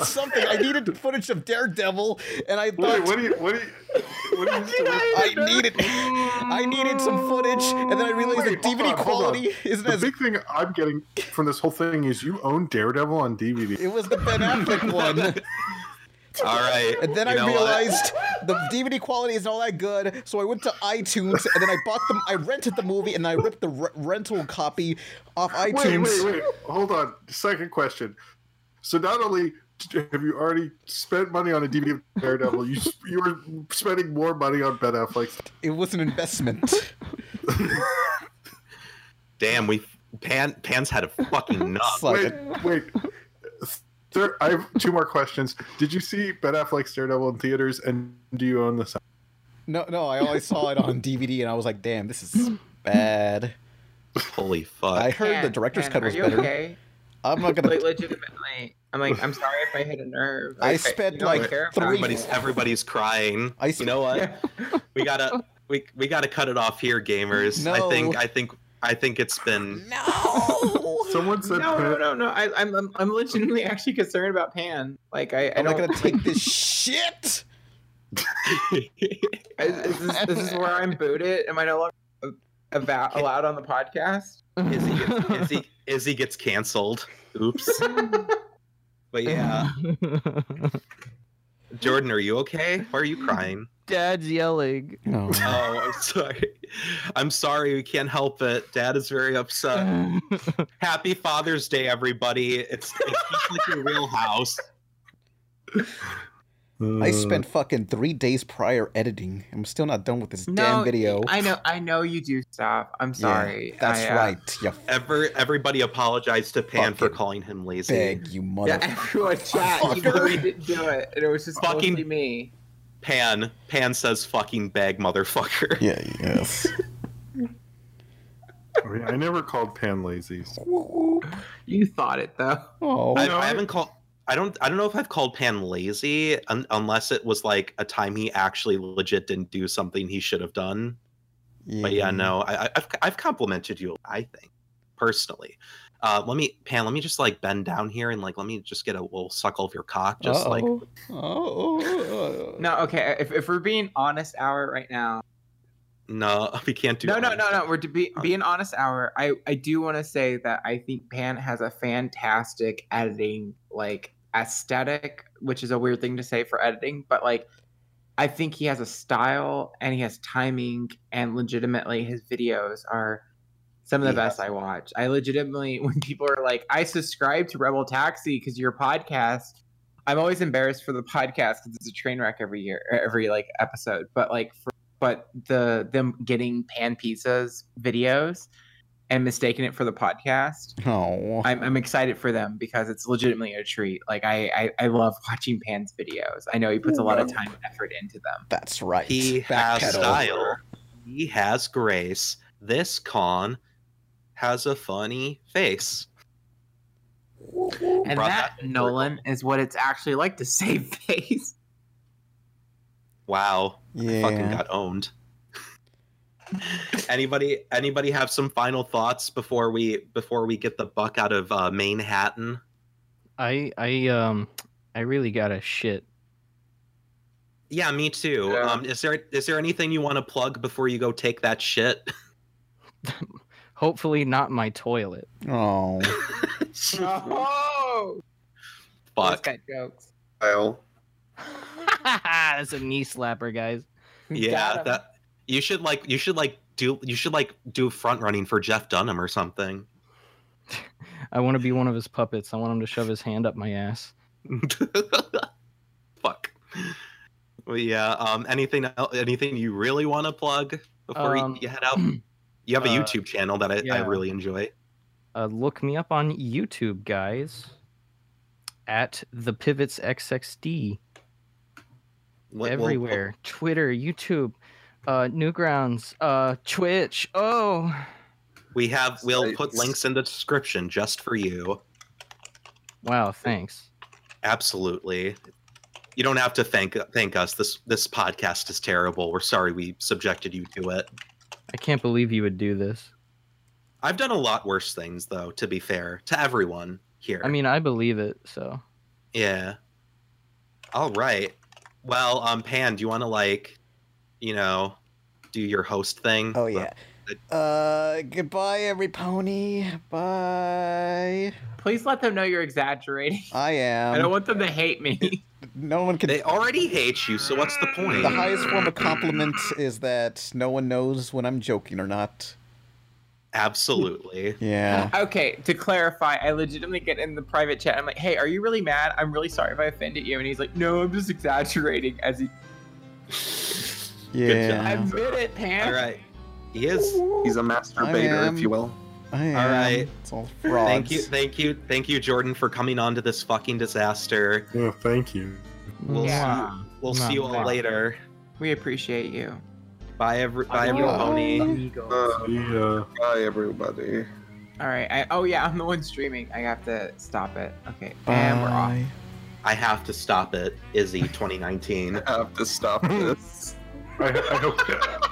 S2: it's something. I needed footage of Daredevil, and I thought,
S1: Wait, what do you- what do
S2: I needed, I needed some footage, and then I realized
S4: Wait,
S2: that
S4: hold
S2: DVD
S4: on, hold on.
S2: quality isn't
S4: the
S2: as.
S4: big thing I'm getting from this whole thing is you own Daredevil on DVD.
S2: It was the Ben Affleck one.
S3: All right.
S2: And then
S4: you know
S2: I
S4: what?
S2: realized the DVD quality isn't all that good, so I went to iTunes and then I bought them. I rented the movie and I ripped the re- rental copy off
S4: Wait,
S2: iTunes.
S4: wait, wait. Hold on. Second question. So not only have you already spent money on a DVD of Daredevil, you s- you were spending more money on Ben Affleck.
S2: It was an investment.
S4: Uh,
S3: Damn, we Pan Pan's had a fucking nut.
S4: wait, wait. Thir- I have two more questions. Did you see Ben Affleck's Daredevil in theaters, and do you own the sound?
S2: No, no, I always saw it on DVD and I was like, damn, this is bad.
S3: Holy fuck.
S2: I heard the director's
S5: Man,
S2: cut
S5: are
S2: was
S5: you
S2: better.
S5: Okay?
S2: I'm not gonna.
S5: Like, legitimately, I'm like, I'm sorry if I hit a nerve.
S2: I
S5: Like,
S2: spent,
S5: you know, I care about
S3: everybody's
S5: you.
S3: everybody's crying. you know what? we gotta we we gotta cut it off here, gamers. I
S5: No.
S3: think I think I think it's been
S4: Someone
S5: said no, no, no, no. I, I'm, I'm, I'm legitimately actually concerned about Pan. Like, I, I
S2: I'm
S5: don't.
S2: not gonna take this shit.
S5: Is, is this, this is where I'm booted? Am I no longer about allowed on the podcast?
S3: Izzy gets, Izzy, Izzy gets canceled. Oops. but yeah. Jordan, are you okay? Why are you crying?
S8: Dad's yelling.
S3: Oh, I'm sorry. I'm sorry. We can't help it. Dad is very upset. Happy Father's Day, everybody. It's, it's just like your real house. Uh.
S4: Uh,
S2: I spent fucking three days prior editing. I'm still not done with this
S5: No,
S2: damn video.
S5: I know, I know you do stop. I'm
S2: Yeah,
S5: sorry.
S2: that's
S5: I, uh,
S2: right. You
S3: Ever, everybody apologized to Pan for calling him lazy.
S2: beg, you
S5: Yeah,
S2: motherfucker.
S5: everyone chat. You
S2: Fucker.
S5: really didn't do it, and it was just
S3: Fucking-
S5: mostly me.
S3: Pan, Pan says fucking beg, motherfucker.
S2: Yeah, yes.
S4: I, mean, I never called Pan lazy.
S5: You thought it though.
S2: Oh,
S3: I, I haven't called. I don't. I don't know if I've called Pan lazy un, unless it was like a time he actually legit didn't do something he should have done. But yeah, no. I, I- I've I've complimented you. I think personally. Uh, let me Pan. Let me just like bend down here and like let me just get a little suckle of your cock. Just like
S2: Oh.
S5: No, okay. If, if we're being honest, hour right now.
S3: no, we can't do.
S5: no,
S3: that.
S5: no, no, no. We're to be being honest, hour. I I do want to say that I think Pan has a fantastic editing like aesthetic, which is a weird thing to say for editing, but like I think he has a style and he has timing, and legitimately his videos are some of the best I watch. I legitimately, when people are like, I subscribe to Rebel Taxi because your podcast, I'm always embarrassed for the podcast because it's a train wreck every year, or every like episode. But like, for, but the them getting pan pizzas videos and mistaking it for the podcast,
S2: Oh.
S5: I'm, I'm excited for them because it's legitimately a treat. Like I, I, I love watching Pan's videos. I know he puts a lot of time and effort into them.
S2: That's right.
S3: He has style. He has grace. This con has a funny face.
S5: And
S3: Brought
S5: that, Nolan, is what it's actually like to save face.
S3: Wow. I fucking
S2: Yeah.
S3: got owned. anybody anybody have some final thoughts before we before we get the buck out of uh, Manhattan?
S8: I I um I really got to shit.
S3: Yeah, me too.
S8: Yeah.
S3: Um, is there is there anything you want to plug before you go take that shit?
S8: Hopefully not my toilet.
S2: Oh.
S5: Oh,
S3: Fuck.
S5: got jokes.
S8: That's a knee slapper, guys.
S3: Yeah, that you should like you should like do you should like do front running for Jeff Dunham or something.
S8: I want to be one of his puppets. I want him to shove his hand up my ass.
S3: Fuck. Well, yeah. Um. Anything el- anything you really want to plug before you-
S8: Um,
S3: you, head out? You have a
S8: uh,
S3: YouTube channel that I, I
S8: yeah.
S3: really enjoy.
S8: Uh, look me up on YouTube, guys. At the pivots XXD.
S3: What- well,
S8: Everywhere. Twitter, YouTube, uh, Newgrounds, uh, Twitch. Oh,
S3: We have. We'll put links in the description just for you.
S8: wow! Thanks.
S3: Absolutely. You don't have to thank thank us. This this podcast is terrible. We're sorry we subjected you to it.
S8: I can't believe you would do this.
S3: I've done a lot worse things though. To be fair to everyone here.
S8: I mean, I believe it. So
S3: Yeah. All right. Well, um, Pan, do you want to like, you know, do your host thing? Oh yeah.
S2: Uh, goodbye, every pony. Bye.
S5: Please let them know you're exaggerating.
S2: I am.
S5: I don't want them to hate me.
S2: No one can.
S3: They already hate you, so what's the point?
S2: The highest form of compliment is that no one knows when I'm joking or not.
S3: Absolutely.
S2: Yeah.
S5: Okay, to clarify, I legitimately get in the private chat. I'm like, "Hey, are you really mad? I'm really sorry if I offended you." And he's like, "No, I'm just exaggerating." As he
S2: Yeah.
S5: admit it, Pam.
S3: All right. He is.
S6: He's a masturbator,
S2: am-
S6: if you will.
S2: I am.
S3: All right.
S2: It's all frauds.
S3: Thank you, thank you, thank you, Jordan, for coming on to this fucking disaster.
S4: Yeah, thank you.
S3: We'll
S5: Yeah.
S3: see. We'll see you all
S5: Mwah.
S3: later.
S5: We appreciate you.
S3: Bye, every, bye, every pony.
S4: Yeah.
S6: Bye, Uh, everybody.
S5: All right. I, oh yeah, I'm the one streaming. I have to stop it. Okay, and we're off.
S3: I have to stop it, Izzy 2019.
S6: I have to stop this.
S4: I, I hope